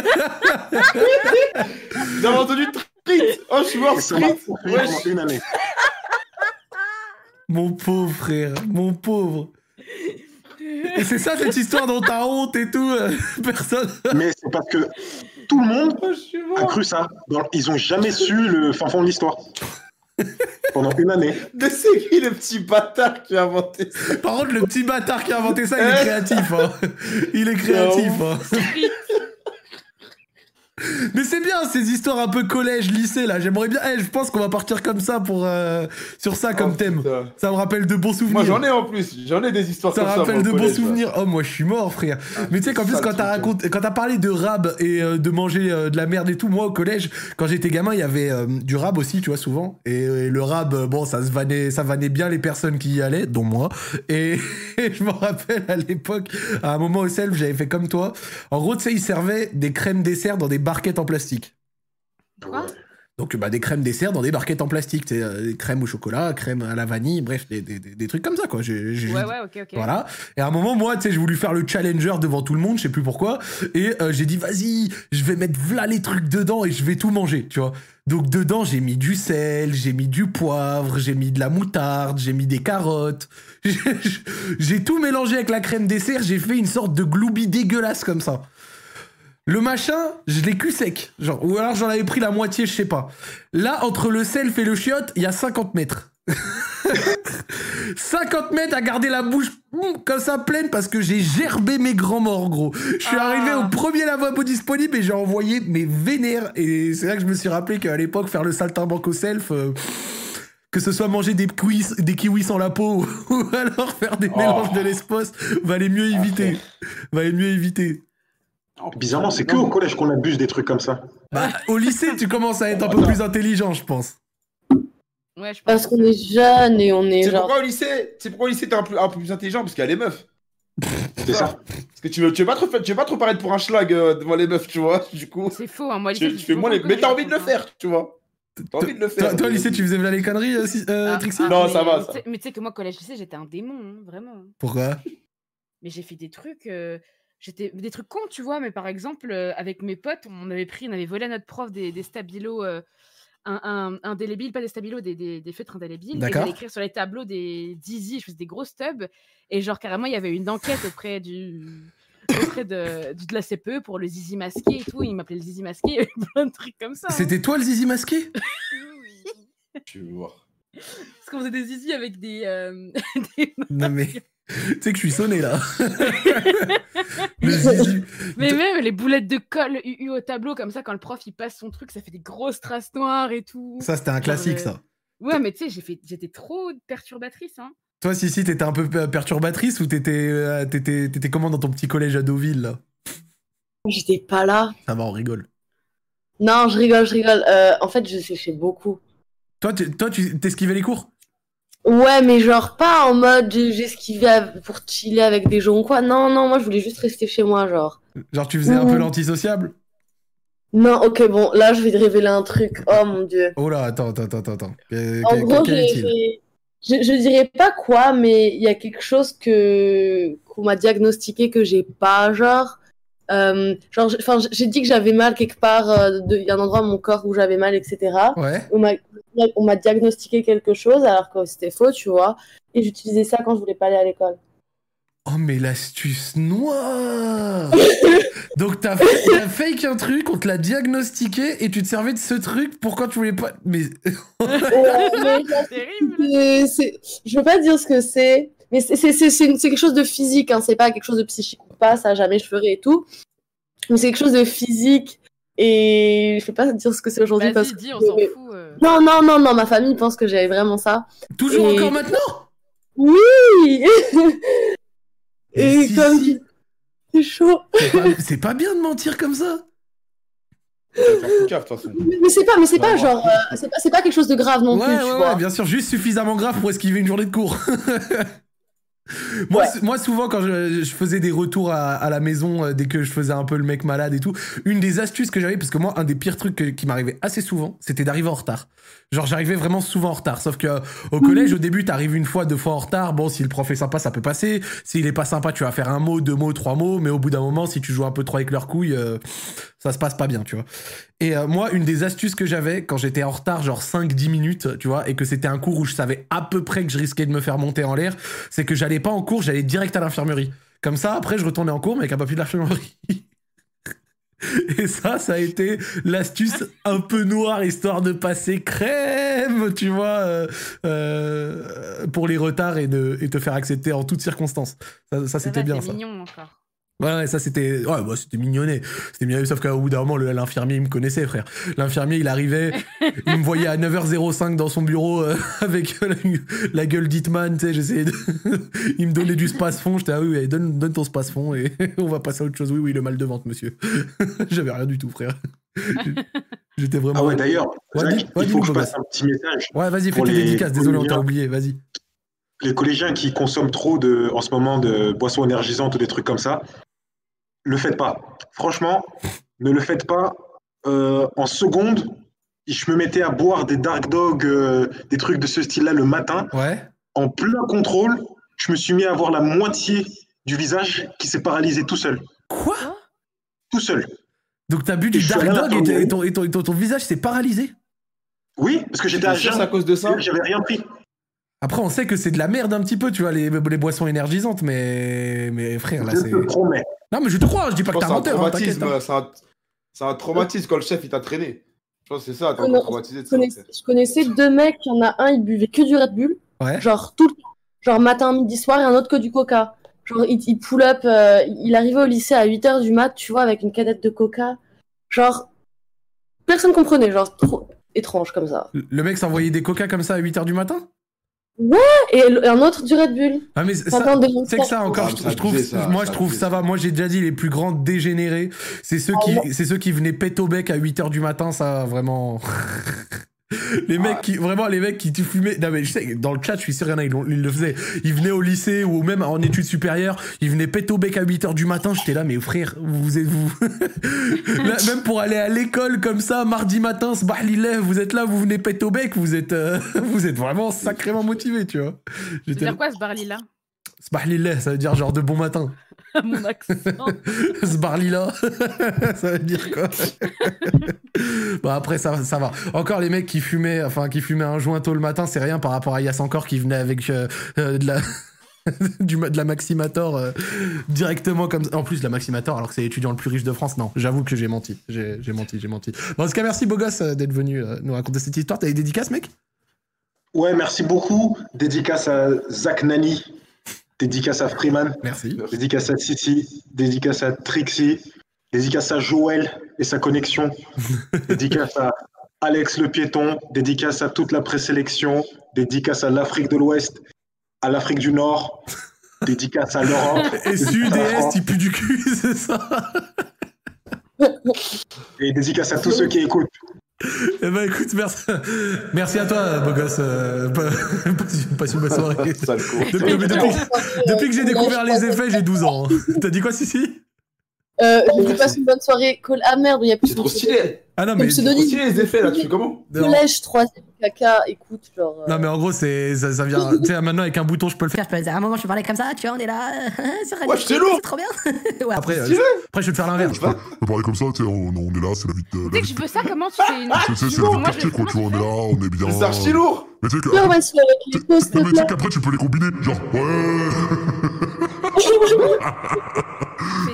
Vous avez entendu Street Oh, je suis mort, Et ça m'a Street poursuivi pendant une année. mon pauvre frère, mon pauvre. Et c'est ça cette histoire dont t'as honte et tout. euh, <laughs> Personne. Mais c'est parce que tout le monde Oh, je suis a mort cru ça. Dans- Ils ont jamais su le fin fond de l'histoire. Pendant une année. <laughs> De c'est qui le petit bâtard qui a inventé ça Par contre, le petit bâtard qui a inventé ça, il est créatif. hein. Il est créatif. hein. Mais c'est bien ces histoires un peu collège, lycée là. J'aimerais bien. Eh, je pense qu'on va partir comme ça pour euh, sur ça comme Oh, thème. putain. Ça me rappelle de bons souvenirs. Moi, j'en ai en plus. J'en ai des histoires Ça comme ça. rappelle moi, de au bons collège, là. souvenirs. Oh, moi, je suis mort, frère. Ah, Mais tu sais qu'en plus, sale quand t'as truc, raconté, quand t'as parlé de rab et euh, de manger euh, de la merde et tout, moi, au collège, quand j'étais gamin, il y avait euh, du rab aussi, tu vois, souvent. Et, et le rab, euh, bon, ça se vannait, ça vannait bien les personnes qui y allaient, dont moi. Et, <laughs> et je me rappelle à l'époque, à un moment au self, j'avais fait comme toi. En gros, tu sais, ils servaient des crèmes dessert dans des barquettes en plastique. Quoi Donc bah, des crèmes dessert dans des barquettes en plastique, tu sais, euh, des crèmes au chocolat, crèmes à la vanille, bref, des, des- des- des trucs comme ça quoi. J'ai- j'ai Ouais, juste- ouais, ok, ok. Voilà. Et à un moment, moi, tu sais, j'ai voulu faire le challenger devant tout le monde, je sais plus pourquoi. Et euh, j'ai dit, vas-y, je vais mettre v'là les trucs dedans et je vais tout manger, tu vois. Donc dedans, j'ai mis du sel, j'ai mis du poivre, j'ai mis de la moutarde, j'ai mis des carottes. <laughs> J'ai- J'ai tout mélangé avec la crème dessert, j'ai fait une sorte de gloubi dégueulasse comme ça. Le machin, je l'ai cul sec. Genre, ou alors j'en avais pris la moitié, je sais pas. Là, entre le self et le chiotte, il y a 50 mètres. 50 mètres à garder la bouche mm, comme ça pleine parce que j'ai gerbé mes grands morts, gros. Je suis arrivé au premier lavabo disponible et j'ai envoyé mes vénères. Et c'est là que je me suis rappelé qu'à l'époque, faire le saltimbanque au self, euh, que ce soit manger des, kiwis, des kiwis sans la peau <laughs> ou alors faire des mélanges de l'espace, valait mieux éviter. Valait mieux éviter. Bizarrement, c'est que au collège qu'on abuse des trucs comme ça. <laughs> Bah, au lycée, tu commences à être un peu plus intelligent, je pense. Ouais, je pense. Parce qu'on est jeune et on est C'est genre. pourquoi au lycée, c'est pourquoi au lycée t'es un, peu- un peu plus intelligent parce qu'il y a les meufs. C'est ça. Parce que tu veux, tu veux pas trop, fa- tu veux pas trop paraître pour un schlag euh, devant les meufs, tu vois. Du coup, C'est faux, hein, moi. tu, tu fais moins les. Mais t'as envie de le faire, tu vois. T'as envie de le faire. Toi, toi, au lycée, tu faisais là les conneries, euh, si- euh, Trixie Non, ça va, ça. Ah, Mais, tu sais que moi, collège-lycée, j'étais un démon, hein, vraiment. Pourquoi Mais j'ai fait des trucs. euh, J'étais des trucs cons, tu vois, mais par exemple, euh, avec mes potes, on avait pris, on avait volé à notre prof des, des stabilos euh, un, un, indélébiles, pas des stabilos, des, des, des feutres indélébiles. Et D'accord. j'allais écrire sur les tableaux des dizzy, je faisais des grosses stubs. Et genre, carrément, il y avait une enquête auprès du auprès de, du- de la CPE pour le zizi masqué et tout. Il m'appelait le zizi masqué, <laughs> il y avait plein de trucs comme ça. hein. C'était toi le zizi masqué <laughs> Tu veux voir. Parce qu'on faisait des zizi avec des, euh, <laughs> Non mais. Tu sais que je suis sonné là. le zizi. Mais De- même les boulettes de colle UU au tableau, comme ça, quand le prof il passe son truc, ça fait des grosses traces noires et tout. euh, Ça, c'était un classique ça. Ouais, mais tu sais, j'ai fait- j'étais trop perturbatrice. Hein. Toi, Sissi, t'étais un peu per- perturbatrice ou t'étais, euh, t'étais, t'étais comment dans ton petit collège à Deauville là J'étais pas là. Ça va, on rigole. Non, je rigole, je rigole. Euh, en fait, je séchais beaucoup. Toi, tu, toi, tu t'esquivais les cours Ouais, mais genre pas en mode j'ai- j'esquivais av- pour chiller avec des gens ou quoi. Non, non, moi je voulais juste rester chez moi, genre. Genre, tu faisais un Ouais. peu l'antisociable Non, ok, bon, là je vais te révéler un truc. Oh mon dieu. Oh là, attends, attends, attends, attends. Que- En que- gros, quel j'ai- est-il j'ai- je, je dirais pas quoi, mais il y a quelque chose que qu'on m'a diagnostiqué que j'ai pas, genre. Euh, genre, j'- 'fin, j'ai dit que j'avais mal quelque part, euh, de- il y a un endroit de mon corps où j'avais mal, etc. Ouais. on m'a on m'a diagnostiqué quelque chose alors que c'était faux, tu vois. Et j'utilisais ça quand je voulais pas aller à l'école. Oh mais l'astuce noire Donc t'as, t'as fake un truc, on te l'a diagnostiqué et tu te servais de ce truc pour quand tu voulais pas... Mais <laughs> Ouais, Oh, <laughs> mais C'est terrible. c'est- c'est- Je veux pas dire ce que c'est, mais c'est- c'est c'est- c'est une- c'est quelque chose de physique, hein, c'est pas quelque chose de psychique ou pas, ça jamais je ferai et tout. Mais c'est quelque chose de physique et je peux pas dire ce que c'est aujourd'hui parce Vas-y, que. dis, on s'en mais- fout. euh. Non, non, non, non, ma famille pense que j'avais vraiment ça. toujours Et- encore maintenant Oui <laughs> Mais Et Eh, si, comme. si. C'est chaud. c'est pas, c'est pas bien de mentir comme ça Tu de toute façon. Mais c'est pas, mais c'est pas Ouais. genre. euh, c'est pas, c'est pas quelque chose de grave non Bah, Ouais, plus, tu ouais, vois. ouais, bien sûr, juste suffisamment grave pour esquiver une journée de cours. <laughs> moi, Ouais. sou- moi, souvent, quand je, je faisais des retours à, à la maison, euh, dès que je faisais un peu le mec malade et tout, une des astuces que j'avais, parce que moi, un des pires trucs que- qui m'arrivait assez souvent, c'était d'arriver en retard. Genre, j'arrivais vraiment souvent en retard. Sauf que euh, au collège, au début, t'arrives une fois, deux fois en retard. Bon, si le prof est sympa, ça peut passer. S'il est pas sympa, tu vas faire un mot, deux mots, trois mots. Mais au bout d'un moment, si tu joues un peu trop avec leurs couilles, euh, ça se passe pas bien, tu vois. Et euh, moi, une des astuces que j'avais quand j'étais en retard, genre 5-10 minutes, tu vois, et que c'était un cours où je savais à peu près que je risquais de me faire monter en l'air, c'est que j'allais pas en cours, j'allais direct à l'infirmerie. Comme ça, après, je retournais en cours, mais avec un papier de l'infirmerie. <laughs> Et ça, ça a été l'astuce un peu noire, histoire de passer crème, tu vois, euh, euh, pour les retards et de et te faire accepter en toutes circonstances. Ça, ça, Ça c'était va, bien, t'es ça. mignon encore. Ouais, ouais, ça c'était. Ouais, bah, c'était mignonné. C'était mignonné, sauf qu'au bout d'un moment, le- l'infirmier, il me connaissait, frère. L'infirmier, il arrivait, il me voyait à 9h05 dans son bureau euh, <laughs> avec la, la gueule d'Hitman, tu sais, j'essayais de. <laughs> il me donnait du space-fond, j'étais, ah oui, ouais, donne, donne ton space-fond et <laughs> on va passer à autre chose. Oui, oui, le mal de vente, monsieur. <laughs> J'avais rien du tout, frère. J'étais vraiment. Ah ouais, d'ailleurs, Ouais, Zach, dis- ouais, il dis-nous, faut que je Bobas. passe un petit message. Ouais, vas-y, fais Pour tes les- dédicaces, pour désolé, les on t'a liens. oublié, vas-y. Les collégiens qui consomment trop de, en ce moment de boissons énergisantes ou des trucs comme ça, le faites pas. Franchement, ne le faites pas. Euh, en seconde, je me mettais à boire des Dark Dog, euh, des trucs de ce style-là le matin. Ouais. En plein contrôle, je me suis mis à avoir la moitié du visage qui s'est paralysé tout seul. Quoi Tout seul. Donc t'as bu du Je suis Dark allé à Dog et, t- l'infirmerie. et ton, et ton- et ton- ton visage s'est paralysé Oui, parce que j'étais à T'es sûr, jeun. c'est à cause de ça J'avais rien pris. Après, on sait que c'est de la merde un petit peu, tu vois, les, les boissons énergisantes, mais, mais frère, là, je c'est. te promets. Non, mais je te crois, je dis pas Je que pense t'es que un menteur, hein, t'inquiète. hein. c'est un- c'est un traumatisme quand le chef il t'a traîné. Je pense que c'est ça, t'es Non, encore traumatisé de Je ça. connaissais, je connaissais deux mecs, il y en a un, il buvait que du Red Bull, Ouais. genre tout le temps, genre matin, midi, soir, et un autre que du coca. Genre, il, il pull up, euh, il arrivait au lycée à 8h du mat, tu vois, avec une canette de coca. Genre, personne comprenait, genre, trop étrange comme ça. Le mec s'envoyait des coca comme ça à 8h du matin Ouais, et l- et un autre du Red Bull. Ah mais ça, Pendant des c'est que ça longtemps. encore, Ah, je, ça je trouve, abusé, ça, moi ça je trouve abusé, ça va. Moi j'ai déjà dit les plus grands dégénérés, c'est ceux Ah, qui, c'est ceux qui venaient péter au bec à 8 h du matin, ça vraiment. <laughs> Les mecs qui, vraiment, les mecs qui tu fumaient. Non, mais je sais, dans le chat, je suis sûr, il y en a, ils, l'ont- ils le faisaient. Ils venaient au lycée ou même en études supérieures, ils venaient péter au bec à 8 h du matin. J'étais là, mais frère, vous êtes vous. Là, <laughs> même pour aller à l'école comme ça, mardi matin, ce bahlileh, vous êtes là, vous venez péter au bec, vous êtes, euh, <laughs> vous êtes vraiment sacrément motivé, tu vois. C'est J'étais là, dire quoi ce barli là Sbarlileh, ça veut dire genre de bon matin. <laughs> Mon <laughs> accent. Sbarlila, <laughs> ça veut dire <laughs> quoi Bon après ça, ça va. Encore les mecs qui fumaient, enfin qui fumaient un joint tôt le matin, c'est rien par rapport à Yass encore qui venait avec euh, euh, de la <laughs> du ma- de la Maximator euh, directement comme ça. En plus de la Maximator alors que c'est l'étudiant le plus riche de France, non. J'avoue que j'ai menti, j'ai j'ai menti, j'ai menti. Bon, en tout cas merci beau gosse euh, d'être venu euh, nous raconter cette histoire. T'as des dédicaces mec Ouais, merci beaucoup. Dédicace à Zach Nani, dédicace à Freeman, Merci. dédicace à Titi, dédicace à Trixie, dédicace à Joël et <laughs> sa connexion, dédicace à Alex le piéton, dédicace à toute la présélection, dédicace à l'Afrique de l'Ouest, à l'Afrique du Nord, dédicace à l'Europe <laughs> Et Sud et Est, il pue du cul, <laughs> c'est ça et dédicace à tous ceux qui écoutent. Eh ben écoute, merci, merci à toi, beau gosse. euh, <laughs> pa- passe une- passe une bonne soirée. <laughs> Depuis, Sale con. mais depuis, depuis que j'ai Euh, découvert je- les effets, j'ai 12 ans. <laughs> T'as dit quoi, Sissi Euh, je te passe une bonne soirée, call ah merde, il y a plus C'est de trop stylé. Ah non, Ton mais. C'est trop pseudonyme. stylé les effets là, tu fais comment Non, Collège 3 caca, écoute, genre. euh, non, mais en gros, c'est, ça, ça vient. tu sais, maintenant, avec un bouton, je peux le faire. Je peux, à un moment, je peux parler comme ça, Ah, tu vois, on est là. <laughs> sur Radio Ouais, c'est Street, lourd. C'est trop bien. ouais. Après, euh, Stylé. je- après, je vais te faire l'inverse. On peut parler comme ça, tu sais, on, on est là, c'est la vie de. Euh, Tu sais La que vie je veux ça, comment tu <laughs> fais une. Ah, Ah, tu sais, c'est la vie Moi, de je- quartier, quoi, tu vois, on est là, on est bien. Mais c'est archi lourd Mais tu sais que. Super, Non, vas-y, avec les pauses, s'il te mais tu sais plaît. qu'après, tu peux les combiner. <laughs> Genre, ouais. Ah, C'est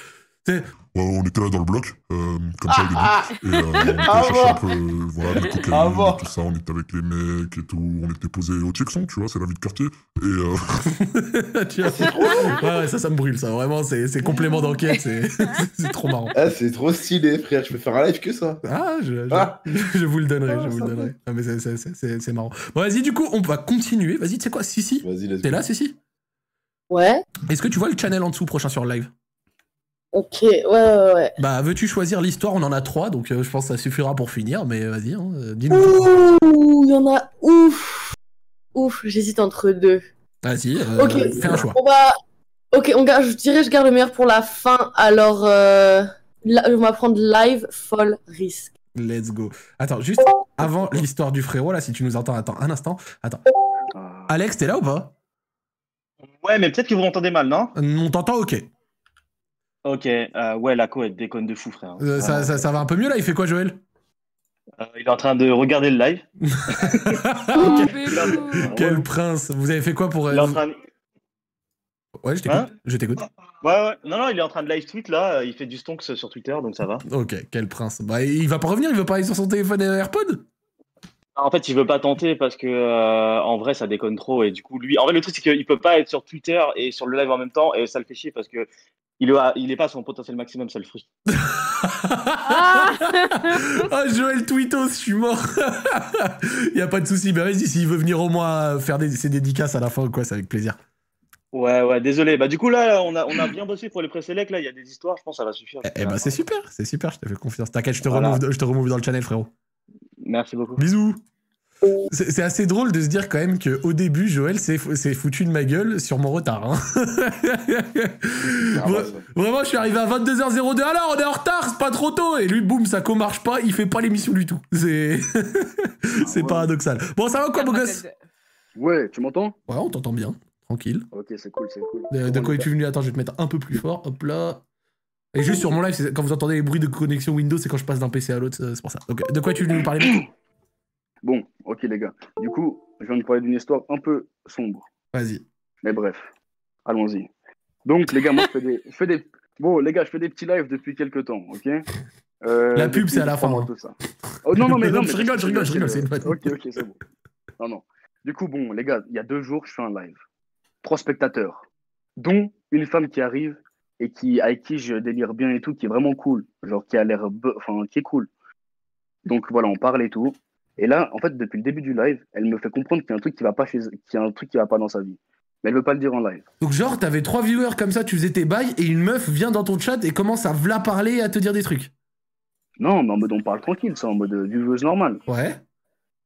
Tu sais, Ouais, on était là dans le bloc, euh, comme ça au début. Ah Et euh, on était Ah chercher bon. un peu, euh, voilà, les cocaïnes, Ah bon. tout ça, on était avec les mecs et tout, on était posé au Tchexon, tu vois, c'est la vie de quartier. Et euh, <laughs> Tu Ah, vois, c'est- <laughs> oh. <laughs> ouais, ouais, ça, ça me brûle, ça. Vraiment, c'est c'est complément d'enquête, c'est <laughs> c'est trop marrant. Ah, c'est trop stylé, frère, je peux faire un live que ça. Ah, je, je- Ah. je vous le donnerai, Ah, je vous le sympa. donnerai. Ah, mais c'est- c'est- c'est c'est- c'est marrant. Bon, vas-y, du coup, on va continuer. Vas-y, tu sais quoi, Sissi Vas-y, let's T'es go. là, Sissi Ouais, Est-ce que tu vois le channel en dessous prochain sur le live ok, ouais, ouais, ouais. Bah, veux-tu choisir l'histoire On en a trois, donc euh, je pense que ça suffira pour finir, mais vas-y, hein, euh, dis-nous. Ouh, il y en a ouf. Ouf, j'hésite entre deux. Vas-y, euh, Ok. fais un choix. On va. Ok, on garde, je dirais je garde le meilleur pour la fin. Alors, euh, là, on va prendre live folle risque. <laughs> Let's go. Attends, juste avant l'histoire du frérot, là, si tu nous entends, attends un instant. Attends. Alex, t'es là ou pas Ouais, mais peut-être que vous m'entendez mal, non On t'entend, ok. Ok, euh, ouais, la co, elle déconne de fou, frère. Euh, ça, Euh, ça, ça va un peu mieux là, il fait quoi, Joël euh, il est en train de regarder le live. Oh, Ok. bébé. Quel prince Vous avez fait quoi pour... euh, Il est en train de- Ouais, je t'écoute. Hein je t'écoute. Ouais, ouais. Non, non, il est en train de live tweet là. Il fait du stonks sur Twitter, donc ça va. Ok, quel prince. Bah, il va pas revenir, il veut pas aller sur son téléphone et AirPod En fait, il veut pas tenter parce que euh, en vrai, ça déconne trop et du coup, lui, en vrai, le truc c'est qu'il peut pas être sur Twitter et sur le live en même temps et ça le fait chier parce que Il est, à- il est pas à son potentiel maximum, ça le frustre. <laughs> Ah, Joël Twitos, je suis mort. <laughs> Il a pas de souci. Ben vas-y, s'il veut venir au moins faire des, ses dédicaces à la fin, quoi, c'est avec plaisir. Ouais, ouais, désolé. Bah, du coup, là, on a, <laughs> on a bien bossé pour les présélects. Là, il y a des histoires, je pense que ça va suffire. Eh, eh ben, c'est super, c'est super, je te fais confiance. T'inquiète, je te Voilà. remove, je te remove dans le channel, frérot. Merci beaucoup. Bisous. C'est c'est assez drôle de se dire quand même que au début, Joël s'est fou- s'est foutu de ma gueule sur mon retard. hein. Vra- Vraiment, je suis arrivé à 22h02. Alors, on est en retard, c'est pas trop tôt. Et lui, boum, ça co marche pas, il fait pas l'émission du tout. C'est <laughs> Ah c'est paradoxal. Bon, ça va quoi, beau gosse Eh. Ouais, tu m'entends Ouais, on t'entend bien, tranquille. Ok, c'est cool, c'est cool. De, de quoi es-tu venu Attends, je vais te mettre un peu plus fort. Hop là. Et Oh. juste sur mon live, c'est- quand vous entendez les bruits de connexion Windows, c'est quand je passe d'un PC à l'autre, euh, c'est c'est pour ça. Donc, de quoi tu es venu nous parler <coughs> mec Bon, ok les gars. Du coup, je viens de parler d'une histoire un peu sombre. Vas-y. Mais bref, allons-y. Donc les gars, moi je fais des, je fais des- bon les gars, je fais des petits lives depuis quelques temps, <laughs> ok Euh, La pub, depuis c'est à la trois fin, mois, hein. tout ça. Oh, non non <laughs> mais Non, non, je mais- rigole, je rigole, je rigole, c'est une vanne. Ok ok c'est bon. Non non. Du coup bon les gars, il y a deux jours, je fais un live. Trois spectateurs, dont une femme qui arrive et qui avec qui je délire bien et tout, qui est vraiment cool, genre qui a l'air, be- enfin qui est cool. Donc voilà, on parle et tout. Et là, en fait, depuis le début du live, elle me fait comprendre qu'il y a un truc qui va pas chez, qu'il y a un truc qui va pas dans sa vie. Mais elle veut pas le dire en live. Donc genre, t'avais trois viewers comme ça, tu faisais tes bails et une meuf vient dans ton chat et commence à v'la parler et à te dire des trucs. Non, mais en mode on parle tranquille, ça, en mode euh, viveuse normale. Ouais.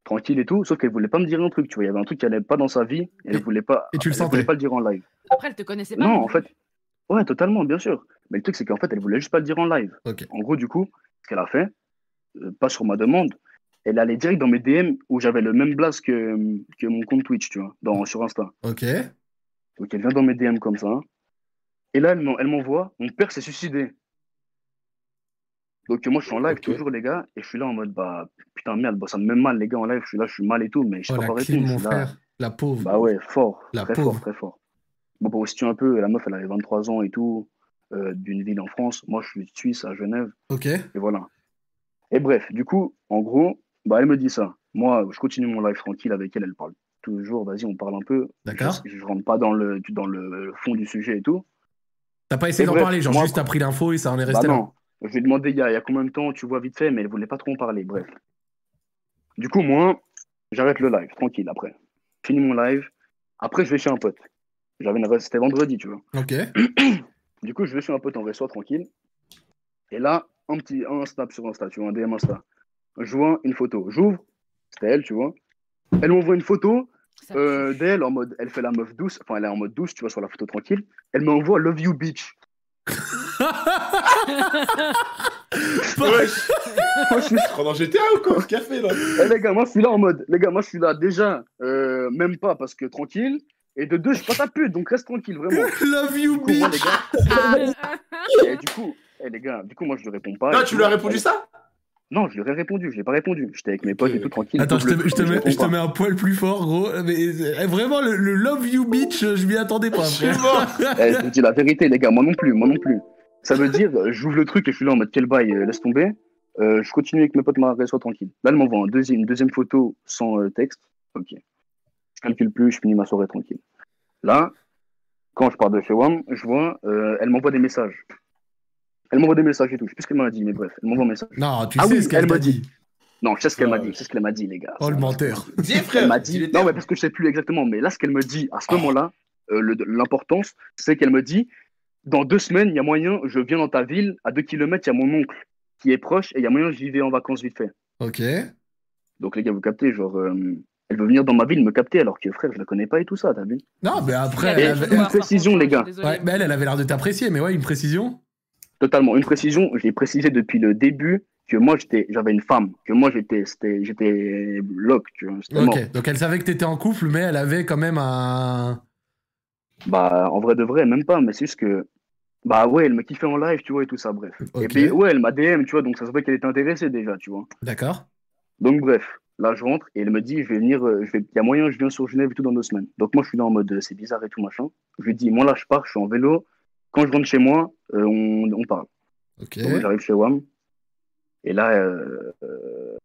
Tranquille et tout, sauf qu'elle voulait pas me dire un truc, tu vois. Il y avait un truc qui allait pas dans sa vie, et elle voulait pas. et tu le elle sentais. voulait pas le dire en live. Après, elle te connaissait pas. Non, en fait. Ouais, totalement, bien sûr. Mais le truc, c'est qu'en fait, elle voulait juste pas le dire en live. En gros, du coup, ce qu'elle a fait, euh, pas sur ma demande, elle allait direct dans mes DM où j'avais le même blast que, que mon compte Twitch, tu vois, dans, sur Insta. Ok. Donc elle vient dans mes DM comme ça. Et là, elle m'en- elle m'envoie, mon père s'est suicidé. Donc moi, je suis en live toujours, les gars, et je suis là en mode, bah, putain, merde, bah, ça me met mal, les gars, en live, je suis là, je suis mal et tout, mais je sais Oh pas la quoi clim, répondre. je mon suis là. frère. La pauvre. Bah ouais, fort, La très pauvre. fort, très fort. Bon, pour situer un peu, la meuf, elle avait 23 ans et tout, euh, d'une ville en France. Moi, je suis de Suisse, à Genève. Ok. Et voilà. Et bref, du coup, en gros, bah, elle me dit ça. Moi, je continue mon live tranquille avec elle. Elle parle toujours, vas-y, on parle un peu. D'accord. Je, je rentre pas dans le, dans le fond du sujet et tout. T'as pas essayé Et d'en bref, parler, genre moi- juste t'as pris l'info et ça en est resté bah là. non. Je lui ai demandé il y, a, il y a combien de temps, tu vois, vite fait, mais elle voulait pas trop en parler, bref. Du coup, moi, j'arrête le live, tranquille, après. Je Finis mon live. Après, je vais chez un pote. J'avais une ré- C'était vendredi, tu vois. <coughs> Ok. Du coup, je vais chez un pote en resto tranquille. Et là, un petit un snap sur Insta, tu vois, un DM Insta. Je vois une photo. J'ouvre, c'était elle, tu vois. Elle m'envoie une photo euh, d'elle en mode, elle fait la meuf douce, enfin, elle est en mode douce, tu vois, sur la photo tranquille. Elle m'envoie Love You Bitch. <laughs> Moi, je suis dans GTA ou quoi café là Eh les gars, moi je suis là en mode, les gars, moi je suis là déjà, euh, même pas parce que tranquille. Et de deux, je suis pas ta pute, donc reste tranquille, vraiment. Love you, bitch les gars. et du coup, eh, les gars, du coup, moi je lui réponds pas. Ah, et tu tout. lui as répondu ça Non, je lui ai répondu, je l'ai pas répondu. J'étais avec mes potes et tout tranquille. Attends, je Double te, je te truc, mets, je te réponds mets un poil plus fort, gros. Mais eh, vraiment, le, le love you bitch, je m'y attendais pas. <laughs> frère. pas. Eh, je vous dis la vérité, les gars, moi non plus, moi non plus. Ça veut dire, euh, j'ouvre le truc et je suis là en mode quel bail, euh, laisse tomber. Euh, je continue avec mes potes, ma soit tranquille. Là, elle m'envoie un deuxième, une deuxième photo sans euh, texte. Ok. Je calcule plus, je finis ma soirée tranquille. Là, quand je pars de chez WAM, je vois, euh, elle m'envoie des messages. Elle m'envoie des messages et tout. Je sais plus ce qu'elle m'a dit, mais bref, elle m'envoie un message. Non, tu Ah sais oui, ce qu'elle elle m'a m'a dit. Euh. Non, je sais ce qu'elle m'a dit, je sais ce qu'elle m'a dit, les gars. Oh le menteur. Elle m'a dit, non, mais parce que je sais plus exactement, mais là, ce qu'elle me dit Ah. à ce moment-là, euh, le- l'importance, c'est qu'elle me dit dans deux semaines, il y a moyen, je viens dans ta ville, à deux kilomètres, il y a mon oncle qui est proche et il y a moyen, j'y vais en vacances vite fait. Ok. Donc, les gars, vous captez, genre, euh, elle veut venir dans ma ville me capter alors que frère, je la connais pas et tout ça, t'as vu Non, mais après. Et une précision, les gars. Ouais, mais elle, elle avait l'air de t'apprécier, mais ouais, une précision. Totalement. Une précision, j'ai précisé depuis le début que moi j'étais, j'avais une femme, que moi j'étais, c'était, j'étais loc, tu vois, j'étais mort. Ok. Donc elle savait que t'étais en couple, mais elle avait quand même un. Bah, en vrai de vrai, même pas, mais c'est juste que. Bah ouais, elle m'a kiffé en live, tu vois, et tout ça, bref. Et puis, ouais, elle m'a DM, tu vois, donc ça se voit qu'elle était intéressée déjà, tu vois. D'accord. Donc, bref, là, je rentre et elle me dit, je vais venir, euh, je vais... il y a moyen, je viens sur Genève et tout dans deux semaines. Donc, moi, je suis là en mode, euh, c'est bizarre et tout, machin. Je lui dis, moi, là, je pars, je suis en vélo. Quand je rentre chez moi, euh, on, on parle. Ok. Donc, j'arrive chez WAM. Et là, euh, euh,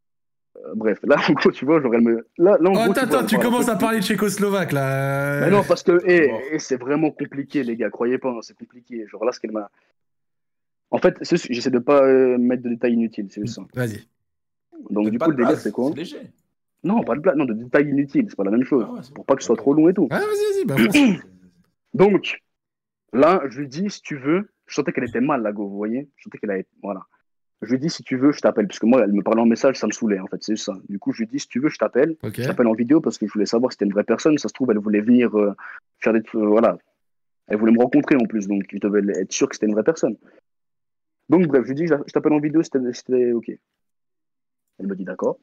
Euh, bref, là, <laughs> en gros, tu vois, genre, elle me. Là, là Oh, en gros, attends, vois, attends, tu voilà, commences en à fait, parler de tchécoslovaque là. mais non, parce que eh, eh, c'est vraiment compliqué, les gars. Croyez pas, hein, c'est compliqué. Genre là, ce qu'elle m'a. En fait, c'est- j'essaie de pas euh, mettre de détails inutiles, c'est juste ça. Euh, Vas-y. Donc du coup, le délire, c'est quoi Non, pas de blague, non, de détails inutiles, c'est pas la même chose. pour pas que ce soit trop long et tout. Ah, vas-y, vas-y, <clears throat> Donc, là, je lui dis, si tu veux, je sentais qu'elle était mal, la go, vous voyez Je sentais qu'elle avait. Voilà. Je lui dis, si tu veux, je t'appelle. Parce que moi, elle me parlait en message, ça me saoulait, en fait, c'est juste ça. Du coup, je lui dis, si tu veux, je t'appelle. Ok. Je t'appelle en vidéo parce que je voulais savoir si c'était une vraie personne. Ça se trouve, elle voulait venir euh, faire des. euh, voilà. Elle voulait me rencontrer en plus, donc je devais être sûr que c'était une vraie personne. Donc, bref, je lui dis, je la- je t'appelle en vidéo si t'es- si t'es OK. Elle me dit, d'accord.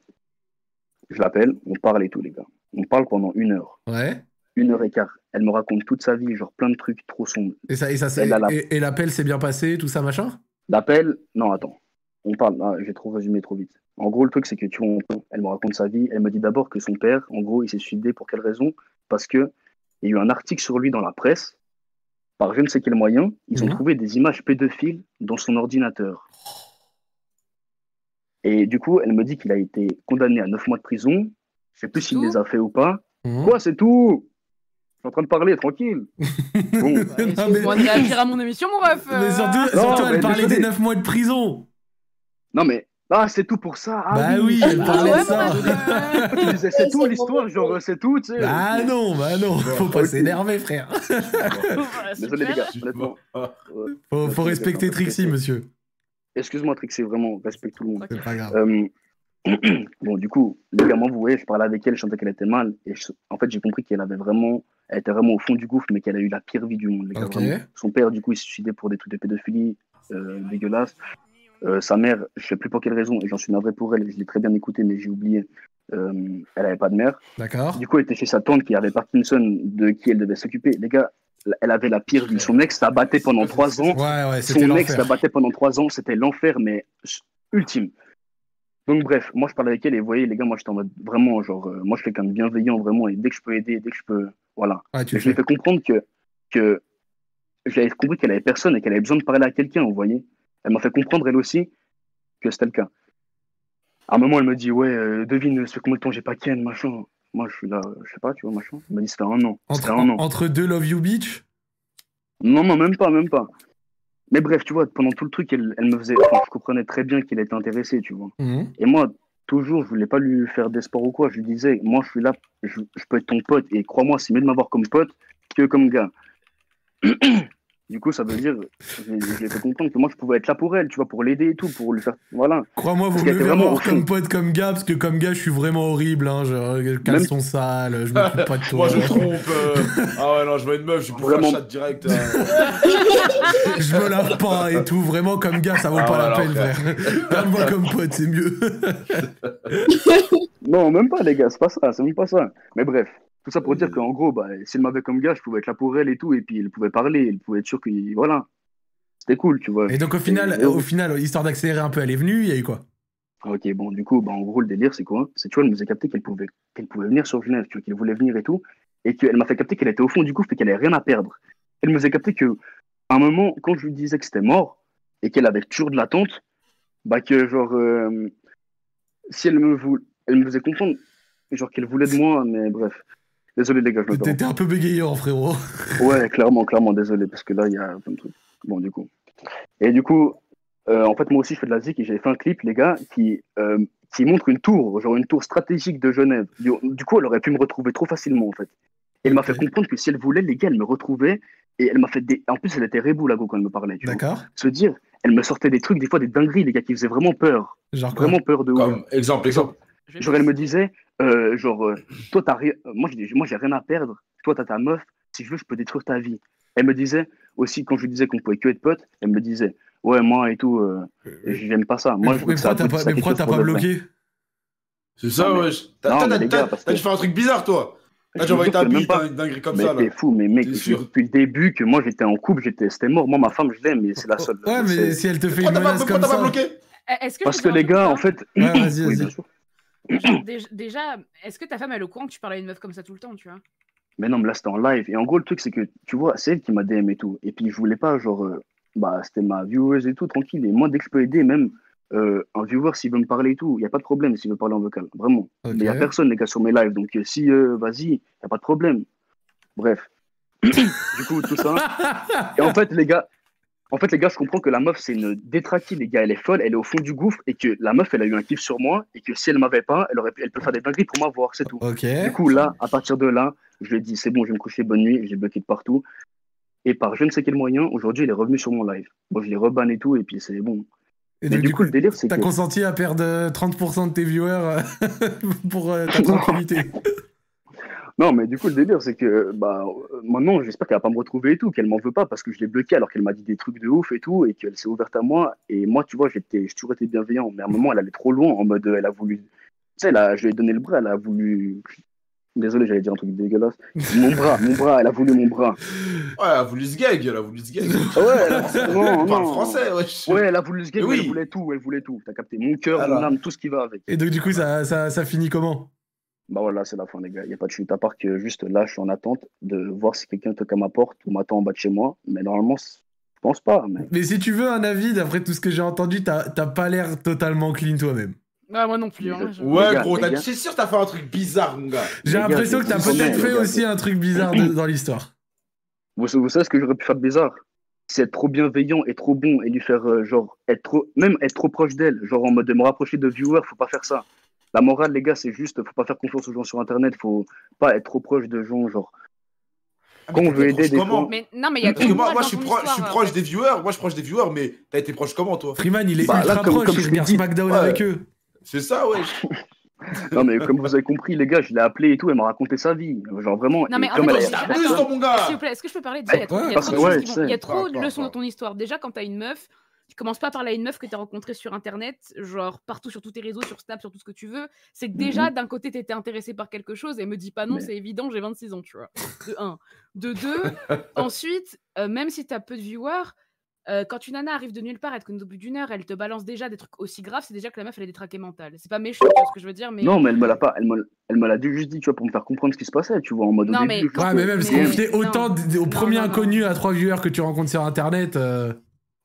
Je l'appelle, on parle et tout, les gars. On parle pendant une heure Ouais. une heure et quart. Elle me raconte toute sa vie, genre plein de trucs trop sombres. Et ça, et ça, c'est- Elle a la- et, et l'appel s'est bien passé, tout ça, machin L'appel, non, attends, on parle, ah, j'ai trop résumé trop vite. En gros, le truc, c'est que tu vois, on- elle me raconte sa vie. Elle me dit d'abord que son père, en gros, il s'est suicidé pour quelle raison Parce que il y a eu un article sur lui dans la presse, par je ne sais quel moyen, ils ont Mhm. trouvé des images pédophiles dans son ordinateur. Et du coup, elle me dit qu'il a été condamné à 9 mois de prison. Je sais plus s'il les a fait ou pas. Quoi, c'est tout Je suis en train de parler, tranquille. Bon. Excuse-moi de réagir à mon émission, mon ref. euh. Ah, Mais surtout, Non, surtout, elle mais parlait désolé. <laughs> des 9 mois de prison. Non, mais. Ah, c'est tout pour ça. Ah, bah oui, Ah, elle parlait ouais, de ça. Je disais, c'est tout l'histoire, genre c'est tout, tu sais. Ah non, bah non, faut pas s'énerver, frère. <laughs> Désolé les gars, honnêtement. Ouais. Faut, faut respecter Trixie, monsieur. Excuse-moi Trixie, vraiment, respecte tout le monde. C'est pas grave. Euh, <clears throat> bon, du coup, les gars, moi, vous voyez, je parlais avec elle, je sentais qu'elle était mal. Et je- en fait, j'ai compris qu'elle avait vraiment. Elle était vraiment au fond du gouffre, mais qu'elle a eu la pire vie du monde. les gars, Ok. vraiment. Son père, du coup, il s'est suicidé pour des trucs de pédophilie euh, dégueulasses. Euh, sa mère, je sais plus pour quelle raison, et j'en suis navré pour elle, je l'ai très bien écouté, mais j'ai oublié. Euh, elle avait pas de mère. D'accord. Du coup, elle était chez sa tante qui avait Parkinson, de qui elle devait s'occuper. Les gars, la- elle avait la pire vie. Son ex la battait pendant trois ans. Ouais, ouais, c'était Son ex l'enfer. la battait pendant trois ans. C'était l'enfer, mais ultime. Donc bref, moi je parlais avec elle et vous voyez les gars, moi j'étais en mode vraiment genre, euh, moi je suis quelqu'un de bienveillant vraiment et dès que je peux aider, dès que je peux, voilà. Ouais, tu le Et je lui ai fais. fait comprendre que, que j'avais compris qu'elle avait personne et qu'elle avait besoin de parler à quelqu'un, vous voyez. Elle m'a fait comprendre elle aussi que c'était le cas. À un moment elle me dit ouais, euh, devine, ça fait combien de temps j'ai pas Ken, machin. Moi je suis là, euh, je sais pas, tu vois, machin. Elle m'a dit c'était un an. C'était Entre, un an. entre deux Love You Oh, Beach Non, non, même pas, même pas. Mais bref, tu vois, pendant tout le truc, elle, elle me faisait. Enfin, je comprenais très bien qu'il était intéressé, tu vois. Mhm. Et moi, toujours, je voulais pas lui faire d'espoir ou quoi. Je lui disais, moi, je suis là, je, je peux être ton pote. Et crois-moi, c'est mieux de m'avoir comme pote que comme gars. <clears throat> du coup, ça veut dire, je je lui ai fait comprendre que moi, je pouvais être là pour elle, tu vois, pour l'aider et tout, pour lui faire. Voilà. Crois-moi, Parce vous qu'elle me était verrez vraiment au voir fond. comme pote, comme gars, parce que comme gars, je suis vraiment horrible. Hein, je caleçon son sale, je <laughs> m'occupe pas de toi. Moi je <laughs> trompe. euh, Ah ouais, non, je vois une meuf, je suis pour la Vraiment. chatte <laughs> direct. euh. je me lave pas et tout. Vraiment, comme gars, ça vaut Ah, pas la voilà, peine, frère. frère. Garde-moi comme pote, c'est mieux. Non, même pas, les gars, c'est pas ça, c'est même pas ça. Mais bref, tout ça pour Euh. dire qu'en gros, bah, si elle m'avait comme gars, je pouvais être là pour elle et tout, et puis elle pouvait parler, elle pouvait être sûre que. Voilà. C'était cool, tu vois. Et donc, au final, Et- au final histoire d'accélérer un peu, elle est venue, il y a eu quoi Ok, bon, du coup, bah, en gros, le délire, c'est quoi C'est, tu vois, elle nous a capté qu'elle pouvait, qu'elle pouvait venir sur Genève, tu vois, qu'elle voulait venir et tout, et qu'elle m'a fait capter qu'elle était au fond du gouffre et qu'elle avait rien à perdre. Elle nous a capté que, à un moment, quand je lui disais que c'était mort, et qu'elle avait toujours de l'attente, bah, que, genre, euh, si elle me voulait, elle me faisait comprendre, genre, qu'elle voulait de moi, mais bref. Désolé, les gars, je me perds. T'étais un peu bégayant, frérot. Ouais, clairement, clairement, désolé, parce que là, il y a plein de trucs. Bon, du coup. Et du coup, euh, en fait, moi aussi, je fais de la zik et j'avais fait un clip, les gars, qui, euh, qui montre une tour, genre une tour stratégique de Genève. Du, du coup, elle aurait pu me retrouver trop facilement, en fait. Et elle m'a fait comprendre que si elle voulait, les gars, elle me retrouvait. Et elle m'a fait des. En plus, elle était rebou, la go, quand elle me parlait. tu vois. D'accord. Se dire, elle me sortait des trucs, des fois, des dingueries, les gars, qui faisaient vraiment peur. Genre quoi Vraiment peur de ouf. Exemple, exemple. Genre, elle me disait, euh, genre, euh, toi, t'as rien. Moi, je dis, moi, j'ai rien à perdre. Toi, t'as ta meuf. Si je veux, je peux détruire ta vie. Elle me disait aussi, quand je lui disais qu'on pouvait que être potes, elle me disait, ouais, moi et tout, euh, j'aime pas ça. Moi, je veux Mais que ça pourquoi t'as aboutisse pas, à mais quelque pourquoi chose t'as pour pas de vrai. bloqué C'est ça, Non, mais- wesh. T'as- non, T'as mais t'as- les gars, t'as- parce t'as dû que- faire un truc bizarre, toi. T'as dû Je vous envoyer jure ta que même bite, pas. hein, une dinguerie comme mais ça, là. t'es fou, mais T'es mec, je vous sûr. jure depuis le début que moi j'étais en couple, j'étais, c'était mort. Moi, ma femme, je l'aime, mais c'est la Oh. seule. Ouais, mais C'est- si elle te fait une menace comme ça. Eh, Est-ce que Parce je que peux les dire gars, en fait. <clears throat> Ouais, vas-y, Oui, vas-y. bien sûr. un truc Genre, dé- Déjà, est-ce que ta femme, elle est au courant que tu parles à une meuf comme ça tout le temps, tu vois Mais non, mais là, c'était en live. Et en gros, le truc, c'est que, tu vois, c'est elle qui m'a DM et tout. Et puis, je voulais pas, genre, euh, bah, c'était ma vieweuse et tout, tranquille. Et moi, dès que je peux aider, même, euh, un viewer, s'il veut me parler et tout, il n'y a pas de problème s'il veut parler en vocal, vraiment. Ok. Mais il n'y a personne, les gars, sur mes lives. Donc, euh, si, euh, vas-y, il n'y a pas de problème. Bref. <coughs> du coup, tout ça. Et en fait, les gars, en fait, les gars, je comprends que la meuf, c'est une détraquée, les gars. Elle est folle, elle est au fond du gouffre et que la meuf, elle a eu un kiff sur moi et que si elle m'avait pas, elle, aurait pu- elle peut faire des dingueries pour m'avoir, c'est tout. Ok. Du coup, là, à partir de là, je lui ai dit, c'est bon, je vais me coucher, bonne nuit, j'ai bloqué de partout. Et par je ne sais quel moyen, aujourd'hui, il est revenu sur mon live. Bon, je l'ai reban et tout, et puis c'est bon. Et Mais donc, du du coup, le délire, c'est T'as que. consenti à perdre euh, 30% de tes viewers euh, <laughs> pour euh, ta tranquillité. Non, mais du coup, le délire, c'est que bah, euh, maintenant, j'espère qu'elle va pas me retrouver et tout, qu'elle m'en veut pas parce que je l'ai bloquée alors qu'elle m'a dit des trucs de ouf et tout, et qu'elle s'est ouverte à moi. Et moi, tu vois, j'étais, j'ai toujours été bienveillant, mais à un moment, elle allait trop loin en mode, euh, elle a voulu. Tu sais, elle a- je lui ai donné le bras, elle a voulu. Désolé, j'allais dire un truc dégueulasse. Mon bras, mon bras, elle a voulu mon bras. Ouais, elle a voulu se gag, elle a voulu se gag. Ah ouais, elle a... non, On parle non. français, wesh. Ouais, elle a voulu se gagner, Mais oui. elle voulait tout, elle voulait tout. T'as capté mon cœur, Alors. mon âme, tout ce qui va avec. Et donc, du coup, ça, ça, ça finit comment Bah voilà, c'est la fin, les gars. Il n'y a pas de chute. À part que juste là, je suis en attente de voir si quelqu'un toque à ma porte ou m'attend en bas de chez moi. Mais normalement, c- je pense pas. Mais... Mais si tu veux un avis, d'après tout ce que j'ai entendu, t'as t'as pas l'air totalement clean toi-même. Ouais, moi non plus. hein, je- Ouais, Les gars, gros, les t'as- gars. c'est sûr t'as fait un truc bizarre, mon gars. J'ai l'impression que t'as peut-être fait aussi un truc bizarre de- dans l'histoire. Vous, vous savez ce que j'aurais pu faire de bizarre C'est être trop bienveillant et trop bon et lui faire, euh, genre, être trop, même être trop proche d'elle. Genre, en mode de me rapprocher de viewers, faut pas faire ça. La morale, les gars, c'est juste, faut pas faire confiance aux gens sur Internet. Faut pas être trop proche de gens, genre. Quand on veut aider des gens. Mais non, mais il y a Parce que trop de moi, voix moi dans je suis, ton pro- je suis histoire, proche des viewers, moi je suis proche des viewers, mais t'as été proche comment toi Freeman, il est Bah, ultra là, comme- proche, comme je il l'ai regarde dit- SmackDown Ouais. avec eux. C'est ça, ouais. Non, mais comme vous avez compris, les gars, je l'ai appelée et tout, elle m'a raconté sa vie. Genre vraiment. Non mais et en comme fait, elle a- Bah, déjà- attends, S'il vous plaît, est-ce que je peux parler déjà, Il y a trop, Ouais, il y a parce trop que de, choses ouais, qui je vont- il y a sais. trop de Ouais, leçons dans ton histoire. Déjà, quand t'as une meuf, tu commences pas par la une meuf que t'as rencontrée sur internet, genre partout sur tous tes réseaux, sur Snap, sur tout ce que tu veux. C'est que déjà, d'un côté, t'étais intéressé par quelque chose et me dis pas non, Mhm. Mais- c'est évident, j'ai 26 ans, tu vois. De un. <laughs> De deux, Ah. ensuite, euh, même si t'as peu de viewers, euh, quand une nana arrive de nulle part, elle te connaît au bout d'une heure, elle te balance déjà des trucs aussi graves, c'est déjà que la meuf elle est détraquée mentale. C'est pas méchant, tu vois ce que je veux dire, mais. Non, mais elle me l'a pas, elle me, elle me l'a dit juste dit, tu vois, pour me faire comprendre ce qui se passait, tu vois, en mode. au Non, début, mais je pense Ouais, que- mais même se confier autant d- au premier inconnu à trois viewers que tu rencontres sur internet. euh,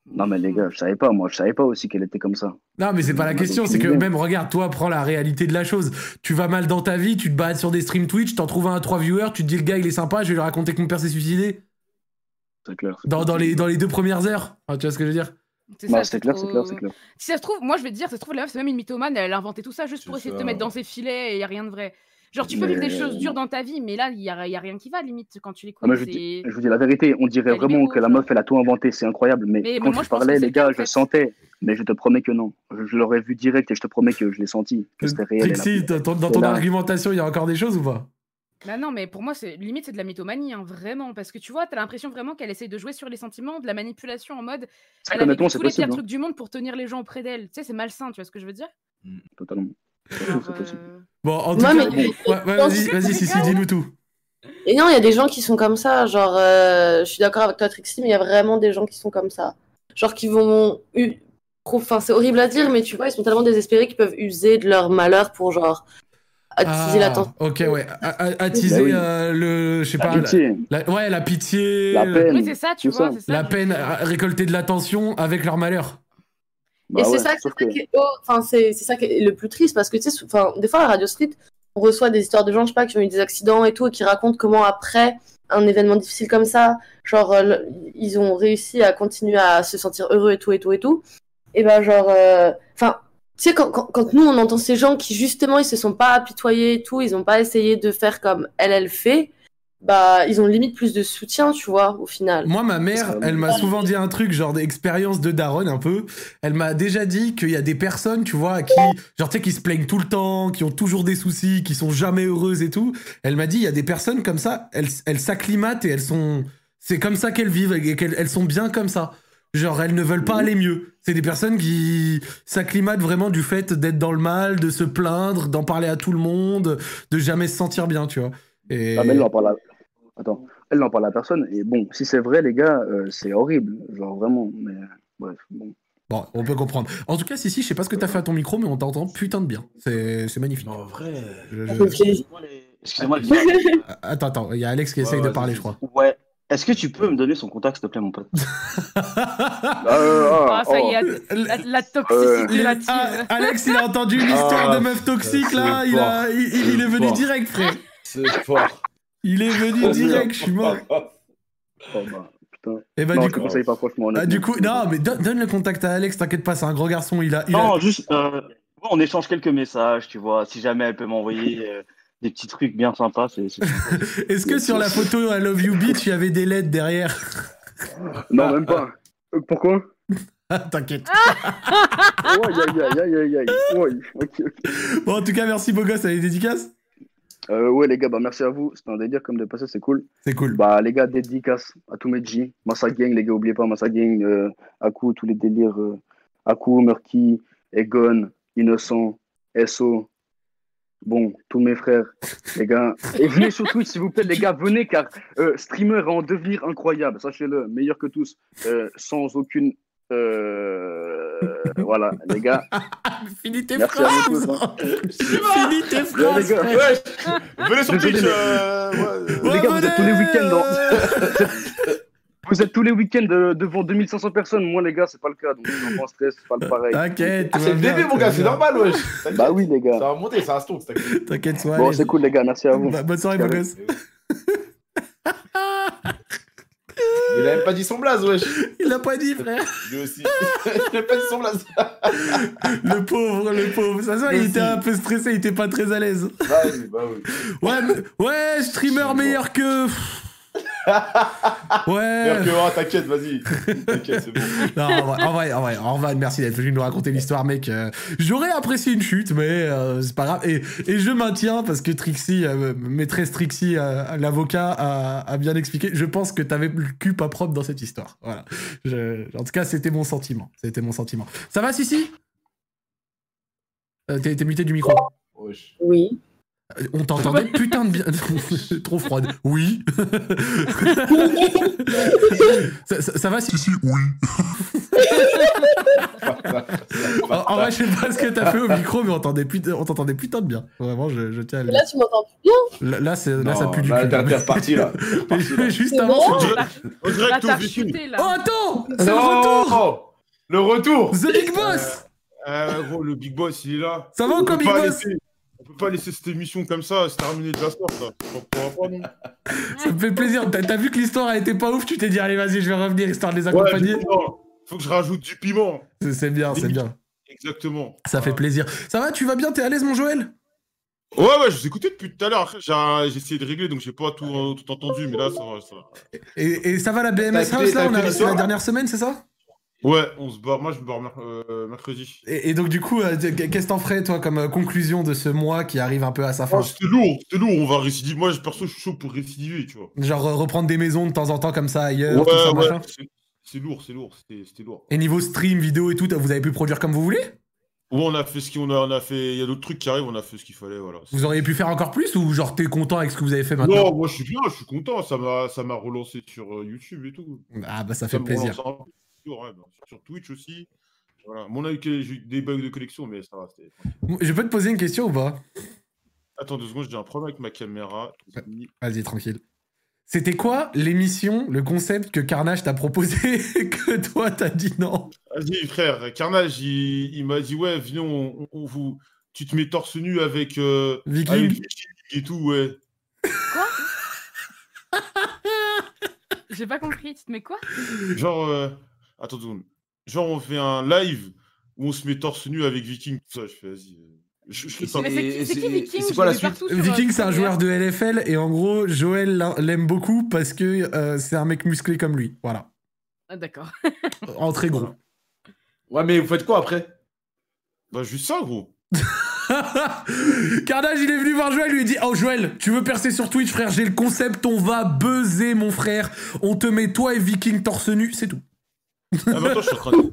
Non, mais les gars, je savais pas, moi, je savais pas aussi qu'elle était comme ça. Non, mais c'est pas la On a question, aucune c'est que idée. même, regarde, toi, prends la réalité de la chose. Tu vas mal dans ta vie, tu te bats sur des streams Twitch, t'en trouves un à trois viewers, tu te dis le gars il est sympa, je vais lui raconter que mon père s'est suicidé. C'est clair. Dans, dans les, dans les deux premières heures. Enfin, tu vois ce que je veux dire C'est Bah, ça, c'est trop- Si ça se trouve, moi je vais te dire, ça se trouve, la meuf, c'est même une mythomane, elle a inventé tout ça juste pour essayer de te ça. mettre dans ses filets et y a rien de vrai. Genre, tu peux vivre des Mais- euh, choses dures dans ta vie, mais là, il y a, y a rien qui va, limite, quand tu Ah, l'écoutes. mais je, vous dis, c'est- je vous dis la vérité, on dirait Elle est vraiment mégo, que la genre. meuf, elle a tout inventé, c'est incroyable, mais, Mais- mais quand moi, je je pense que parlais, c'est les le cas, gars, en je fait. sentais, mais je te promets que non. Je, je l'aurais vu direct et je te promets que je l'ai senti, que c'était réel. elle a- Euh, Trixie, dans ton, dans ton elle a- argumentation, il y a encore des choses ou pas Bah non, mais pour moi, c'est limite, c'est de la mythomanie, hein, vraiment. Parce que tu vois, t'as l'impression vraiment qu'elle essaye de jouer sur les sentiments, de la manipulation en mode. Ça, elle a vécu honnêtement, c'est tous les pires possible, hein. trucs du monde pour tenir les gens auprès d'elle. Tu sais, c'est malsain, tu vois ce que je veux <laughs> dire Totalement. Genre, euh, Bon, en tout Non, cas, mais- Bon. Ouais, ouais, vas-y, vas-y, Sissi, dis-nous tout. Et non, il y a des gens qui sont comme ça. Genre, euh, je suis d'accord avec toi, Trixie, mais il y a vraiment des gens qui sont comme ça. Genre, qui vont. u- Enfin, c'est horrible à dire, mais tu vois, ils sont tellement désespérés qu'ils peuvent user de leur malheur pour, genre, attiser Ah, l'attention. Ok, ouais. A- a- Attiser Bah oui. euh, le. Je sais La pas. pitié. La, la- ouais, la pitié. La peine, Oui, c'est ça, tu tout vois, ça. c'est ça, La peine, à récolter de l'attention avec leur malheur. Bah Et c'est ça, c'est ça qui est haut. Enfin, c'est c'est ça qui est le plus triste parce que tu sais, sou- enfin, des fois à Radio Street, on reçoit des histoires de gens, je sais pas, qui ont eu des accidents et tout, et qui racontent comment après un événement difficile comme ça, genre euh, le- ils ont réussi à continuer à se sentir heureux et tout et tout et tout. Et ben genre, euh, enfin, tu sais quand, quand, quand nous on entend ces gens qui justement ils se sont pas apitoyés et tout, ils ont pas essayé de faire comme elle elle fait, bah ils ont limite plus de soutien, tu vois, au final. Moi, ma mère, elle m'a souvent dit un truc, genre d'expérience de daronne un peu. Elle m'a déjà dit qu'il y a des personnes, tu vois, qui, genre, tu sais, qui se plaignent tout le temps, qui ont toujours des soucis, qui sont jamais heureuses et tout. Elle m'a dit, il y a des personnes comme ça, elles elles s'acclimatent et elles sont, c'est comme ça qu'elles vivent et qu'elles elles sont bien comme ça. Genre, elles ne veulent pas aller mieux. C'est des personnes qui s'acclimatent vraiment du fait d'être dans le mal, de se plaindre, d'en parler à tout le monde, de jamais se sentir bien, tu vois. Et... Ah, mais elle n'en parle à... Attends, elle n'en parle à personne. Et bon, si c'est vrai, les gars, euh, c'est horrible. Genre, vraiment. Mais bref, bon. Bon, on peut comprendre. En tout cas, si, si, je sais pas ce que t'as fait à ton micro, mais on t'entend putain de bien. C'est c'est magnifique. En vrai. Je, Excusez-moi, les- excusez-moi, les gars. <laughs> Attends, attends, il y a Alex qui essaye de vas-y, parler, je crois. Ouais, Est-ce que tu peux me donner son contact, s'il te plaît, mon pote Ah, ça y est, oh. la, la toxicité Euh, lative. Ah, Alex, il a entendu Ah, Ah, une histoire de meuf toxique là, il, a, il, il- il est venu direct, frère. C'est fort. Il est venu direct, je suis <laughs> mort. Et bah, du Oh, Non, je coup, te conseille pas, franchement, Ah, du coup, non, mais don- donne le contact à Alex, t'inquiète pas, c'est un grand garçon, il a. il a- Non, juste, euh, on échange quelques messages, tu vois. Si jamais elle peut m'envoyer euh, des petits trucs bien sympas, c'est. c'est- <laughs> Est-ce que sur <laughs> la photo I Love You Beach, il y avait des LED derrière Non, même pas. Euh, <laughs> Pourquoi Ah, T'inquiète. Ouais, aïe, aïe, aïe, aïe, aïe. Ouais, ok, ok. Bon, en tout cas, merci beau gosse, elle est dédicace. Euh, ouais, les gars, bah merci à vous. C'était un délire comme de passer, c'est cool. C'est cool. Bah, les gars, dédicace à tous mes G. Massa Gang, les gars, oubliez pas Massa Gang, euh, Aku, tous les délires. euh, Aku, Murky, Egon, Innocent, SO. Bon, tous mes frères, <laughs> les gars. Et venez sur Twitch, s'il vous plaît, les gars, venez, car euh, streamer en devenir incroyable, sachez-le, meilleur que tous, euh, sans aucune. euh, voilà, les gars. Finis tes Merci phrases. à vous tous, hein. Finis tes Ouais, les phrases. gars. frère. Venez sur Twitch. euh, les gars, vous êtes tous les week-ends. dans- <laughs> vous êtes tous les week-ends euh, devant 2500 personnes. Moi, les gars, c'est pas le cas. Donc, je suis pas en stress, c'est pas le pareil. T'inquiète, Ah, c'est le début, mon gars, c'est normal, wesh. Bah oui, les gars. Ça va monter, ça va se tourner, t'inquiète. T'inquiète, sois Bon, allez. c'est cool, les gars. Merci à vous. Bah, bonne soirée, beau gosse. Il a même pas dit son blaze, wesh. Il l'a pas dit, frère. Lui aussi. <laughs> Il a pas dit son blaze. Le pauvre, le pauvre. Ça, ça, il Merci. était un peu stressé, il était pas très à l'aise. Bah oui, <laughs> bah oui. Ouais, mais- ouais, streamer meilleur que. Ouais. Meilleur que moi, t'inquiète, vas-y. T'inquiète, c'est bon. Non, en vrai, en vrai, en vrai, en vrai, merci d'être venu nous raconter l'histoire, mec. Euh, J'aurais apprécié une chute, mais euh, c'est pas grave. Et, et je maintiens, parce que Trixie, euh, maîtresse Trixie, euh, l'avocat, a, a bien expliqué. Je pense que t'avais le cul pas propre dans cette histoire. Voilà. Je- en tout cas, c'était mon sentiment. C'était mon sentiment. Ça va, Sissi Euh, T'es t'es muté du micro. Oui. On t'entendait putain de bien. <laughs> Trop froide. <laughs> Oui. ça, ça- ça va si. oui. en, en vrai, je sais pas ce que t'as fait au micro, mais on t'entendait putain, on t'entendait putain de bien. Vraiment, je, je tiens à le Là, dire. tu m'entends plus bien Là, là, c'est- là, Non, ça pue du là, cul. t'es- t'es reparti, là. <laughs> Juste C'est avant, bon c'était- On dirait Ah, Là, que t'as tout vit chuté, là. Oh, attends C'est le retour Le retour The Big Boss Euh, gros, le Big Boss, il est là. Ça va On ou quoi, peut Big pas Boss laisser- On peut pas laisser cette émission comme ça, se terminer de la sorte, ça. On pourra pas, non Ça me fait plaisir. T'as t'as vu que l'histoire a été pas ouf, tu t'es dit, allez, vas-y, je vais revenir histoire de les Ouais, accompagner. du piment. Faut que je rajoute du piment. C'est- c'est bien, c'est bien. Exactement. Ça fait plaisir. Ça va, tu vas bien, t'es à l'aise, mon Joël Ouais, ouais, je vous écoutais depuis tout à l'heure. Après, J'ai j'ai essayé de régler, donc j'ai pas tout, euh, tout entendu, mais là, ça va. Ça... va. Et, et ça va la T'as BMS écouté- House t'as là on écouté a- C'est l'histoire la dernière semaine, c'est ça Ouais, on se barre. Moi, je me barre mer- euh, mercredi. et, et donc, du coup, euh, qu'est-ce que t'en ferais, toi, comme euh, conclusion de ce mois qui arrive un peu à sa fin Ah, c'était lourd, c'était lourd. On va récidiver. Moi, je- perso, je suis chaud pour récidiver, tu vois. Genre euh, reprendre des maisons de temps en temps comme ça ailleurs, Euh, tout ça, Ouais, ouais, machin. c'est- c'est lourd, c'est lourd, c'était c'était lourd. Et niveau stream, vidéo et tout, vous avez pu produire comme vous voulez Ouais, on a fait ce qu'on a, on a fait. Il y a d'autres trucs qui arrivent, on a fait ce qu'il fallait, voilà. Vous auriez pu faire encore plus ou genre t'es content avec ce que vous avez fait maintenant Non, moi, je suis bien, je suis content. Ça m'a, ça m'a relancé sur euh, YouTube et tout. Ah bah ça fait me plaisir. relance un peu, Sur, ouais, bah, sur Twitch aussi. Voilà. Mon on a eu que- j'ai eu des bugs de collection, mais ça va. c'était- Je peux te poser une question ou pas Attends deux secondes, j'ai un problème avec ma caméra. Vas-y, tranquille. C'était quoi l'émission, le concept que Carnage t'a proposé <laughs> et que toi t'as dit non Vas-y, frère, Carnage, il, il m'a dit Ouais, viens, on, on- on vous. Tu te mets torse nu avec. euh, Viking. avec Viking et tout, ouais. J'ai pas compris, tu te mets quoi Genre. euh, Attends deux secondes. Genre, on fait un live où on se met torse nu avec Viking. Tout ça, je fais Vas-y. euh, Je, je fais ça. Mais c'est- c'est qui Viking Je l'ai partout sur, euh, Viking, c'est un Twitter. joueur de LFL et en gros, Joël l'a- l'aime beaucoup parce que euh, c'est un mec musclé comme lui. Voilà. <laughs> Ah, D'accord. En très gros. Ouais, mais vous faites quoi après Bah, juste ça, gros. <laughs> Carnage, il est venu voir Joël, lui il dit Oh Joël, tu veux percer sur Twitch, frère, j'ai le concept, on va buzzer, mon frère. On te met toi et Viking torse nu, c'est tout. Ah, mais attends, je suis en <laughs> train de.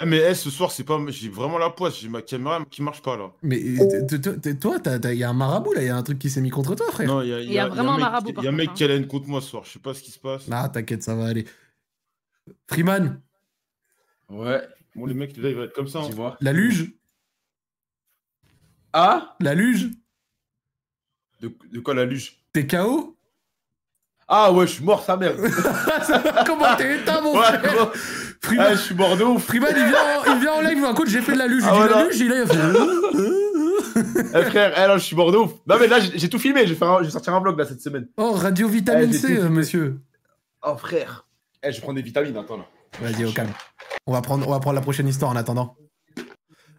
Ah, mais eh, ce soir, c'est pas. J'ai vraiment la poisse, j'ai ma caméra qui marche pas là. Mais euh, t- t- t- toi, il y a un marabout là, il y a un truc qui s'est mis contre toi, frère. Non, il y a, Il y a vraiment un marabout, hein. par Il y a un mec contre, qui a la haine contre moi ce soir, je sais pas ce qui se passe. Ah, t'inquiète, ça va aller. Freeman, Ouais. Bon, les mecs, là, ils vont être comme ça. hein. Tu vois. la luge Ah La luge de, de quoi la luge T'es KO Ah ouais, je suis mort, sa <laughs> mère. Comment t'es éteint, mon frère Primal- Eh, je suis mort de ouf. Primal, il vient, en- il vient en live, un coup, j'ai fait de la luge. J'ai Ah dit ouais, la non. luge, il est. fait- <laughs> Eh, frère, eh, là, je suis mort de ouf. Non, mais là, j'ai j'ai tout filmé. Je vais, faire un- je vais sortir un vlog là cette semaine. Oh, radio vitamine Eh, j'ai C, tout- euh, monsieur. Oh, frère. Eh, je prends des vitamines, attends là. Vas-y, au calme. On va, prendre, on va prendre la prochaine histoire en attendant.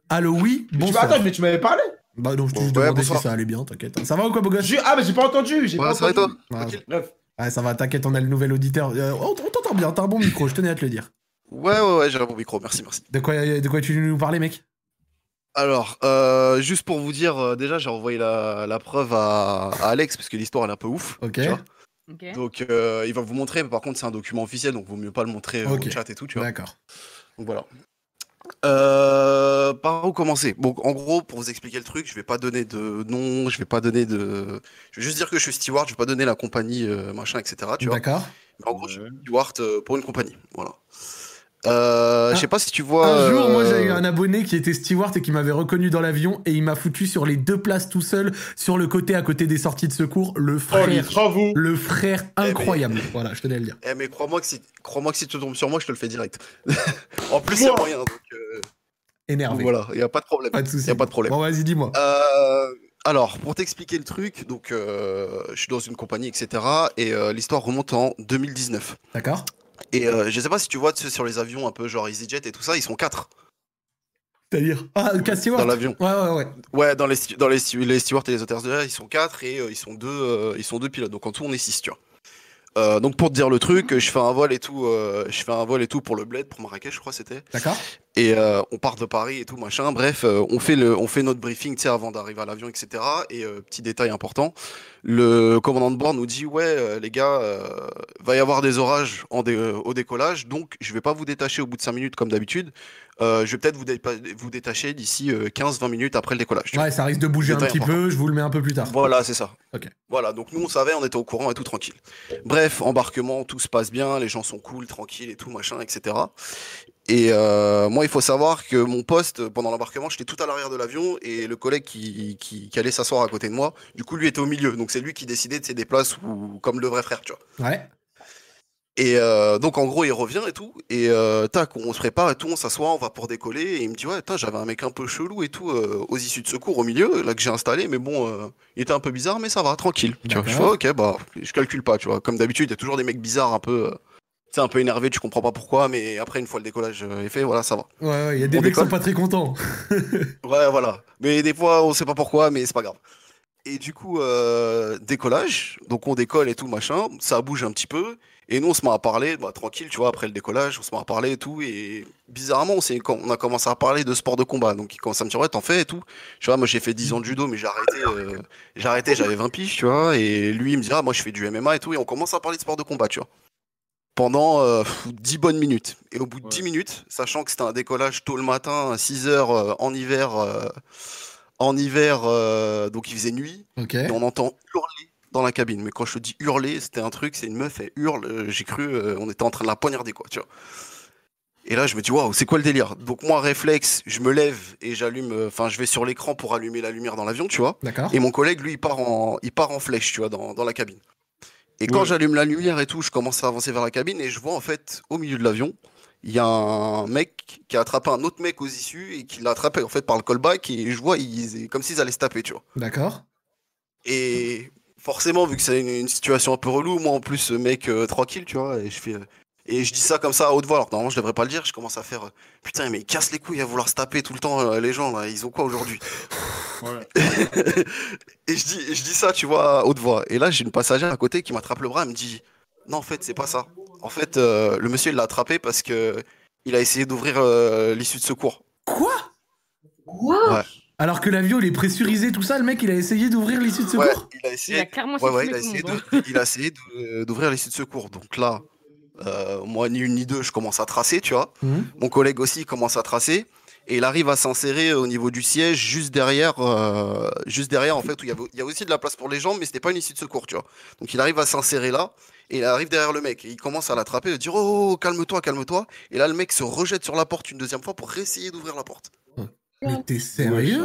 Allô, oui, Mais tu bonsoir. m'as- attends, mais tu m'avais parlé Bah non, je te je te ouais, demandais si bonsoir. ça allait bien, t'inquiète. Ça va ou quoi, beau gosse Ah, mais j'ai pas entendu. J'ai pas entendu. Ouais, ça- Bref. ouais, ça va, t'inquiète, on a le nouvel auditeur. Euh, on on t'entend bien, t'as un bon micro, je tenais à te le dire. Ouais, ouais, ouais, j'ai un bon micro, merci, merci. De quoi, euh, de quoi tu veux nous parler, mec Alors, euh, juste pour vous dire, euh, déjà, j'ai envoyé la, la preuve à, à Alex, parce que l'histoire, elle est un peu ouf. Ok. tu vois. Donc, euh, il va vous montrer, mais par contre, c'est un document officiel, donc vaut mieux pas le montrer euh, Ok. au chat et tout, tu vois. D'accord. Donc, voilà. Euh, par où commencer Bon, en gros, pour vous expliquer le truc, je vais pas donner de nom, je vais pas donner de. Je vais juste dire que je suis steward, je vais pas donner la compagnie, euh, machin, etc. Tu vois. D'accord. Mais en gros, je suis steward euh, pour une compagnie. Voilà. Euh, je sais pas si tu vois. Ah. Un jour, moi, j'ai eu euh, un abonné qui était steward et qui m'avait reconnu dans l'avion et il m'a foutu sur les deux places tout seul, sur le côté à côté des sorties de secours. Le Oh, les frère, le frère incroyable. Voilà, je tenais à le dire. Eh mais crois-moi que si crois-moi que si tu tombes sur moi, je te le fais direct. <laughs> en plus, il y a moyen. Donc, euh, Énervé. donc voilà, il y a pas de problème. Pas de souci. Y a pas de problème. Bon, vas-y, dis-moi. Euh, alors, pour t'expliquer le truc, donc euh, je suis dans une compagnie, etc. Et euh, l'histoire remonte en 2019. D'accord. Et euh, je sais pas si tu vois tu sais, sur les avions un peu genre EasyJet et tout ça, ils sont quatre. C'est-à-dire. Ah, le cast steward. Dans l'avion. Ouais, ouais, ouais. Ouais, dans les stu- dans les, stu- les stewards et les hôtesses de l'air, ils sont quatre et euh, ils sont deux euh, ils sont deux pilotes. Donc en tout, on est six, tu vois. Euh, donc pour te dire le truc, je fais un vol et tout, euh, je fais un vol et tout pour le bled, pour Marrakech, je crois c'était. D'accord. Et euh, on part de Paris et tout machin. Bref, euh, on fait le, on fait notre briefing, tu sais, avant d'arriver à l'avion, etc. Et euh, petit détail important, le commandant de bord nous dit ouais euh, les gars, euh, va y avoir des orages en dé- euh, au décollage, donc je vais pas vous détacher au bout de 5 minutes comme d'habitude. Euh, je vais peut-être vous, dé- vous détacher d'ici 15-20 minutes après le décollage. tu vois. Ouais, ça risque de bouger un Détail petit important. peu, je vous le mets un peu plus tard. Voilà, c'est ça. Ok. Voilà, donc nous on savait, on était au courant et tout tranquille. Bref, embarquement, tout se passe bien, les gens sont cool, tranquilles et tout, machin, etc. Et euh, moi, il faut savoir que mon poste, euh, pendant l'embarquement, j'étais tout à l'arrière de l'avion et le collègue qui, qui, qui allait s'asseoir à côté de moi, du coup, lui était au milieu. Donc c'est lui qui décidait de ses places ou comme le vrai frère, tu vois. Ouais. Et euh, donc en gros il revient et tout et euh, tac on se prépare et tout on s'assoit on va pour décoller et il me dit ouais putain, j'avais un mec un peu chelou et tout euh, aux issues de secours au milieu là que j'ai installé mais bon euh, il était un peu bizarre mais ça va tranquille tu vois je fais D'accord. ok bah je calcule pas tu vois comme d'habitude il y a toujours des mecs bizarres un peu euh, tu sais un peu énervé tu comprends pas pourquoi mais après une fois le décollage euh, est fait voilà ça va Ouais, ouais, il y a des On mecs qui sont décolle. pas très <laughs> contents. Ouais, voilà. Mais des fois, on sait pas pourquoi, mais c'est pas grave. Et du coup, euh, décollage. Donc, on décolle et tout, machin. Ça bouge un petit peu. Et nous, on se met à parler, bah, tranquille, tu vois, après le décollage, on se met à parler et tout. Et bizarrement, on, s'est- on a commencé à parler de sport de combat. Donc, il commence à me dire, ouais, t'en fais et tout. Tu vois, moi, j'ai fait 10 ans de judo, mais j'ai arrêté, euh, j'ai arrêté, j'avais 20 piges, tu vois. Et lui, il me dit, ah, moi, je fais du MMA et tout. Et on commence à parler de sport de combat, tu vois pendant euh, pff, 10 bonnes minutes. Et au bout de 10 minutes, sachant que c'était un décollage tôt le matin, à 6 heures euh, en hiver, euh, en hiver euh, donc il faisait nuit, Ok. et on entend hurler dans la cabine. Mais quand je te dis hurler, c'était un truc, c'est une meuf, elle hurle, euh, j'ai cru, euh, on était en train de la poignarder, quoi, tu vois. Et là, je me dis, waouh, c'est quoi le délire Donc, moi, réflexe, je me lève et j'allume, euh, enfin, je vais sur l'écran pour allumer la lumière dans l'avion, tu vois. D'accord. Et mon collègue, lui, il part en, il part en flèche, tu vois, dans, dans la cabine. Et quand j'allume la lumière et tout, je commence à avancer vers la cabine et je vois, en fait, au milieu de l'avion, il y a un mec qui a attrapé un autre mec aux issues et qui l'a attrapé, en fait, par le callback. Et je vois, ils, comme s'ils allaient se taper, tu vois. D'accord. Et forcément, vu que c'est une, une situation un peu relou, moi en plus, euh, mec, euh, tranquille, tu vois, et je fais. euh, Et je dis ça comme ça à haute voix, alors que normalement je devrais pas le dire, je commence à faire euh, Putain, mais ils cassent les couilles à vouloir se taper tout le temps, euh, les gens là, ils ont quoi aujourd'hui <laughs> Et je dis, et je dis ça, tu vois, à haute voix. Et là, j'ai une passagère à côté qui m'attrape le bras, elle me dit Non, en fait, c'est pas ça. En fait, euh, le monsieur il l'a attrapé parce que il a essayé d'ouvrir euh, l'issue de secours. Quoi Ouais. Oh. Alors que l'avion, il est pressurisé, tout ça, le mec, il a essayé d'ouvrir l'issue de secours Ouais, il a essayé. Il a clairement ouais, ouais, essayé il a essayé de tout le monde, hein. de- <laughs> il a essayé de- d'ouvrir les sites de secours. Donc là, euh, moi, ni une ni deux, je commence à tracer, tu vois. Mon collègue aussi commence à tracer. Et il arrive à s'insérer euh, au niveau du siège, juste derrière, euh, juste derrière, en fait, où il y, avait, il y a aussi de la place pour les gens, mais c'était pas une issue de secours, tu vois. Donc il arrive à s'insérer là, et il arrive derrière le mec, et il commence à l'attraper, et dire Oh, oh, calme-toi, calme-toi. Et là, le mec se rejette sur la porte une deuxième fois pour essayer d'ouvrir la porte. Mais t'es sérieux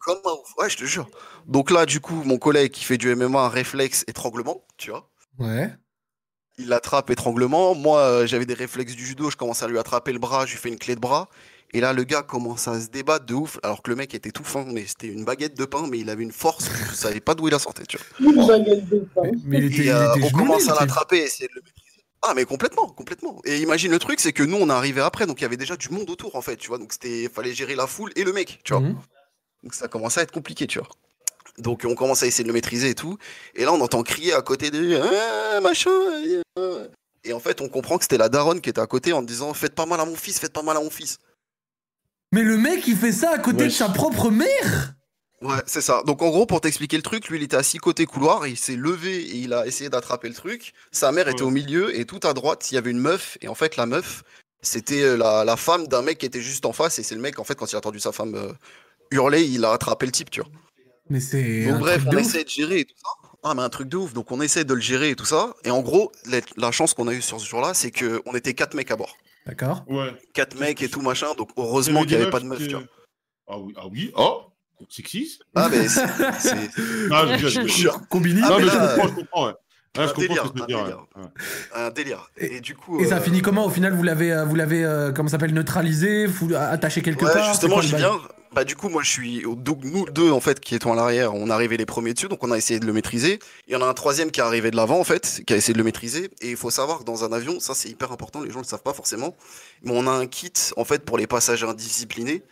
Comme un ouf. Ouais, je te jure. Donc là, du coup, mon collègue qui fait du MMA, réflexe, étranglement, tu vois. Ouais. il l'attrape étranglement. Moi, euh, j'avais des réflexes du judo, je commence à lui attraper le bras, je lui fais une clé de bras. Et là, le gars commence à se débattre de ouf, alors que le mec était tout fin, mais c'était une baguette de pain, mais il avait une force, <laughs> je savais pas d'où il la sortait, tu vois. Mais il était, Et, il euh, était on gelé, commence le à type. l'attraper, essayer de le maîtriser. Ah, mais complètement, complètement. Et imagine le truc, c'est que nous, on est arrivé après, donc il y avait déjà du monde autour, en fait, tu vois. Donc c'était, fallait gérer la foule et le mec, tu vois. Mhm. Donc ça commençait à être compliqué, tu vois. Donc on commence à essayer de le maîtriser et tout. Et là, on entend crier à côté des Ah, machin. euh, euh. Et en fait, on comprend que c'était la daronne qui était à côté en disant Faites pas mal à mon fils, faites pas mal à mon fils. Mais le mec, il fait ça à côté de sa propre mère Ouais, c'est ça. Donc en gros, pour t'expliquer le truc, lui, il était assis côté couloir, il s'est levé et il a essayé d'attraper le truc. Sa mère était au milieu et tout à droite, il y avait une meuf. Et en fait, la meuf, c'était euh, la, la femme d'un mec qui était juste en face. Et c'est le mec, en fait, quand il a entendu sa femme euh, hurler, il a attrapé le type, tu vois. Mais c'est. Donc un bref, truc on de ouf. essaie de gérer et tout ça. Ah mais un truc de ouf. Donc on essaie de le gérer et tout ça. Et en gros, la, la chance qu'on a eue sur ce jour-là, c'est que on était quatre mecs à bord. D'accord. Ouais. Quatre mecs et tout machin. Donc heureusement qu'il n'y avait pas de meuf. meufs, Tu vois. Ah oui, ah oui, oh Sexy Ah mais <laughs> c'est. c'est- <laughs> Non, je rigole, je rigole. <laughs> Combini Non, Ah, mais mais je là, comprends, je comprends, ouais. Ah, Ouais, un je comprends délire, ce que tu veux un dire, délire. Un délire. Et, du coup. Et ça euh, a fini comment Au final, vous l'avez, euh, vous l'avez, euh, comment ça s'appelle, neutralisé, fou- attaché quelque Ouais, part c'est justement, quoi le je bail viens. Bah, du coup, moi, je suis. Donc, nous deux, en fait, qui étions à l'arrière, on arrivait les premiers dessus, donc on a essayé de le maîtriser. Il y en a un troisième qui est arrivé de l'avant, en fait, qui a essayé de le maîtriser. Et il faut savoir que dans un avion, ça, c'est hyper important, les gens le savent pas forcément. Mais on a un kit, en fait, pour les passagers indisciplinés.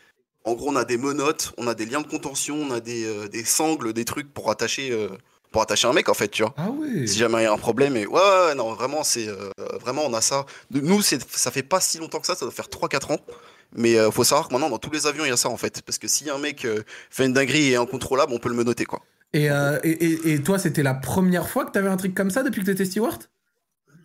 En gros, on a des menottes, on a des liens de contention, on a des, euh, des sangles, des trucs pour attacher, euh, pour attacher un mec, en fait, tu vois. Ah ouais. Si jamais il y a un problème, et ouais, ouais, ouais, non, vraiment, c'est euh, vraiment, on a ça. De- Nous, c'est- ça fait pas si longtemps que ça, ça doit faire 3-4 ans. Mais euh, faut savoir que maintenant, dans tous les avions, il y a ça en fait. Parce que si un mec euh, fait une dinguerie et est incontrôlable, on peut le menoter quoi. Et, euh, et, et- et toi, c'était la première fois que t'avais un truc comme ça depuis que t'étais steward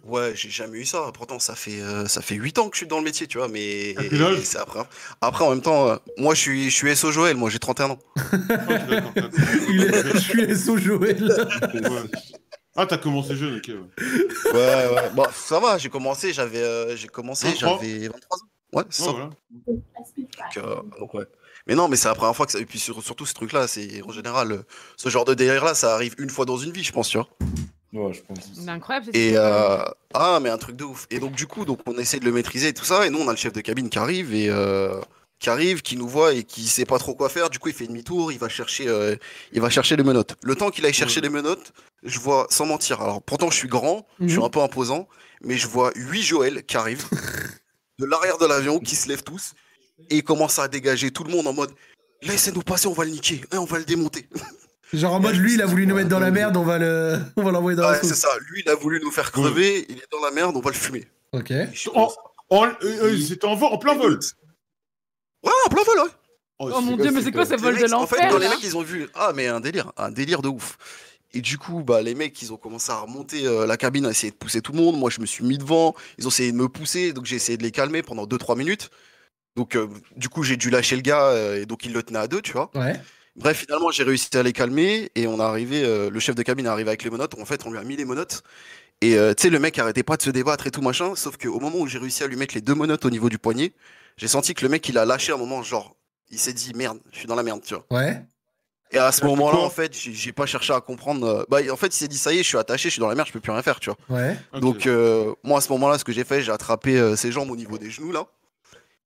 Ouais, j'ai jamais eu ça. Pourtant, ça fait, euh, ça fait 8 ans que je suis dans le métier, tu vois. Mais T'as quel âge c'est après. hein. Après, en même temps, euh, moi, je suis, je suis SO Joël, moi, j'ai 31 <laughs> ans. Il est... <laughs> Je suis SO Joël. Ah, t'as commencé jeune, ok. ouais. Ouais, ouais. Bon, ça va, j'ai commencé, j'avais euh, j'ai commencé, 23. j'avais 23 ans. Ouais, c'est ça. voilà. Donc, euh, donc, ouais. Mais non, mais c'est la première fois que ça. Et puis sur- surtout, ce truc-là, c'est en général, euh, ce genre de délire-là, ça arrive une fois dans une vie, je pense, tu vois. Ouais, je pense. C'est incroyable. cette Et histoire. euh, ah mais un truc de ouf. Et donc du coup donc on essaie de le maîtriser et tout ça et nous on a le chef de cabine qui arrive et euh, qui arrive qui nous voit et qui sait pas trop quoi faire. Du coup il fait demi-tour, il va chercher euh, il va chercher les menottes. Le temps qu'il aille chercher les menottes, je vois sans mentir. Alors pourtant je suis grand, je suis Mhm. un peu imposant, mais je vois huit Joël qui <laughs> arrivent de l'arrière de l'avion qui se lèvent tous et ils commencent à dégager tout le monde en mode laissez-nous passer, on va le niquer, hein, on va le démonter. Genre en mode, lui, il a voulu nous mettre dans la merde, on va le, <laughs> on va l'envoyer dans la Ouais, c'est ça. Lui il a voulu nous faire crever, il est dans la merde, on va le fumer. Ok. En- en- euh, euh, C'était en, vol- en plein vol. Ouais, en plein vol, ouais. Oh, mon Dieu, mais c'est quoi ce Les vol de mecs, En fait, l'enfer, quand les là mecs, ils ont vu. Ah, mais un délire, un délire de ouf. Et du coup, bah, les mecs, ils ont commencé à remonter euh, la cabine, à essayer de pousser tout le monde. Moi, je me suis mis devant. Ils ont essayé de me pousser. Donc, j'ai essayé de les calmer pendant 2-3 minutes. Donc, euh, du coup, j'ai dû lâcher le gars. euh, et donc, ils le tenaient à deux, tu vois. Ouais. Bref, finalement, j'ai réussi à les calmer. Et on est arrivé. euh, le chef de cabine est arrivé avec les monotes. En fait, on lui a mis les monotes. Et euh, tu sais, le mec arrêtait pas de se débattre et tout machin. Sauf qu'au moment où j'ai réussi à lui mettre les deux monotes au niveau du poignet, j'ai senti que le mec, il a lâché un moment. Genre, il s'est dit merde, je suis dans la merde, tu vois. Ouais. Et à ce moment-là, en fait, j'ai j'ai pas cherché à comprendre. euh, Bah, en fait, il s'est dit ça y est, je suis attaché, je suis dans la merde, je peux plus rien faire, tu vois. Ouais. Donc, euh, moi, à ce moment-là, ce que j'ai fait, j'ai attrapé euh, ses jambes au niveau des genoux, là.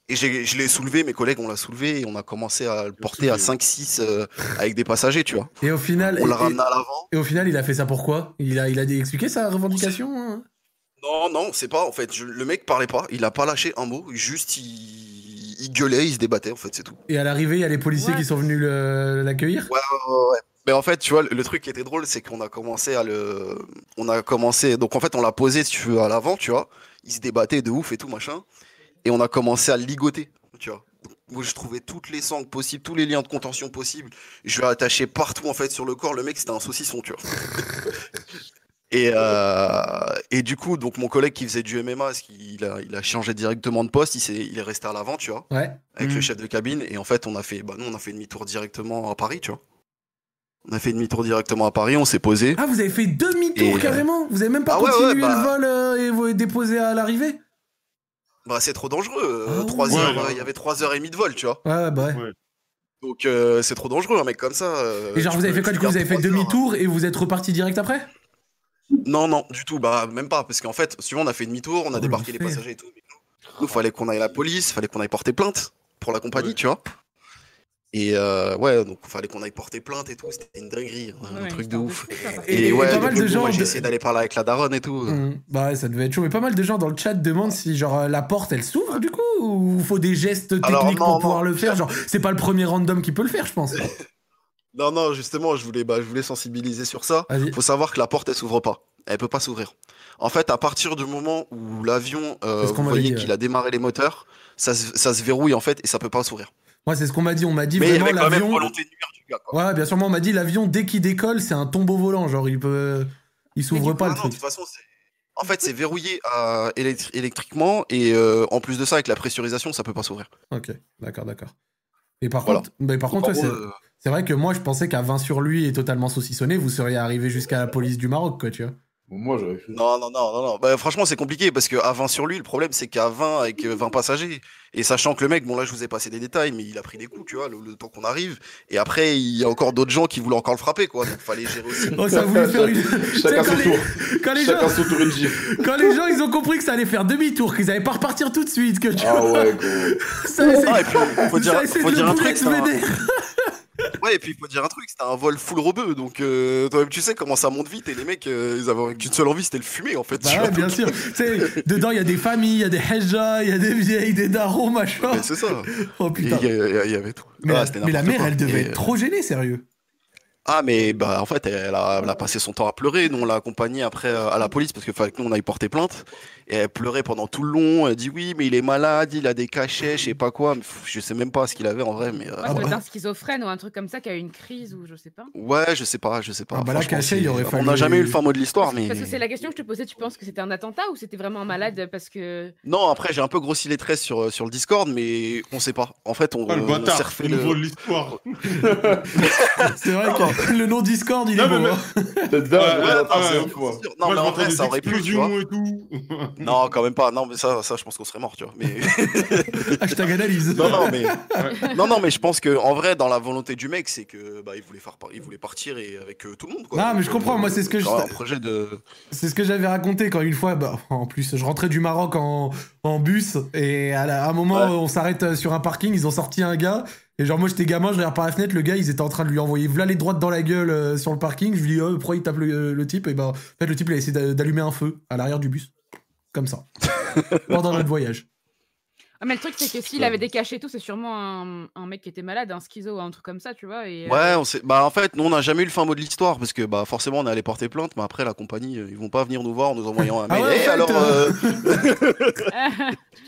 Et j'ai- je l'ai soulevé, mes collègues, on l'a soulevé et on a commencé à le porter à 5-6 euh, avec des passagers, tu vois. Et au final. On et- l'a et- ramené à l'avant. Et au final, il a fait ça pourquoi il a, il a expliqué sa revendication hein Non, non, c'est pas, en fait. je- le mec parlait pas, il a pas lâché un mot, juste il, il gueulait, il se débattait, en fait, c'est tout. Et à l'arrivée, il y a les policiers qui sont venus le- l'accueillir Ouais, ouais, ouais, ouais. Mais en fait, tu vois, le- le truc qui était drôle, c'est qu'on a commencé à le. On a commencé. Donc, en fait, on l'a posé, si tu veux, à l'avant, tu vois. Il se débattait de ouf et tout, machin. Et on a commencé à le ligoter, tu vois. Donc, moi, je trouvais toutes les sangles possibles, tous les liens de contention possibles. Je l'ai attaché partout, en fait, sur le corps. Le mec, c'était un saucisson, tu vois. <laughs> Et, euh, et du coup, donc mon collègue qui faisait du MMA, parce qu'il a, il a changé directement de poste, il, s'est- il est resté à l'avant, tu vois, Ouais. avec le chef de cabine. Et en fait, on a fait, bah, nous, on a fait demi-tour directement à Paris, tu vois. On a fait demi-tour directement à Paris, on s'est posé. Ah, vous avez fait demi-tour Et- euh, carrément Vous avez même pas Ah ouais, continué ouais, bah- le vol euh, et vous déposé à l'arrivée Bah, c'est trop dangereux. euh, trois Ah ouais. heures, euh, il y avait 3 heures et demie de vol, tu vois. Ouais, bah ouais. Donc, euh, c'est trop dangereux, un mec comme ça. euh, Et genre, tu vous avez peux- fait quoi tu du coup Vous gardes hein. avez fait trois heures. demi-tour et vous êtes reparti direct après Non, non, du tout, bah même pas, parce qu'en fait, suivant, on a fait demi-tour, Oh, on a débarqué les passagers et tout. mais nous, Nous, fallait qu'on aille à la police, fallait qu'on aille porter plainte pour la compagnie, tu vois. Et euh, ouais, donc fallait qu'on aille porter plainte et tout, c'était une dinguerie, hein, un Ouais, truc de ouf. Et- Et, et ouais, pas mal du de coup, gens moi, de- j'ai essayé d'aller parler avec la daronne et tout. Mhm. Bah ouais, ça devait être chaud. Mais pas mal de gens dans le chat demandent si genre euh, la porte elle s'ouvre du coup ou faut des gestes techniques Alors, non, pour non. pouvoir le faire. Genre c'est pas le premier random qui peut le faire, <laughs> je pense. Non, non, justement, je voulais, bah, je voulais sensibiliser sur ça. Faut savoir que la porte, elle s'ouvre pas. Elle peut pas s'ouvrir. En fait, à partir du moment où l'avion, euh, C'est ce qu'on vous m'avait voyez dit, qu'il a démarré les moteurs, ça, se- ça se verrouille en fait et ça peut pas s'ouvrir. Moi c'est ce qu'on m'a dit. On m'a dit Mais il y vraiment avait quand même l'avion. volonté de nuire du gars. quoi. Ouais, bien sûr. moi, on m'a dit l'avion dès qu'il décolle c'est un tombeau volant. Genre il peut, il s'ouvre pas Ah le non, de truc. toute façon, c'est- en fait, c'est verrouillé euh, électri- électriquement et euh, en plus de ça, avec la pressurisation, ça peut pas s'ouvrir. Ok, d'accord, d'accord. Et par Voilà. contre, mais par Donc, contre, en ouais, c'est gros, euh, c'est vrai que moi je pensais qu'à 20 sur lui et totalement saucissonné, vous seriez arrivé jusqu'à la police du Maroc, quoi, tu vois. Moi, j'aurais Non, non, non, non, non. Bah, franchement, c'est compliqué parce qu'à 20 sur lui, le problème, c'est qu'à 20 avec euh, 20 passagers, et sachant que le mec, bon, là, je vous ai passé des détails, mais il a pris des coups, tu vois, le, le temps qu'on arrive. Et après, il y a encore d'autres gens qui voulaient encore le frapper, quoi. Donc, fallait gérer aussi. Oh, ça voulait <laughs> faire une. Tu sais, quand les- <laughs> Quand les, gens... <laughs> quand les gens, ils ont compris que ça allait faire demi-tour, qu'ils allaient pas repartir tout de suite, que tu Ah ouais, <laughs> Ça, c'est- Ah, et puis, <laughs> faut dire, ça, c'est faut de dire le un truc. hein. boulex c'est un- vénère. <laughs> Ouais, et puis, faut dire un truc, c'était un vol full rebeu. Donc, euh, toi-même, tu sais comment ça monte vite. Et les mecs, euh, ils avaient qu'une seule envie, c'était le fumer, en fait. <laughs> Bah tu vois. ouais, bien sûr. Tu sais, dedans, il y a des familles, il y a des hajjas, il y a des vieilles, des darons, machin. Mais c'est ça. Oh putain. Il y, a- il y avait tout. Mais, Ah, la, c'était mais la n'importe mère, quoi. elle devait Et- être trop gênée, sérieux. Ah mais bah en fait elle a, elle a passé son temps à pleurer, nous on l'a accompagnée après euh, à la police parce que fallait que nous on aille porter plainte et elle pleurait pendant tout le long, elle dit oui mais il est malade, il a des cachets, je sais pas quoi, mais pff, je sais même pas ce qu'il avait en vrai mais euh, Moi, ça doit être un schizophrène ou un truc comme ça qui a eu une crise ou je sais pas. ouais je sais pas, je sais pas. Ah, bah là, Franchement, cachet, il c'est- aurait On n'a fallu- jamais eu le fin mot de l'histoire mais Parce que c'est la question que je te posais, tu penses que c'était un attentat ou c'était vraiment un malade parce que. non après j'ai un peu grossi les traits sur euh, sur le Discord mais on sait pas. En fait on, Ah, le on bâtard, s'est refait il nous Euh, le- <laughs> vole l'histoire. C'est vrai que le nom Discord, il est beau. hein. Non, Moi, mais je en m'attends vrai, des ça aurait pu, tu vois. explosions et tout. <laughs> non, quand même pas. Non, mais ça, ça je pense qu'on serait mort, tu vois. Mais... <laughs> Hashtag analyse. Non, non, mais... non, non, mais je pense que en vrai, dans la volonté du mec, c'est que bah, il voulait faire, par- il voulait partir et avec euh, tout le monde. Quoi. Ah, mais je Donc, comprends, moi, c'est ce que je- genre, Un projet de. C'est ce que j'avais raconté quand une fois, bah, en plus, je rentrais du Maroc en, en bus et à, la- à un moment, on s'arrête euh, sur un parking, ils ont sorti un gars. Et genre, moi, j'étais gamin, je regarde par la fenêtre, le gars, ils étaient en train de lui envoyer v'là les droites dans la gueule euh, sur le parking. Je lui dis, oh, pourquoi il tape le, le type Et ben, en fait, le type, il a essayé d'a- d'allumer un feu à l'arrière du bus. <laughs> Comme ça. Pendant notre voyage. Ah, mais le truc, c'est que s'il avait des cachets et tout, c'est sûrement un, un mec qui était malade, un schizo ou un truc comme ça, tu vois. Et, euh, Ouais, on sait... bah en fait, nous on n'a jamais eu le fin mot de l'histoire parce que bah forcément on est allé porter plainte, mais après la compagnie euh, ils vont pas venir nous voir en nous envoyant un Ah mail. ouais, en Eh, fait, alors euh,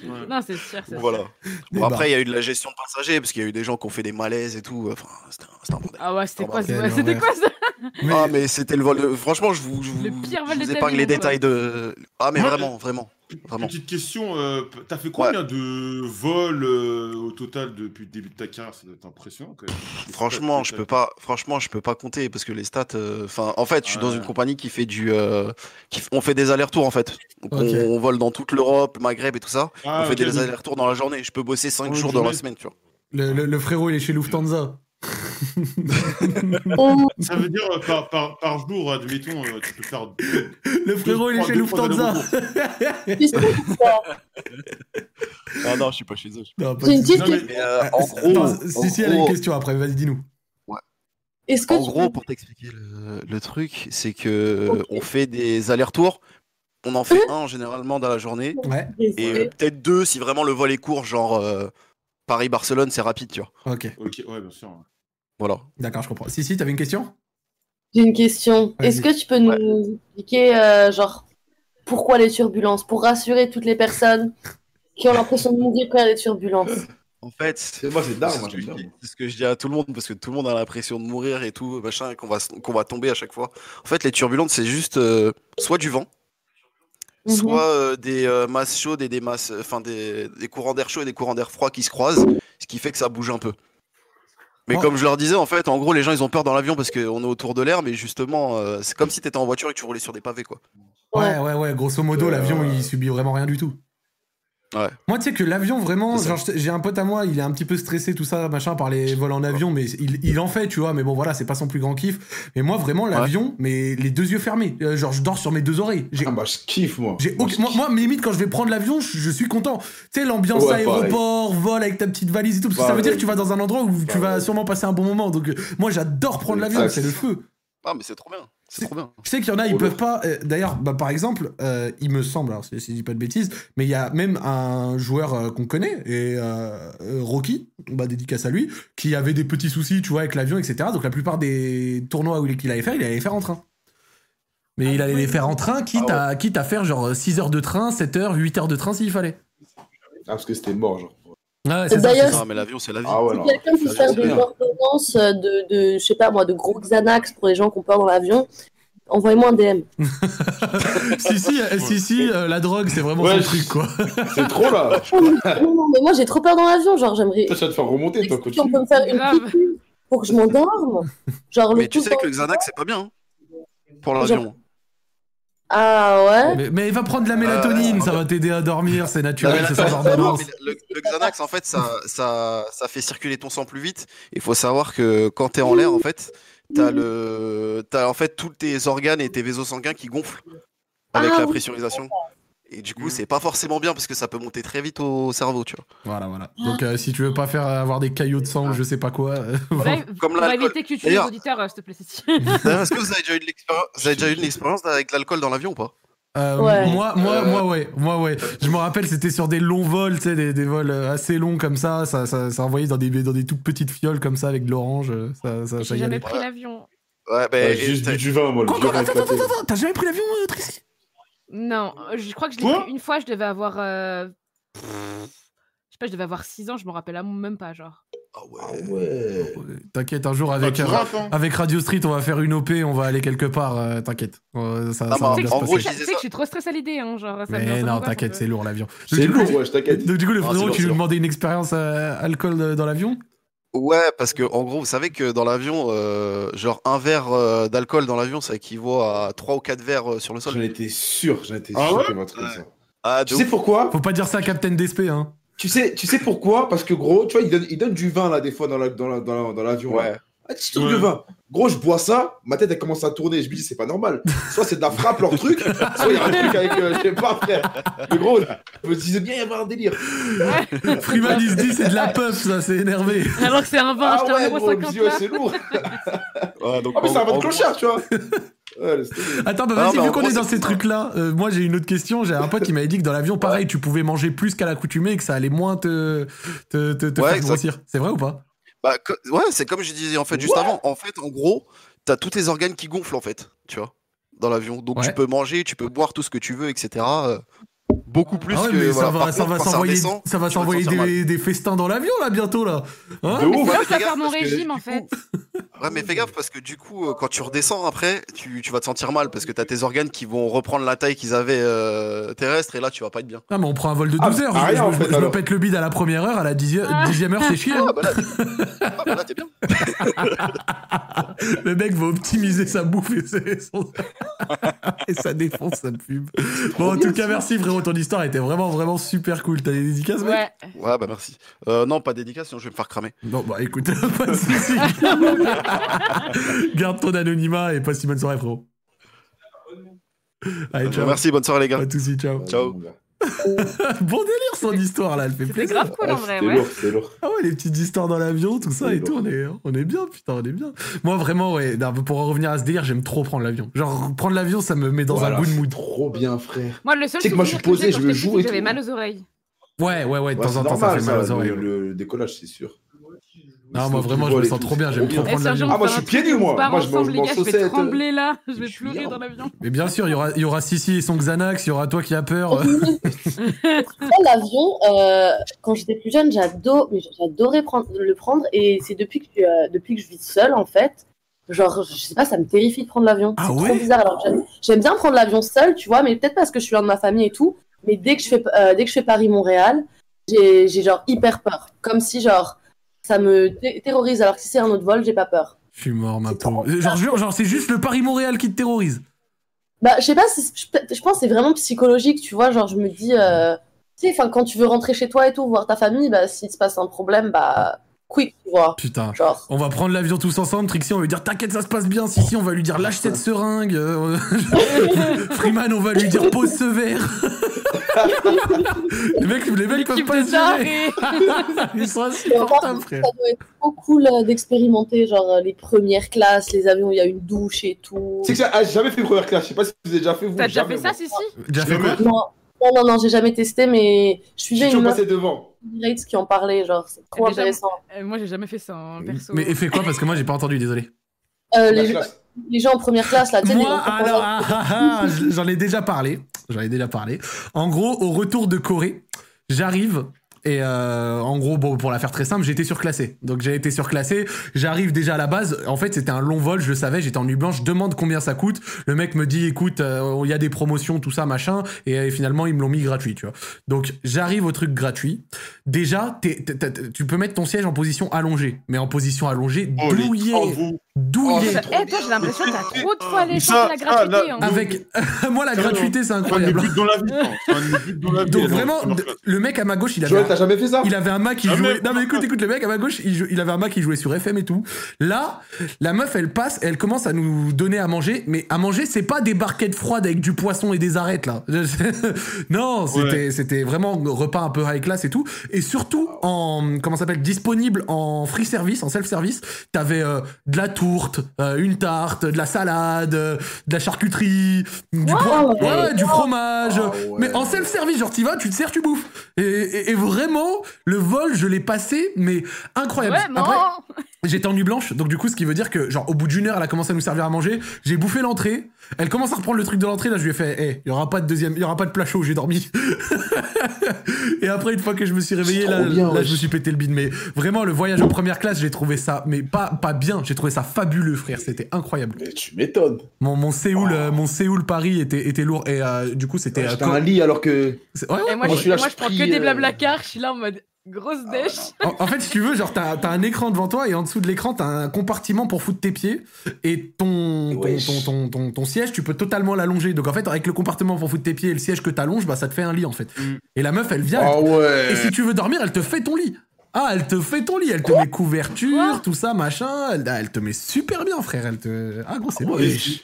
Ouais. non, c'est sûr. c'est voilà. sûr. Bon, après il y a eu de la gestion de passagers parce qu'il y a eu des gens qui ont fait des malaises et tout. Enfin, c'était un- c'était un bordel. Ah ouais, c'était quoi, Quel ce- c'était quoi ça Ah mais c'était le vol. de- Franchement, je vous, je vous, pire je vol de vous ta épargne vie, les mon pote. détails de. Ah mais Moi, vraiment, vraiment, vraiment. Petite question, euh, p- t'as fait combien de vols euh, au total depuis le début de ta carrière Ça doit être impressionnant quand même. Franchement, je peux pas. Franchement, je peux pas compter parce que les stats. euh, Enfin, en fait, je suis dans une compagnie qui fait du. euh, qui f- on fait des allers-retours en fait. Donc, on- Ok. on, vole dans toute l'Europe, Maghreb et tout ça. Ah, on fait ok, des donc- allers-retours dans la journée. Je peux bosser 5 une jours dans la journée. semaine, tu vois. Le, le- le frérot, il est chez Lufthansa. Ça veut dire euh, par, par, par jour, admettons, euh, tu peux faire. Le frérot, il est chez Lufthansa. Ah non, je suis pas chez eux. Non, pas J'ai de une soucis. petite question. Mais, euh, en gros, Attends, si, en si, elle a une gros- question après, vas-y, dis-nous. Est-ce en gros, pour t'expliquer le, le truc, c'est que on fait des allers-retours. On en fait un généralement dans la journée. Ouais. Et euh, peut-être deux si vraiment le vol est court, genre euh, Paris-Barcelone, c'est rapide, tu vois. Ok. Ok, ouais, bien sûr. Voilà. D'accord, je comprends. Si, si, t'avais une question J'ai une question. Vas-y. Est-ce que tu peux nous expliquer, euh, genre, pourquoi les turbulences Pour rassurer toutes les personnes qui ont l'impression de mourir quand il y a des Euh, turbulences. En fait, c'est moi, c'est d'art, ce moi, que j'aime je bien, dis- c'est ce que je dis à tout le monde parce que tout le monde a l'impression de mourir et tout, machin, et qu'on va, s- qu'on va tomber à chaque fois. En fait, les turbulentes, c'est juste euh, soit du vent, soit euh, des euh, masses chaudes et des masses, euh, enfin des, des courants d'air chaud et des courants d'air froid qui se croisent, ce qui fait que ça bouge un peu. Mais comme je leur disais, en fait, en gros, les gens, ils ont peur dans l'avion parce qu'on est autour de l'air, mais justement, euh, c'est comme si t'étais en voiture et que tu roulais sur des pavés, quoi. Euh, Ouais, ouais, ouais, grosso modo, l'avion, il subit vraiment rien du tout. Ouais. Moi, tu sais que l'avion, vraiment, genre, je- j'ai un pote à moi, il est un petit peu stressé, tout ça, machin, par les vols en avion, mais il, il en fait, tu vois, mais bon, voilà, c'est pas son plus grand kiff. Mais moi, vraiment, l'avion, mais les deux yeux fermés. Euh, genre, je dors sur mes deux oreilles. J'ai- Ah, bah, je kiffe, moi. J'ai aucun- moi, moi, limite, quand je vais prendre l'avion, je, je suis content. Tu sais, l'ambiance Ouais, pareil. aéroport, vol avec ta petite valise et tout, parce que ça veut Pareil. dire que tu vas dans un endroit où tu vas sûrement passer un bon moment. Donc, euh, moi, j'adore prendre l'avion, Exact. c'est le feu. Ah, mais c'est trop bien. C'est trop bien. Je sais qu'il y en a, Oh, ils peuvent pas. euh, D'ailleurs, bah, par exemple, euh, il me semble, alors si si je dis pas de bêtises, mais il y a même un joueur euh, qu'on connaît, et euh, euh, Rocky, bah, dédicace à lui, qui avait des petits soucis, tu vois, avec l'avion, etc. Donc la plupart des tournois où il- qu'il allait faire, il allait les faire en train. Mais il allait les faire en train, quitte, Ah à, quitte à faire genre 6 heures de train, 7 heures, 8 heures de train s'il fallait. Ah, parce que c'était mort, genre. Ouais, c'est ça, D'ailleurs, c'est ça. Non, mais l'avion, c'est la vie. Ah ouais, Si non. quelqu'un peut Ça, faire c'est des bien. ordonnances euh, de, de, je sais pas moi, de gros Xanax pour les gens qu'on perd dans l'avion, envoyez-moi un DM. si, si, euh, si, si, euh, la drogue, c'est vraiment son truc, quoi. <laughs> C'est trop là. non, non, mais moi j'ai trop peur dans l'avion, genre j'aimerais. Toi, tu vas te faire remonter, toi, Si on continue. peut me faire une piqûre pour que je m'endorme, genre le Mais tu coup sais dans- que le Xanax, c'est pas bien. hein, Pour l'avion. Oh. Ah ouais Mais, mais va prendre de la mélatonine, ça va t'aider à dormir, c'est naturel, c'est <laughs> sans Non, ordonnance. mais le, le Xanax, en fait, ça, ça, ça fait circuler ton sang plus vite. Il faut savoir que quand t'es en l'air, en fait, t'as le, t'as en fait tous tes organes et tes vaisseaux sanguins qui gonflent avec Ah la oui. pressurisation. Et du Mm. coup, c'est pas forcément bien parce que ça peut monter très vite au cerveau, tu vois. Voilà, voilà. Donc euh, si tu veux pas faire avoir des caillots de sang ou je sais pas quoi. euh, <laughs> voilà. <laughs> Comme on va l'alcool. éviter que tu tues les D'ailleurs, auditeurs, euh, s'il te plaît, Cécile. <laughs> d'ailleurs, <laughs> est-ce que vous avez déjà eu de l'expérience- vous avez déjà eu une expérience avec l'alcool dans l'avion ou pas Euh, Ouais. Moi, moi, Euh, moi, ouais, moi, ouais. Je me rappelle, c'était sur des longs vols, tu sais, des, des vols euh, assez longs comme ça. Ça, ça, ça envoyait dans des, dans des toutes petites fioles comme ça avec de l'orange. euh, Ça, ça, ça J'ai y jamais allait. pris l'avion. Ouais, Bah, ben, j'ai juste bu du vin, moi, le Quoi, vieux vin quoi, attends, éclaté. attends, attends, t'as jamais pris l'avion, euh, Tracy Non, euh, je crois que je l'ai Quoi pris une fois, je devais avoir. euh, pff, Je sais pas, je devais avoir 6 ans, je m'en rappelle même pas, genre. Ouais. T'inquiète, un jour avec, tu euh, rates, hein. avec Radio Street, on va faire une OP, on va aller quelque part. euh, t'inquiète. Euh, Ah ça, bah, ça va Tu sais bien que- se tu sais passer. que je suis trop stressée à l'idée, hein, genre. ça me met Mais un peu non, angoisse, un t'inquiète, peu. c'est lourd l'avion. C'est Du coup, lourd, ouais, je t'inquiète. Donc du coup, le Non, Ah, c'est frérot, lourd, c'est tu lui lourd. demandais une expérience euh, alcool euh, <laughs> dans l'avion Ouais, parce que en gros, vous savez que dans l'avion, euh, genre un verre euh, d'alcool dans l'avion, ça équivaut à trois ou quatre verres euh, sur le sol. J'en étais sûr, j'en étais Ah sûr ouais qu'il y avait un truc comme ça. Ah, tu sais pourquoi Faut pas dire ça à Captain DSP, hein. Tu sais, tu sais pourquoi Parce que gros, tu vois, ils donnent, ils donnent du vin là des fois dans l'avion. La, dans la, dans l'avion ouais. Ah, tu tournes le vin. Gros, je bois ça, ma tête elle commence à tourner. Je me dis, c'est pas normal. Soit c'est de la frappe leur truc, soit il y a un truc avec, euh, je sais pas, frère. Mais gros, je me disais bien y avoir un délire. Freeman, il se dit, c'est de la puff, ça, c'est énervé. <laughs> Alors que c'est un vin, Ah acheté ouais, un gros, euro le cinquante, vieux, là. c'est lourd. <laughs> Ouais, donc, Ah, mais c'est en- un vin en de gros- clochard, <laughs> tu vois. Ouais, laisse tomber. Attends, bah Non, vas-y, mais vu en qu'on gros, est dans c'est- ces trucs-là, euh, moi j'ai une autre question. J'ai un pote qui m'avait dit que dans l'avion, pareil, tu pouvais manger plus qu'à l'accoutumée et que ça allait moins te, te, te, te Ouais, faire exact. grossir. C'est vrai ou pas Bah, co- ouais, c'est comme je disais en fait juste avant. En fait, en gros, t'as tous tes organes qui gonflent en fait, tu vois, dans l'avion. Donc tu peux manger, tu peux boire tout ce que tu veux, etc. euh, beaucoup plus Ah ouais, que mais ça voilà. va- Par ça contre, va quand ça s'envoyer redescend, ça va tu vas te s'envoyer sentir mal. des, des festins dans l'avion, là, bientôt, là. Hein De ouf. C'est là que je Ouais, fais vais gaffe, faire mon parce que- régime, en fait. Ouais, mais fais gaffe parce que du coup, euh, quand tu redescends après, tu, tu vas te sentir mal parce que t'as tes organes qui vont reprendre la taille qu'ils avaient euh, terrestre et là tu vas pas être bien. Ah, mais on prend un vol de Ah, 12 heures. bah, Je- rien, en je, je- fait, je me alors. pète le bide à la première heure, à la dixième, dixième heure, c'est chier. Ah, bah là, bah <laughs> Le mec va optimiser sa bouffe et, ses- <laughs> son- et sa défense, sa pub. Bon, en tout cas, merci frérot, ton histoire était vraiment, vraiment super cool. T'as des dédicaces, mec Ouais. Ouais, bah merci. Euh, non, pas dédicace, sinon je vais me faire cramer. Non, bah écoute, <laughs> pas de soucis. <laughs> Garde ton anonymat et passe une bonne soirée, frérot. <laughs> Allez, ciao. Euh, Merci, bonne soirée les gars. Pas de soucis, ciao. Ciao. bon délire, son histoire là, elle fait plaisir. grave cool, en Ah, vrai, c'était ouais. lourd, c'était lourd. Ah ouais, les petites histoires dans l'avion, tout ça C'était et tout, on est, on est bien, putain, on est bien. Moi vraiment, ouais, non, pour en revenir à ce délire, j'aime trop prendre l'avion. Genre, prendre l'avion, ça me met dans Voilà, un good c'est mood. Trop bien, frère. Moi, le seul Tu sais que moi, je souvenir suis que j'ai posé, quand je me j'étais petite, joue et J'avais tout. mal aux oreilles. Ouais, ouais, ouais, de Ouais, temps c'est en temps, ça normal, fait mal aux ça, oreilles. le, le décollage, c'est sûr. Non, moi Surtout vraiment, je me vol et sens tout, trop bien, c'est Eh, j'aime trop trop bien. prendre l'avion. Ah, moi, je suis pieds nus, moi. Part Moi, je mange ensemble, les mon gars, je vais saucette. trembler là. Je vais pleurer dans l'avion. Mais bien sûr, il y aura, il y aura Sissi et son Xanax, il y aura toi qui as <laughs> peur. Moi, l'avion, euh, quand j'étais plus jeune, j'ado- mais j'adorais prendre- le prendre et c'est depuis que, euh, depuis que je vis seule en fait. Genre, je sais pas, ça me terrifie de prendre l'avion. c'est trop bizarre. Alors, j'aime- j'aime bien prendre l'avion seule, tu vois, mais peut-être parce que je suis loin de ma famille et tout. Mais dès que je fais, euh, dès que je fais Paris-Montréal, j'ai j'ai genre hyper peur. Comme si, genre, ça me té- terrorise. Alors que si c'est un autre vol, j'ai pas peur. Je suis mort, ma pauvre. Genre, je- genre c'est juste le Paris-Montréal qui te terrorise. Bah, je sais pas, si- je je pense que c'est vraiment psychologique, tu vois. Genre, je me dis, euh, Tu sais, enfin, quand tu veux rentrer chez toi et tout, voir ta famille, bah, s'il se passe un problème, bah, quick, tu vois. Putain, on va prendre l'avion tous ensemble, Trixie, on va lui dire t'inquiète, ça se passe bien, si si, on va lui dire lâche cette seringue, euh, <laughs> Freeman, on va lui dire pose ce verre. <laughs> les mecs, les mecs peuvent pas se gérer. <laughs> Ils sont insupportables, frère. Ça doit être trop cool euh, d'expérimenter, genre, euh, les premières classes, les avions, où il y a une douche et tout. C'est que ça, ah, j'ai jamais fait première classe. Je sais pas si vous avez déjà fait vous. T'as déjà jamais, fait ça, moi. si, si Déjà fait quoi Non, non, non, non, j'ai jamais testé, mais je suivais J'ai toujours une meuf passé devant. Rates qui en parlait, genre, c'est trop Déjà, intéressant. euh, Moi, j'ai jamais fait ça en perso. Mais et fais quoi Parce que moi j'ai pas entendu, désolé. Euh, les, les gens en première classe, là, tu sais, les Moi, gens qui font alors, ça. ah, ah, ah, j'en ai déjà parlé. J'en ai déjà parlé. En gros, au retour de Corée, j'arrive. Et euh, en gros, bon, pour la faire très simple, j'ai été surclassé. Donc j'ai été surclassé. J'arrive déjà à la base. En fait, c'était un long vol, je le savais. J'étais en nuit blanche. Je demande combien ça coûte. Le mec me dit, écoute, euh, il y a des promotions, tout ça, machin. Et, euh, finalement, ils me l'ont mis gratuit, tu vois. Donc j'arrive au truc gratuit. Déjà, t'es- t'es- t'es- tu peux mettre ton siège en position allongée. Mais en position allongée, douillet. Oh, Douillet. Eh, toi, j'ai l'impression que t'as trop de fois les gens Ça, de la ça, gratuité. là, hein. Avec <laughs> moi la Ça, gratuité c'est incroyable. hein. Donc vraiment de- le mec à ma gauche il avait Joël, un- t'as jamais fait ça Il avait un Mac il Jamais. jouait Non mais écoute écoute le mec à ma gauche il, jou- il avait un Mac il jouait sur FM et tout. Là la meuf elle passe elle commence à nous donner à manger mais à manger c'est pas des barquettes froides avec du poisson et des arêtes là. <laughs> non, c'était c'était vraiment repas un peu high class et tout et surtout en comment ça s'appelle disponible en free service en self service, t'avais euh, de la tourte, euh, une tarte, de la salade, euh, de la charcuterie, du Wow. pois- Ouais. ouais, du fromage. Ah Mais en self-service, genre, t'y vas, tu te sers, tu bouffes. Et, et- et vraiment, le vol, je l'ai passé, mais incroyable. Ouais, Après, maman. j'étais en nuit blanche, donc du coup, ce qui veut dire que, genre, au bout d'une heure, elle a commencé à nous servir à manger. J'ai bouffé l'entrée. Elle commence à reprendre le truc de l'entrée. Là, je lui ai fait, hé, il y aura pas de deuxième, il y aura pas de plat chaud, j'ai dormi. <laughs> et après, une fois que je me suis réveillé, là, trop bien, là, wesh. je me suis pété le bide. Mais vraiment, le voyage en première classe, j'ai trouvé ça, mais pas, pas bien. J'ai trouvé ça fabuleux, frère. C'était incroyable. Tu m'étonnes. Mon, mon Séoul, euh, mon Séoul Paris était, était lourd et euh, du coup c'était. Oh. j'étais un lit alors que. Ouais, ouais, Et moi, ouais. je, moi, je prends que des blabla cars, je suis là en mode grosse dèche. euh, En, en fait, si tu veux, genre, t'as t'as un écran devant toi et en dessous de l'écran, t'as un compartiment pour foutre tes pieds et ton, ton, Wesh. ton, ton, ton- ton siège, tu peux totalement l'allonger. Donc en fait, avec le compartiment pour foutre tes pieds et le siège que t'allonges, bah ça te fait un lit en fait. Mm. Et la meuf, elle vient. Ah elle- ouais. Et si tu veux dormir, elle te fait ton lit. Ah, elle te fait ton lit, elle te met couverture, tout ça, machin. Elle, ah, elle te met super bien, frère. Elle te. Ah, gros, c'est beau. Et c'est-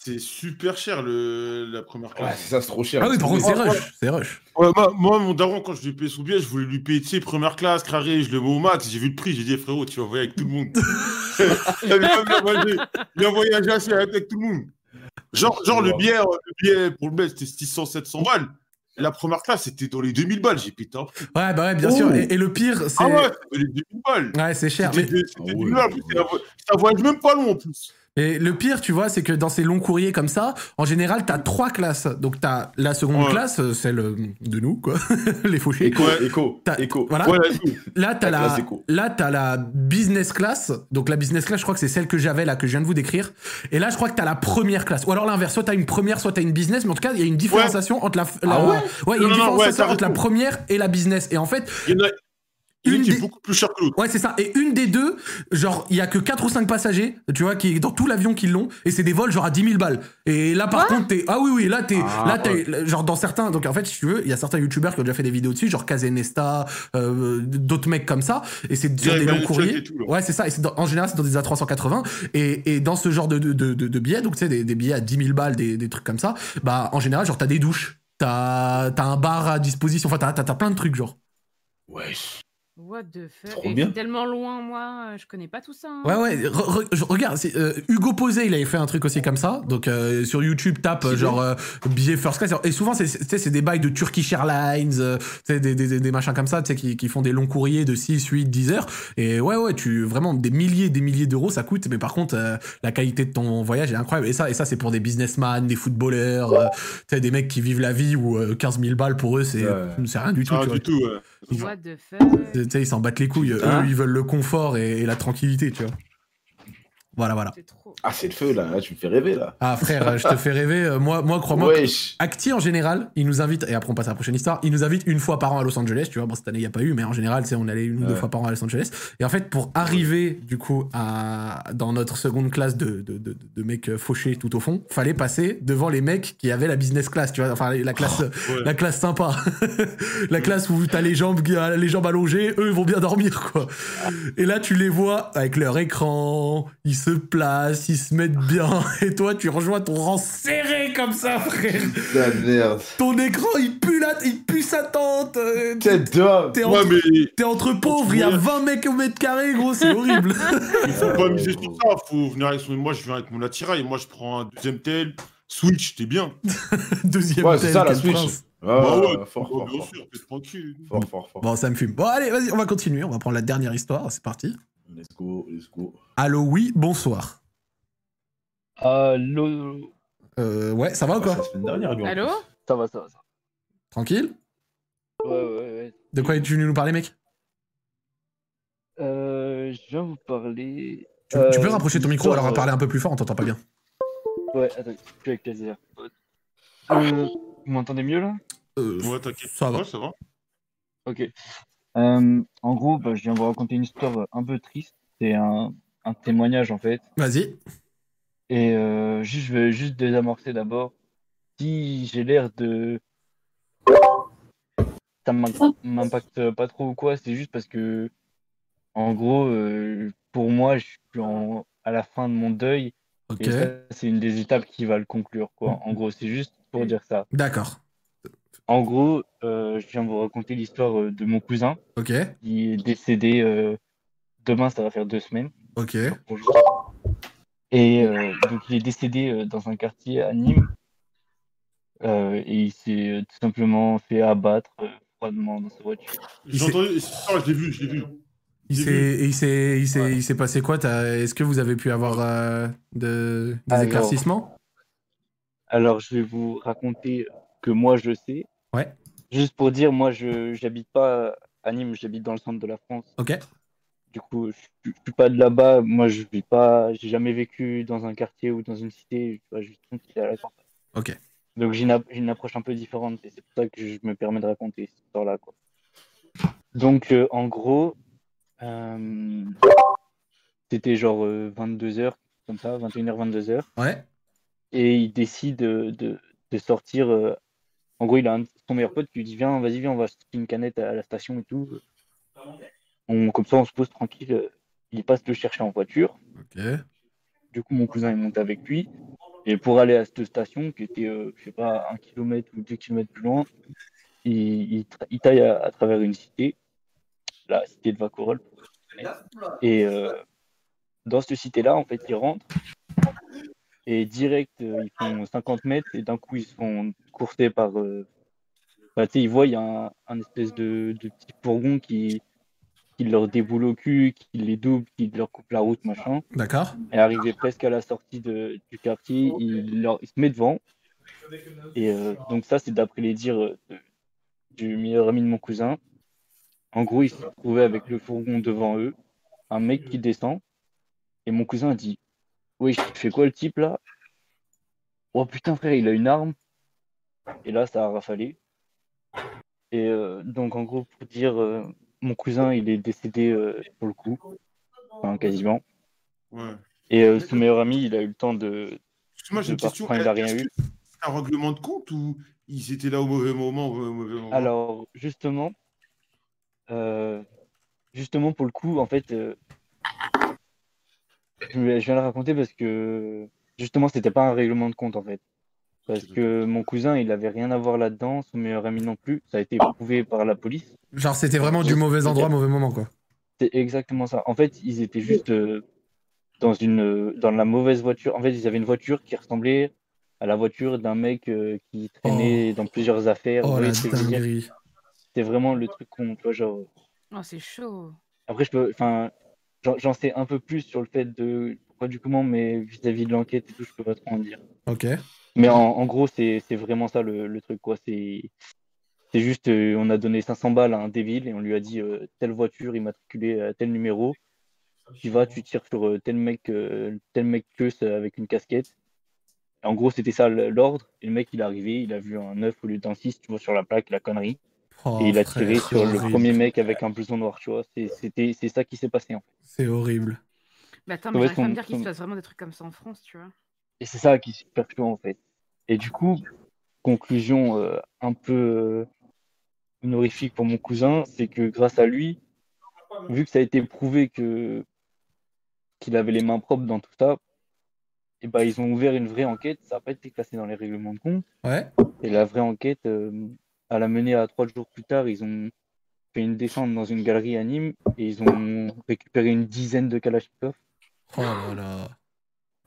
C'est super cher le, la première classe. c'est ça, c'est trop cher. Ah oui, par contre, c'est Ouais, rush. C'est rush. Ouais, moi, moi, mon daron, quand je lui ai payé son billet, je voulais lui payer, tu sais, première classe, carré, je le mets au max. J'ai vu le prix, j'ai dit, eh, frérot, tu vas voyager avec tout <laughs> le monde. Il a bien voyagé, il a voyagé assez avec tout le monde. Genre, genre le, billet, euh, le billet pour le mec, c'était 600, 700 balles. La première classe, c'était dans les 2000 balles. J'ai pété un prix. Ouais, bah ouais, bien sûr. Et, et le pire, c'est. Ah ouais, c'était les 2000 balles. Ouais, c'est cher. C'était mais- des- Ah c'était 2000 balles. C'était un vo- c'était un voyage même pas long en plus. Et le pire, tu vois, c'est que dans ces longs courriers comme ça, en général, t'as trois classes. Donc t'as la seconde Ouais. classe, euh, celle euh, de nous, quoi, <laughs> les fauchés. Écho, écho, T'as- écho. Voilà. Ouais, écho. là, t'as La la, classe écho. là, t'as la business class. Donc la business class, je crois que c'est celle que j'avais là, que je viens de vous décrire. Et là, je crois que t'as la première classe. Ou alors l'inverse, soit t'as une première, soit t'as une business. Mais en tout cas, il y a une différenciation entre la, la- Ah ouais il y a une Non, non, non, ouais, différenciation t'as entre la raison. première et la business. Et en fait, Il y en a une qui est des- beaucoup plus cher que l'autre. Ouais, c'est ça. Et une des deux, genre, il y a que 4 ou 5 passagers, tu vois, qui dans tout l'avion qui l'ont, et c'est des vols genre à 10 000 balles. Et là, par contre, t'es. Ah oui, oui, là, t'es. Ah, là, t'es. ouais. là, Genre, dans certains. Donc, en fait, si tu veux, il y a certains youtubeurs qui ont déjà fait des vidéos dessus, genre Kazenesta, euh, d'autres mecs comme ça, et c'est sur Direct des longs Manuel Chuck courriers. et tout, là. ouais, c'est ça. Et c'est dans- en général, c'est dans des A380. Et, et dans ce genre de, de, de, de- de billets, donc, tu sais, des, des billets à 10 000 balles, des, des trucs comme ça, bah, en général, genre, t'as des douches, t'as t'as un bar à disposition, enfin, t'as- t'as t'as plein de trucs, genre. What the fuck Trop Et bien. c'est tellement loin, moi, euh, je connais pas tout ça. hein. Ouais, ouais, re- re- je- regarde, c'est, euh, Hugo Posé, il avait fait un truc aussi comme ça. Donc euh, sur YouTube, tape euh, genre euh, billet first class. Et souvent, c'est- c'est tu sais, c'est des bails de Turkish Airlines, euh, tu sais, des, des, des- des machins comme ça, tu sais, qui, qui font des longs courriers de 6, 8, 10 heures. Et ouais, ouais, tu vraiment des milliers, des milliers d'euros, ça coûte. Mais par contre, euh, la qualité de ton voyage est incroyable. Et ça, et ça c'est pour des businessmen, des footballeurs, euh, tu sais, des mecs qui vivent la vie où euh, 15 000 balles pour eux, c'est c'est rien du tout. Ah, tu du vois. tout, ouais. Ils- What the fuck tu sais, ils s'en battent les couilles. Eux, Hein ils veulent le confort et, et la tranquillité, tu vois. Voilà, voilà. trop. Ah, c'est le feu, là. Là, tu me fais rêver, là. Ah frère, je te fais rêver. Euh, Moi, moi crois-moi, que Wesh. Acti en général, il nous invite, et après on passe à la prochaine histoire, il nous invite une fois par an à Los Angeles, tu vois, bon cette année il n'y a pas eu, mais en général c'est on allait une ou deux Ouais. fois par an à Los Angeles. Et en fait pour arriver du coup à, dans notre seconde classe de, de, de, de mecs fauchés tout au fond, fallait passer devant les mecs qui avaient la business class, tu vois, enfin la classe, Oh, ouais. la classe sympa, <laughs> la classe où t'as les jambes, les jambes allongées, eux ils vont bien dormir quoi. Et là, tu les vois avec leur écran, ils se placent, ils se mettent bien, <laughs> et toi, tu rejoins ton rang serré comme ça, frère. Putain de merde. Ton écran, il pue, la, il pue sa tente. euh, T'es dingue. T'es Ouais, entre, mais- t'es entre pauvres, il y a Ouais. 20 mecs au mètre carré, gros, c'est horrible. Il faut <laughs> pas miser sur ça, faut venir avec son. Moi, je viens avec mon attirail. Moi, je prends un deuxième tel, Switch, t'es bien. <laughs> Deuxième Ouais, c'est tel, ça, la quel Switch. prince. Bah ouais, fort, fort, bah, fort, bien fort. sûr, t'es tranquille. Fort, fort, fort. Bon, ça me fume. Bon, allez, vas-y, on va continuer, on va prendre la dernière histoire, c'est parti. <laughs> Let's go, let's go. Allô, oui, bonsoir. Allô Euh, ouais, ça va ou quoi Allô Ça va, ça va, ça Tranquille va. Ouais, ouais, ouais. De quoi es-tu venu nous parler, mec Euh, je viens vous parler. euh, tu, tu peux rapprocher ton micro, alors on va parler un peu plus fort, on t'entend pas bien. Ouais, attends, je suis avec les AirPods. Euh, vous m'entendez mieux là Ouais, t'inquiète. Euh, Ça va. Ouais, ça va. Ok. Euh, en gros, bah, je viens vous raconter une histoire un peu triste. C'est un, un témoignage en fait. Vas-y. Et euh, juste, je vais juste désamorcer d'abord. Si j'ai l'air de. Ça m'im- m'impacte pas trop ou quoi, c'est juste parce que. En gros, euh, pour moi, je suis en- à la fin de mon deuil. Ok. Et ça, c'est une des étapes qui va le conclure, quoi. En gros, c'est juste pour dire ça. D'accord. En gros, euh, je viens vous raconter l'histoire euh, de mon cousin Ok, qui est décédé. euh, Demain, ça va faire deux semaines. ok. Et euh, donc, il est décédé euh, dans un quartier à Nîmes. Euh, et il s'est euh, tout simplement fait abattre euh, froidement dans sa voiture. J'ai entendu, c'est ça, Ah, je l'ai vu, je l'ai vu. Il s'est, il s'est, il s'est, il s'est passé quoi t'as- Est-ce que vous avez pu avoir euh, de, des Alors. éclaircissements Alors, je vais vous raconter que moi, je sais. Ouais. Juste pour dire, moi, je j'habite pas à Nîmes, j'habite dans le centre de la France. Ok. Du coup, je suis- je suis pas de là-bas. Moi, je vis pas, j'ai jamais vécu dans un quartier ou dans une cité. Je suis à la campagne. Ok. Donc j'ai une, app- j'ai une approche un peu différente et c'est pour ça que je me permets de raconter cette histoire-là. quoi. Donc euh, en gros, euh, c'était genre 22h, comme ça, 21h, 22h. Ouais. Et il décide euh, de, de sortir. euh, en gros, il a un- son meilleur pote qui lui dit Viens, vas-y, viens, on va acheter une canette à la station et tout. On, comme ça, on se pose tranquille. euh, Il passe le chercher en voiture. Ok. Du coup, mon cousin est monté avec lui. Et pour aller à cette station, qui était, euh, je sais pas, un kilomètre ou deux kilomètres plus loin, il, il tra- il taille à, à travers une cité, la cité de Vacorol. Et euh, dans cette cité-là, en fait, ils rentrent. Et direct, euh, ils font 50 mètres. Et d'un coup, ils se font courser par. euh, bah, tu sais, ils voient, il y a un, un espèce de, de petit fourgon qui, qui leur déboule au cul, qui les double, qui leur coupe la route, machin. D'accord. Et arrivé presque à la sortie de- du quartier, il, leur- il se met devant. Et euh, donc ça, c'est d'après les dires euh, de- du meilleur ami de mon cousin. En gros, ils se trouvaient avec le fourgon devant eux, un mec qui descend. Et mon cousin dit, oui, je fais quoi le type là? Oh putain frère, il a une arme. Et là, ça a rafalé. Et euh, donc, en gros, pour dire, euh, mon cousin, il est décédé euh, pour le coup, Enfin, quasiment. Ouais. Et euh, son meilleur ami, il a eu le temps de. Excuse-moi, j'ai de une par- question. enfin, il a rien eu. C'est un règlement de compte ou ils étaient là au mauvais moment, au mauvais moment Alors, justement, euh, justement, pour le coup, en fait, euh, je, vais- je viens le raconter parce que justement, c'était pas un règlement de compte, en fait. Parce que mon cousin, il avait rien à voir là-dedans, son meilleur ami non plus. Ça a été prouvé par la police. Genre c'était vraiment du mauvais endroit, mauvais moment quoi. C'est exactement ça. En fait, ils étaient juste euh, dans une euh, dans la mauvaise voiture. En fait, ils avaient une voiture qui ressemblait à la voiture d'un mec euh, qui traînait dans plusieurs affaires. Vous Oh voyez la ce que je veux dire dinguerie. C'était vraiment le truc qu'on tu vois, genre. Oh, c'est chaud. Après, je peux, enfin, j'en j'en sais un peu plus sur le fait de pourquoi du comment, mais vis-à-vis de l'enquête et tout, je peux pas trop en dire. Ok. Mais en, en gros, c'est c'est vraiment ça le, le truc, quoi. C'est c'est juste, euh, on a donné 500 balles à un débile et on lui a dit euh, telle voiture immatriculée à tel numéro. tu vas, tu tires sur euh, tel mec, euh, tel mec queue ça, avec une casquette. Et en gros, c'était ça l- l'ordre. Et le mec, il est arrivé, il a vu un 9 au lieu d'un 6, tu vois, sur la plaque, la connerie. Oh, et il a frère, tiré sur le horrible. premier mec avec un blouson noir, tu vois. C'est- C'était, c'est ça qui s'est passé, en fait. C'est horrible. Mais Bah, attends, Ouais, mais j'arrive pas à ton- me dire qu'il ton- se passe vraiment des trucs comme ça en France, tu vois. Et c'est ça qui est super chaud, en fait. Et du coup, conclusion euh, un peu euh, honorifique pour mon cousin, c'est que grâce à lui, vu que ça a été prouvé que qu'il avait les mains propres dans tout ça, et ben ils ont ouvert une vraie enquête. Ça n'a pas été classé dans les règlements de compte. Ouais. Et la vraie enquête, euh, à la menée à trois jours plus tard, ils ont fait une descente dans une galerie à Nîmes et ils ont récupéré une dizaine de Kalachnikov. Oh là là.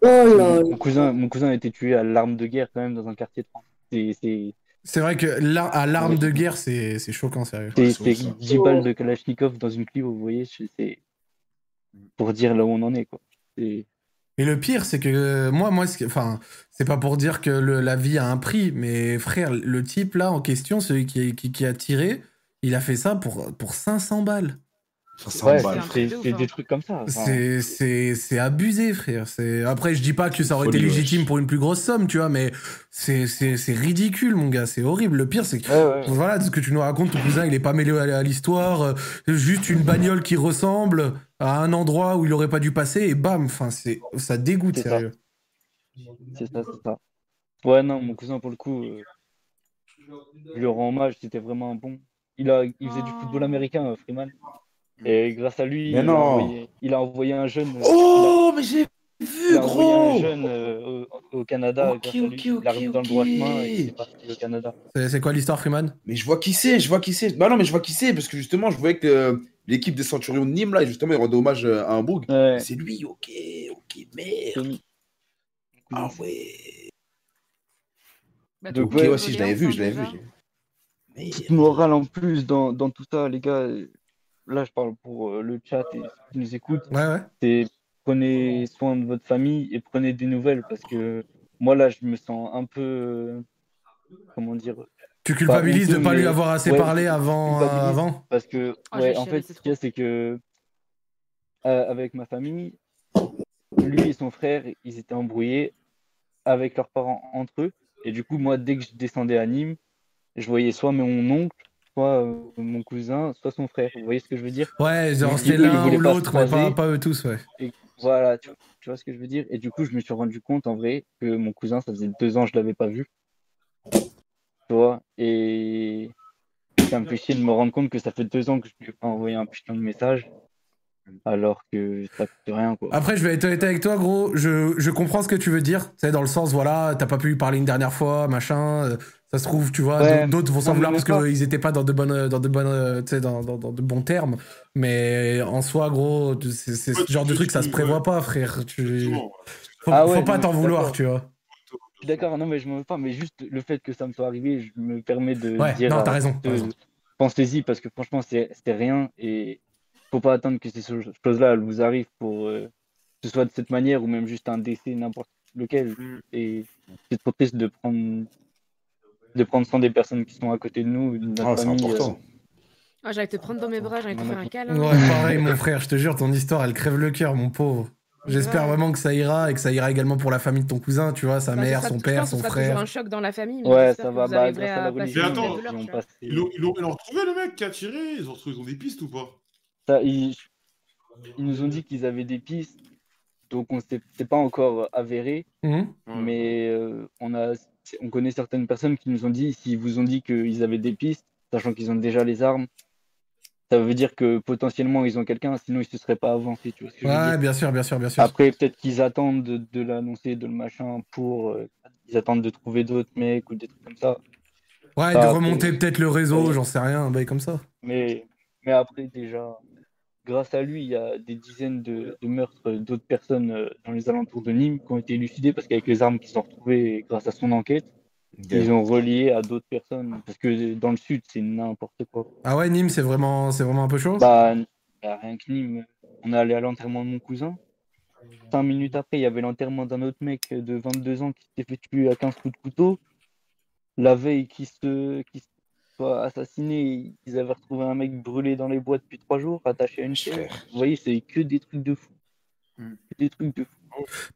Oh là Mon cousin, mon cousin a été tué à l'arme de guerre quand même dans un quartier de France. C'est- C'est C'est vrai que là, à l'arme de guerre, c'est c'est choquant, sérieux. c'est- c'est 10 balles de Kalachnikov dans une clip, vous voyez, c'est- c'est pour dire là où on en est. Quoi. C'est- Et le pire, c'est que euh, moi, moi, ce que- enfin, c'est pas pour dire que le- la vie a un prix, mais frère, le type là en question, celui qui, qui, qui a tiré, il a fait ça pour, pour 500 balles. 500 Ouais, balles. c'est- c'est- c'est des trucs comme ça, enfin. C'est- C'est c'est abusé, frère. C'est- Après, je dis pas que ça aurait été Folie, ouais. légitime pour une plus grosse somme, tu vois, mais c'est c'est- c'est ridicule, mon gars. C'est horrible. Le pire, c'est que voilà, ce que tu nous racontes, ton cousin, il est pas mêlé à, à l'histoire. euh, juste une bagnole qui ressemble à un endroit où il aurait pas dû passer, et bam, enfin, c'est- ça dégoûte, C'est ça. sérieux. C'est ça, c'est ça. Ouais, non, mon cousin, pour le coup, euh, je lui rends hommage, c'était vraiment un bon. Il, a, il faisait du football américain, euh, Freeman. Et grâce à lui, Mais il, non. A envoyé, il a envoyé un jeune. euh, Oh, mais j'ai il vu, a envoyé gros un jeune euh, au, au Canada. Ok, grâce à lui. ok, il arrive ok, dans le droit chemin et ok. c'est parti au Canada. C'est c'est quoi l'histoire, Freeman Mais je vois qui c'est, je vois qui c'est. Bah non, mais je vois qui c'est, parce que justement, je voyais que euh, l'équipe des Centurions de Nîmes, là, justement, ils rendent hommage euh, à Hambourg. C'est lui, ok, ok, merde. Ah ouais. Bah, ok, tout le ouais, monde si, je voulait l'avais vu, ensemble, je l'avais déjà. vu. je l'avais vu. Petite morale en plus dans, dans tout ça, les gars. Là, je parle pour euh, le chat et ceux qui nous écoutent. C'est prenez soin de votre famille et prenez des nouvelles parce que moi, là, je me sens un peu. euh, Comment dire Tu culpabilises de honteux, pas lui mais- avoir assez ouais, parlé je avant- euh, culpabilise avant Parce que, Oh, ouais, j'ai en chialé, fait, ce qu'il y a, c'est que. euh, avec ma famille, lui et son frère, ils étaient embrouillés avec leurs parents entre eux. Et du coup, moi, dès que je descendais à Nîmes, je voyais soit mon oncle, soit euh, mon cousin, soit son frère. Vous voyez ce que je veux dire Ouais, genre Du c'était coup, ils l'un voulaient ou pas se l'autre, mais pas, croiser. pas eux tous, ouais. Et voilà, tu, tu vois ce que je veux dire Et du coup, je me suis rendu compte en vrai que mon cousin, ça faisait deux ans que je l'avais pas vu. Tu vois Et ça me fait chier de me rendre compte que ça fait deux ans que je lui ai pas envoyé un putain de message, alors que ça coûte rien, quoi. Après, je vais être honnête avec toi, gros. Je, je comprends ce que tu veux dire. Tu sais, dans le sens, voilà, t'as pas pu lui parler une dernière fois, machin. euh, Ça se trouve, tu vois, Ouais, d- d'autres vont s'en non, vouloir mais parce même pas. qu'ils étaient pas dans de bonnes, euh, dans de bonnes, euh, tu sais, dans, dans, dans de bons termes. Mais en soi, gros, tu- c'est c'est ce genre de truc, ça se prévoit pas, frère. Tu... Faut, Ah ouais, faut pas non, t'en je suis vouloir, d'accord. tu vois. Je suis D'accord, non, mais je m'en veux pas, mais juste le fait que ça me soit arrivé, je me permets de Ouais, dire. non, à- t'as raison, de- t'as raison. Pensez-y, parce que franchement, c'est c'est rien et faut pas attendre que ces cho- choses-là elles vous arrivent pour euh, que ce soit de cette manière ou même juste un décès, n'importe lequel. Et c'est trop triste de prendre, de prendre soin des personnes qui sont à côté de nous, de notre Ah, c'est famille. euh, important. Ah, j'allais te prendre dans mes bras, j'allais te On a faire un compris. câlin. Ouais, pareil, mon frère, je te jure, ton histoire, elle crève le cœur, mon pauvre. J'espère Ouais. vraiment que ça ira et que ça ira également pour la famille de ton cousin, tu vois, sa Enfin, ce mère, sera- son je père, pense que son ce sera toujours frère. un choc dans la famille. mais Ouais, j'espère ça que va, vous bah, arriverez grâce à la à passer religion, une ils mauvaise ont- douleur, ils ont tu vois. passé- Ils l'ont ils l'ont- ils l'ont retrouvé le mec qui a tiré Ils ont retrouvé ils ont des pistes ou pas Ça, ils, ils nous ont dit qu'ils avaient des pistes, donc on s'est- c'est pas encore avéré, Mhm. mais euh, on a, on connaît certaines personnes qui nous ont dit, s'ils vous ont dit qu'ils avaient des pistes, sachant qu'ils ont déjà les armes, ça veut dire que potentiellement ils ont quelqu'un, sinon ils se seraient pas avancés, tu vois ce que je veux Ouais, dire. bien sûr, bien sûr, bien sûr. Après, peut-être qu'ils attendent de, de l'annoncer, de le machin pour, euh, ils attendent de trouver d'autres mecs ou des trucs comme ça. Ouais, de Ça, remonter après, peut-être le réseau, ouais. j'en sais rien, un bail comme ça. Mais, mais après, déjà, grâce à lui, il y a des dizaines de, de meurtres d'autres personnes euh, dans les alentours de Nîmes qui ont été élucidés parce qu'avec les armes qu'ils ont retrouvées grâce à son enquête, ils ont relié à d'autres personnes. Parce que euh, dans le sud, c'est n'importe quoi. Ah ouais, Nîmes, c'est vraiment, c'est vraiment un peu chaud. Bah, bah, rien que Nîmes, on est allé à l'enterrement de mon cousin. Cinq minutes après, il y avait l'enterrement d'un autre mec de 22 ans qui s'était fait tuer à 15 coups de couteau. La veille, qui se, qui, soit assassinés, ils avaient retrouvé un mec brûlé dans les bois depuis trois jours, attaché à une chaîne. Vous voyez, c'est que des trucs de fou. Que Des trucs de fou.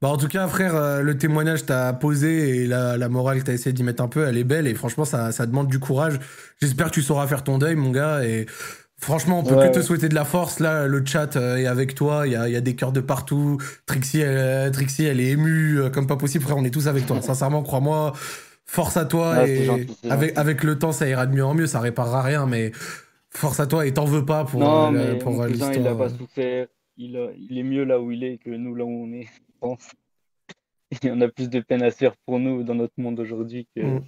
Bah en tout cas, frère, euh, le témoignage que t'as posé et la, la morale que t'as essayé d'y mettre un peu, elle est belle et franchement, ça, ça demande du courage. J'espère que tu sauras faire ton deuil, mon gars. Et franchement, on peut Ouais, que te ouais. souhaiter de la force. Là, le chat euh, est avec toi. Il y a, il y a des cœurs de partout. Trixie, elle, euh, Trixie, elle est émue euh, comme pas possible, frère. On est tous avec toi. Sincèrement, crois-moi. Force à toi Ouais, c'est et gentil, c'est avec, gentil. avec le temps, ça ira de mieux en mieux. Ça réparera rien, mais force à toi et t'en veux pas pour, euh, non, la- mais pour mon euh, cousin, il a l'histoire. pas souffert. Il, a- il est mieux là où il est que nous là où on est, je pense. <laughs> Et on a plus de peine à se faire pour nous dans notre monde aujourd'hui que. Mm.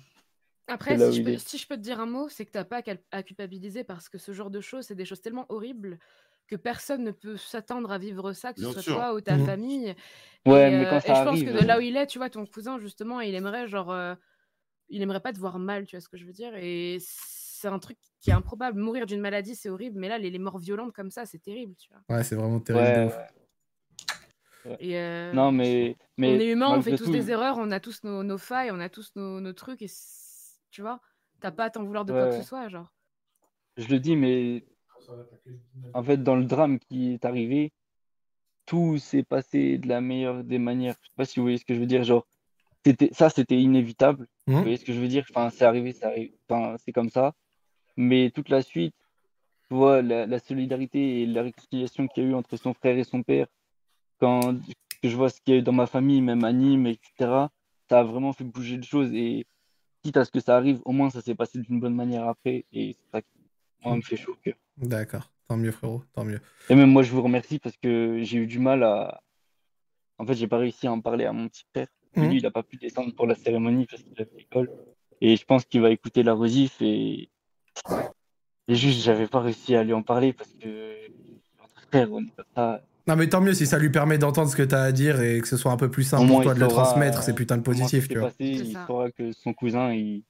que Après, si là où je, il peux, est. si je peux te dire un mot, c'est que t'as pas à, cal- à culpabiliser parce que ce genre de choses, c'est des choses tellement horribles que personne ne peut s'attendre à vivre ça, que ce Bien soit sûr. toi ou ta Mhm. famille. Ouais, et, mais quand euh, ça et je arrive, pense que de là euh, où il est, tu vois, ton cousin, justement, il aimerait, genre, euh, il aimerait pas te voir mal, tu vois ce que je veux dire. Et c'est un truc qui est improbable. Mourir d'une maladie, c'est horrible, mais là, les, les morts violentes comme ça, c'est terrible, tu vois. Ouais, c'est vraiment terrible. Ouais, de ouf. ouais. Et, euh, Non, mais, mais. on est humain, on malgré fait tous tout, des erreurs, on a tous nos, nos failles, on a tous nos, nos trucs, et c'est- tu vois, t'as pas à t'en vouloir de quoi Ouais, que ouais. ce soit, genre. Je le dis, mais en fait, dans le drame qui est arrivé, tout s'est passé de la meilleure des manières. Je sais pas si vous voyez ce que je veux dire. Genre, c'était ça, c'était inévitable. Mhm. Vous voyez ce que je veux dire? Enfin, c'est arrivé, ça arrive. Enfin, c'est comme ça. Mais toute la suite, tu vois, la, la solidarité et la réconciliation qu'il y a eu entre son frère et son père, quand que je vois ce qu'il y a eu dans ma famille, même à Nîmes, etc., ça a vraiment fait bouger les choses. Et quitte à ce que ça arrive, au moins ça s'est passé d'une bonne manière après. Et c'est ça qui, moi, me fait chaud au cœur. D'accord, tant mieux frérot, tant mieux. Et même moi, je vous remercie parce que j'ai eu du mal à. En fait, j'ai pas réussi à en parler à mon petit frère. Mhm. Lui, il a pas pu descendre pour la cérémonie parce qu'il avait l'école. Et je pense qu'il va écouter la rosif et. Et juste, j'avais pas réussi à lui en parler parce que. Entre frères, on est comme ça. Non mais tant mieux si ça lui permet d'entendre ce que t'as à dire et que ce soit un peu plus Au simple moins, pour toi il de le saura, transmettre, euh, c'est putain de comment ça positif, s'est tu vois. passé, Il saura que son cousin, il,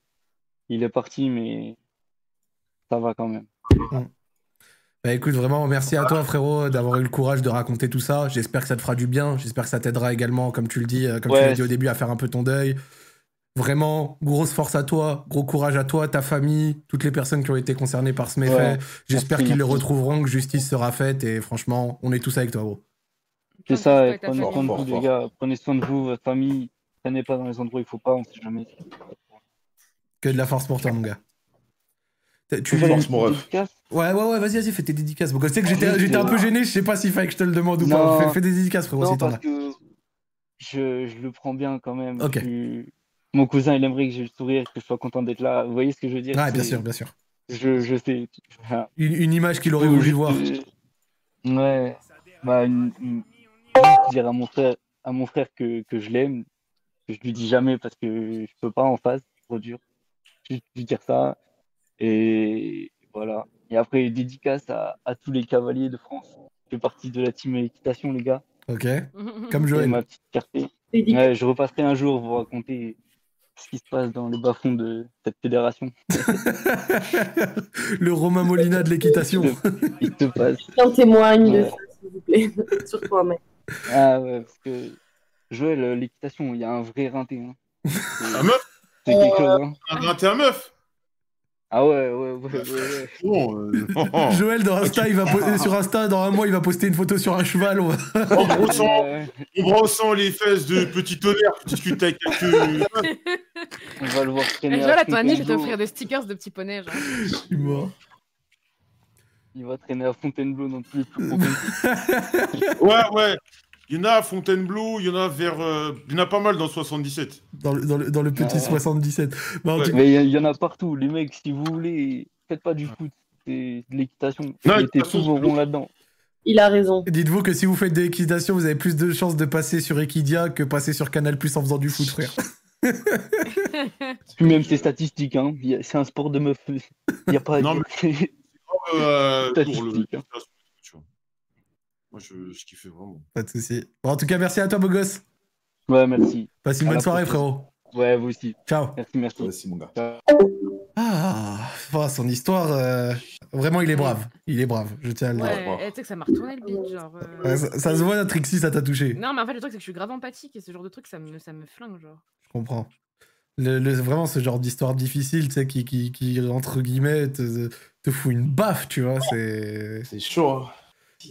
il est parti, mais ça va quand même. Mm. Bah écoute, vraiment, merci à toi frérot d'avoir eu le courage de raconter tout ça. J'espère que ça te fera du bien, j'espère que ça t'aidera également, comme tu le dis, euh, comme tu Ouais. l'as dit au début, à faire un peu ton deuil. Vraiment, grosse force à toi, gros courage à toi, ta famille, toutes les personnes qui ont été concernées par ce méfait. Ouais. J'espère Merci, qu'ils le merci. retrouveront, que justice sera faite et franchement, on est tous avec toi gros. C'est ça, et ta prenez soin de famille. vous, Fort, les gars. Prenez soin de vous, votre famille. Prenez pas dans les endroits où il faut pas, on sait jamais. Que de la force pour toi mon gars. T'as- Tu Force, mon ref. Ouais, ouais, ouais, vas-y, vas-y, fais tes dédicaces. Parce que tu sais que Juste, j'étais j'étais un peu euh, gêné, je sais pas s'il fallait que je te le demande ou Non. pas. Fais, fais des dédicaces, frérot, Non, si t'en as. parce que je, je le prends bien quand même. Ok. Je suis- Mon cousin, il aimerait que j'ai le sourire, que je sois content d'être là. Vous voyez ce que je veux dire? Ouais, bien C'est- sûr, bien sûr. Je, je sais. Voilà. <laughs> Une, une image qu'il aurait Ou voulu juste, voir. euh, Ouais. Bah, une- une- juste dire à mon frère, à mon frère que, que je l'aime, que je lui dis jamais parce que je peux pas en face, c'est trop dur. Juste lui dire ça. Et voilà. Et après, dédicace à, à tous les cavaliers de France. Je fais partie de la team équitation, les gars. <laughs> Ok. Comme Joël. C'est ma petite fierté. Ouais, je repasserai un jour vous raconter ce qui se passe dans le bas-fond de cette fédération. <laughs> Le Romain Molina de l'équitation. Il te passe. J'en témoigne de Ouais. ça, s'il vous plaît. <laughs> Sur toi, mec. Ah ouais, parce que Joël, euh, l'équitation, il y a un vrai rinté. Hein. C'est- C'est Euh, Oh. quelque chose. Hein. Un 21 meuf Ah ouais, ouais, ouais, ouais. <laughs> ouais. euh, <laughs> Joël, dans Insta, il va <laughs> poster, sur Insta, dans un mois, il va poster une photo sur un cheval. on va- En <laughs> Euh, brossant, en brossant les fesses de petit tonnerre, tu discutes avec quelques. On va le voir Et traîner. là, à à ton ami, je vais Fontainebleau. t'offrir des stickers de petits poneys, genre. Il va traîner à Fontainebleau non plus. Ouais, ouais. Il y en a à Fontainebleau, il y en a vers. euh, Il y en a pas mal dans 77. Dans le, dans le- dans le petit Ouais. 77. Bah, en tout- Euh. Mais il y, a- il y en a partout, les mecs, si vous voulez, faites pas du foot, c'est de l'équitation. Mettez tous vos ronds là-dedans. Il a raison. Dites-vous que si vous faites de l'équitation, vous avez plus de chances de passer sur Equidia que passer sur Canal Plus en faisant du foot, <laughs> frère. Puis même c'est statistique, hein. il y a- c'est un sport de meuf. Il n'y a pas. Non, mais- <laughs> c'est Euh, pour le. statistique, hein. tu vois. Moi, je, je kiffais vraiment. Pas de soucis. Bon, en tout cas, merci à toi, beau gosse. Ouais, merci. Passe une À bonne la soirée, prochaine. frérot. Ouais, vous aussi. Ciao. Merci, merci. Merci, mon gars. Ah, enfin, son histoire, euh, vraiment, il est brave. Il est brave, je tiens à le dire. Ouais, et tu sais que ça m'a retourné le bide, genre. euh. Ouais, ça, ça se voit, Trixie, ça t'a touché. Non, mais en fait, le truc, c'est que je suis grave empathique et ce genre de truc, ça me, ça me flingue, genre. Je comprends. Le- le- vraiment ce genre d'histoire difficile, tu sais, qui, qui, qui, entre guillemets, te, te fout une baffe, tu vois. C'est chaud. hein.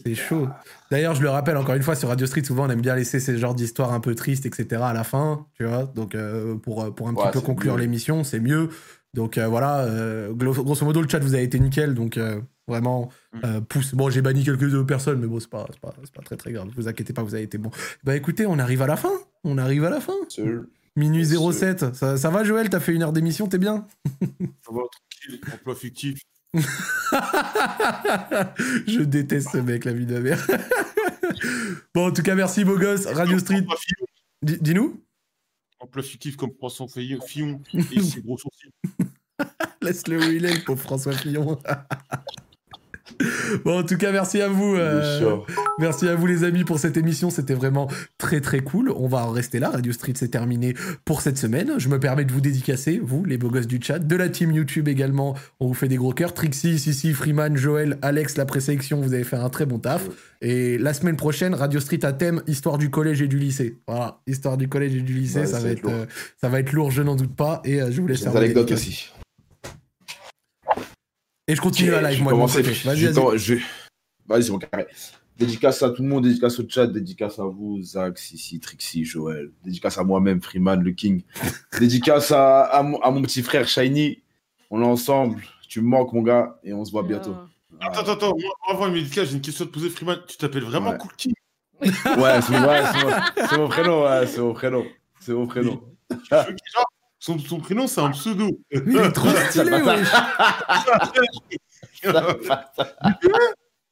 C'est chaud. D'ailleurs, je le rappelle encore une fois, sur Radio Street, souvent, on aime bien laisser ces genres d'histoires un peu tristes, etc. à la fin, tu vois. Donc, euh, pour, euh, pour un petit Ouais, peu c'est conclure mieux. l'émission, c'est mieux. Donc, euh, voilà, euh, glo- grosso modo, le chat vous a été nickel. Donc, euh, vraiment, Mm. euh, pouce. Bon, j'ai banni quelques personnes, mais bon, c'est pas, c'est pas, c'est pas très, très grave. Vous inquiétez pas, vous avez été bon. Bah, écoutez, on arrive à la fin. On arrive à la fin. Minuit 07. Ça, ça va, Joël T'as fait une heure d'émission, t'es bien <laughs> Ça va, tranquille, emploi fictif. Je déteste ce mec, la vie de ma mère. <laughs> bon, en tout cas, merci, beau gosse. Radio Street. Di- Dis-nous Emploi fictif comme François Fillon <laughs> Fillon et ses gros sourcils. Laisse-le où il est, le pauvre François Fillon. <laughs> bon, en tout cas, merci à vous. euh, merci à vous, les amis, pour cette émission. C'était vraiment très, très cool. On va en rester là. Radio Street, c'est terminé pour cette semaine. Je me permets de vous dédicacer, vous, les beaux gosses du chat, de la team YouTube également. On vous fait des gros cœurs. Trixie, Sissi, Freeman, Joël, Alex, la présélection, vous avez fait un très bon taf. Et la semaine prochaine, Radio Street à thème histoire du collège et du lycée. Voilà, histoire du collège et du lycée, Ouais, ça, ça va va être, être lourd. euh, ça va être lourd, je n'en doute pas. Et euh, je vous laisse J'ai faire des vos anecdotes dédicaces. aussi. Et je continue la live, moi, de mon côté. Vas-y, Vas-y, vas-y. vas-y, c'est bon, carré. Dédicace à tout le monde, dédicace au chat, dédicace à vous, Zach, Sissi, Trixie, Joël. Dédicace à moi-même, Freeman, le <laughs> King. dédicace à, à mon, à mon petit frère, Shiny. On est ensemble. Tu me manques, mon gars, et on se voit bientôt. Attends, attends, attends, moi, avant le médical, j'ai une question à te poser, Freeman. Tu t'appelles vraiment Ouais. Cookie Ouais, c'est ouais, c'est mon, c'est mon prénom, ouais, c'est mon prénom. C'est mon prénom. son, son prénom, c'est un pseudo. il est trop stylé, wesh.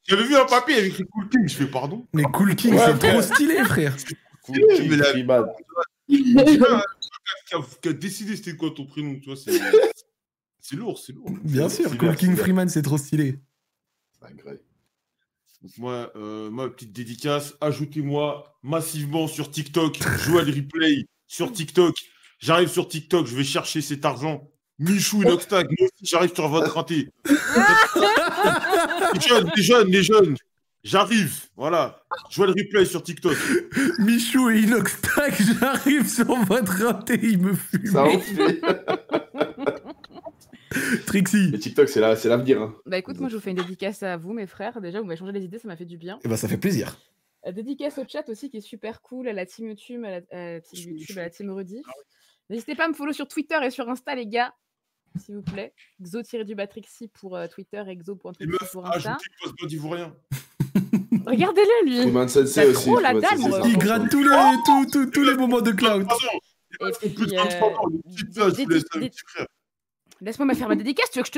J'avais vu un papier avec écrit Cool King, je fais pardon. Mais Cool King, Ouais, c'est trop frère. stylé, frère. Cool King, mais la- Tu vois, un gars qui a, qui a décidé c'était quoi ton prénom, tu vois, c'est c'est lourd, c'est lourd. Bien C'est- sûr, c'est Cool lourd, King c'est Freeman, c'est trop stylé. Donc moi, euh, ma petite dédicace, ajoutez-moi massivement sur TikTok, Joël Replay sur TikTok. J'arrive sur TikTok, je vais chercher cet argent. Michou, Noxtag, moi aussi j'arrive sur votre raté. les jeunes, les jeunes, les jeunes, j'arrive, voilà. Joël Replay sur TikTok. Michou et Inoxtag, <laughs> j'arrive sur votre raté, il me fume. Ça en fait. <laughs> Trixie. Le TikTok, c'est la- c'est l'avenir. hein. Bah écoute, moi je vous fais une dédicace à vous, mes frères. Déjà, vous m'avez changé les idées, ça m'a fait du bien. Eh ben, ça fait plaisir. Euh, Dédicace au chat aussi qui est super cool, à la team YouTube, à la, à la team, YouTube, à la team Rediff. N'hésitez pas à me follow sur Twitter et sur Insta, les gars, s'il vous plaît. xo du Batrixi pour euh, Twitter et Les xo.trixie meufs, pour Insta. ajoutez Post ivoirien. Regardez-le, lui Freeman Sensei T'as aussi, trop la Freeman dalle, Sensei, mon c'est Il un gratte fantôme. tous les, tous, tous, tous les moments de <laughs> cloud. Et puis, Plus de euh, 23 ans, le petit gars, je vous laisse un dé- petit frère. Laisse-moi me faire ma dédicace, tu veux que je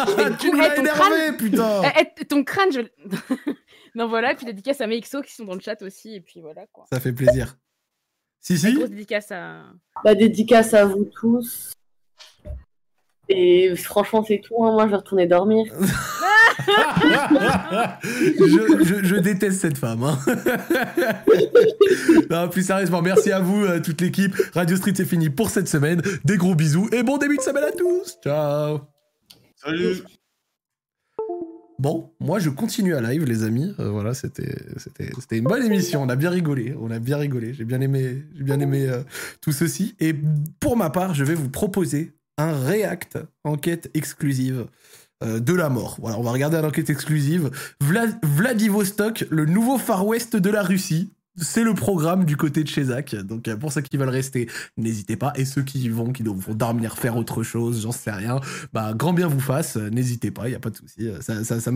te. <laughs> Tu m'as énervé, putain Eh, eh, ton crâne, je. <laughs> non, voilà, et puis dédicace à mes XO qui sont dans le chat aussi, et puis voilà quoi. Ça fait plaisir. Si, si. Grosse dédicace à. Bah, dédicace à vous tous. Et franchement, c'est tout. hein. Moi, je vais retourner dormir. je, je- je déteste cette femme. hein. <laughs> non, plus sérieusement, merci à vous, à toute l'équipe. Radio Street, c'est fini pour cette semaine. Des gros bisous et bon début de semaine à tous. Ciao. Salut. Bon, moi je continue à live, les amis. Euh, voilà, c'était c'était c'était une bonne émission. On a bien rigolé, on a bien rigolé. J'ai bien aimé, j'ai bien aimé euh, tout ceci. Et pour ma part, je vais vous proposer un React enquête exclusive euh, de la mort. Voilà, on va regarder l'enquête exclusive. Vla- Vladivostok, le nouveau Far West de la Russie. C'est le programme du côté de chez Zach. Donc euh, pour ceux qui veulent rester, n'hésitez pas. Et ceux qui y vont, qui vont dormir, faire autre chose, j'en sais rien, bah grand bien vous fasse. Euh, N'hésitez pas, il y a pas de souci. Euh, Ça, ça, ça me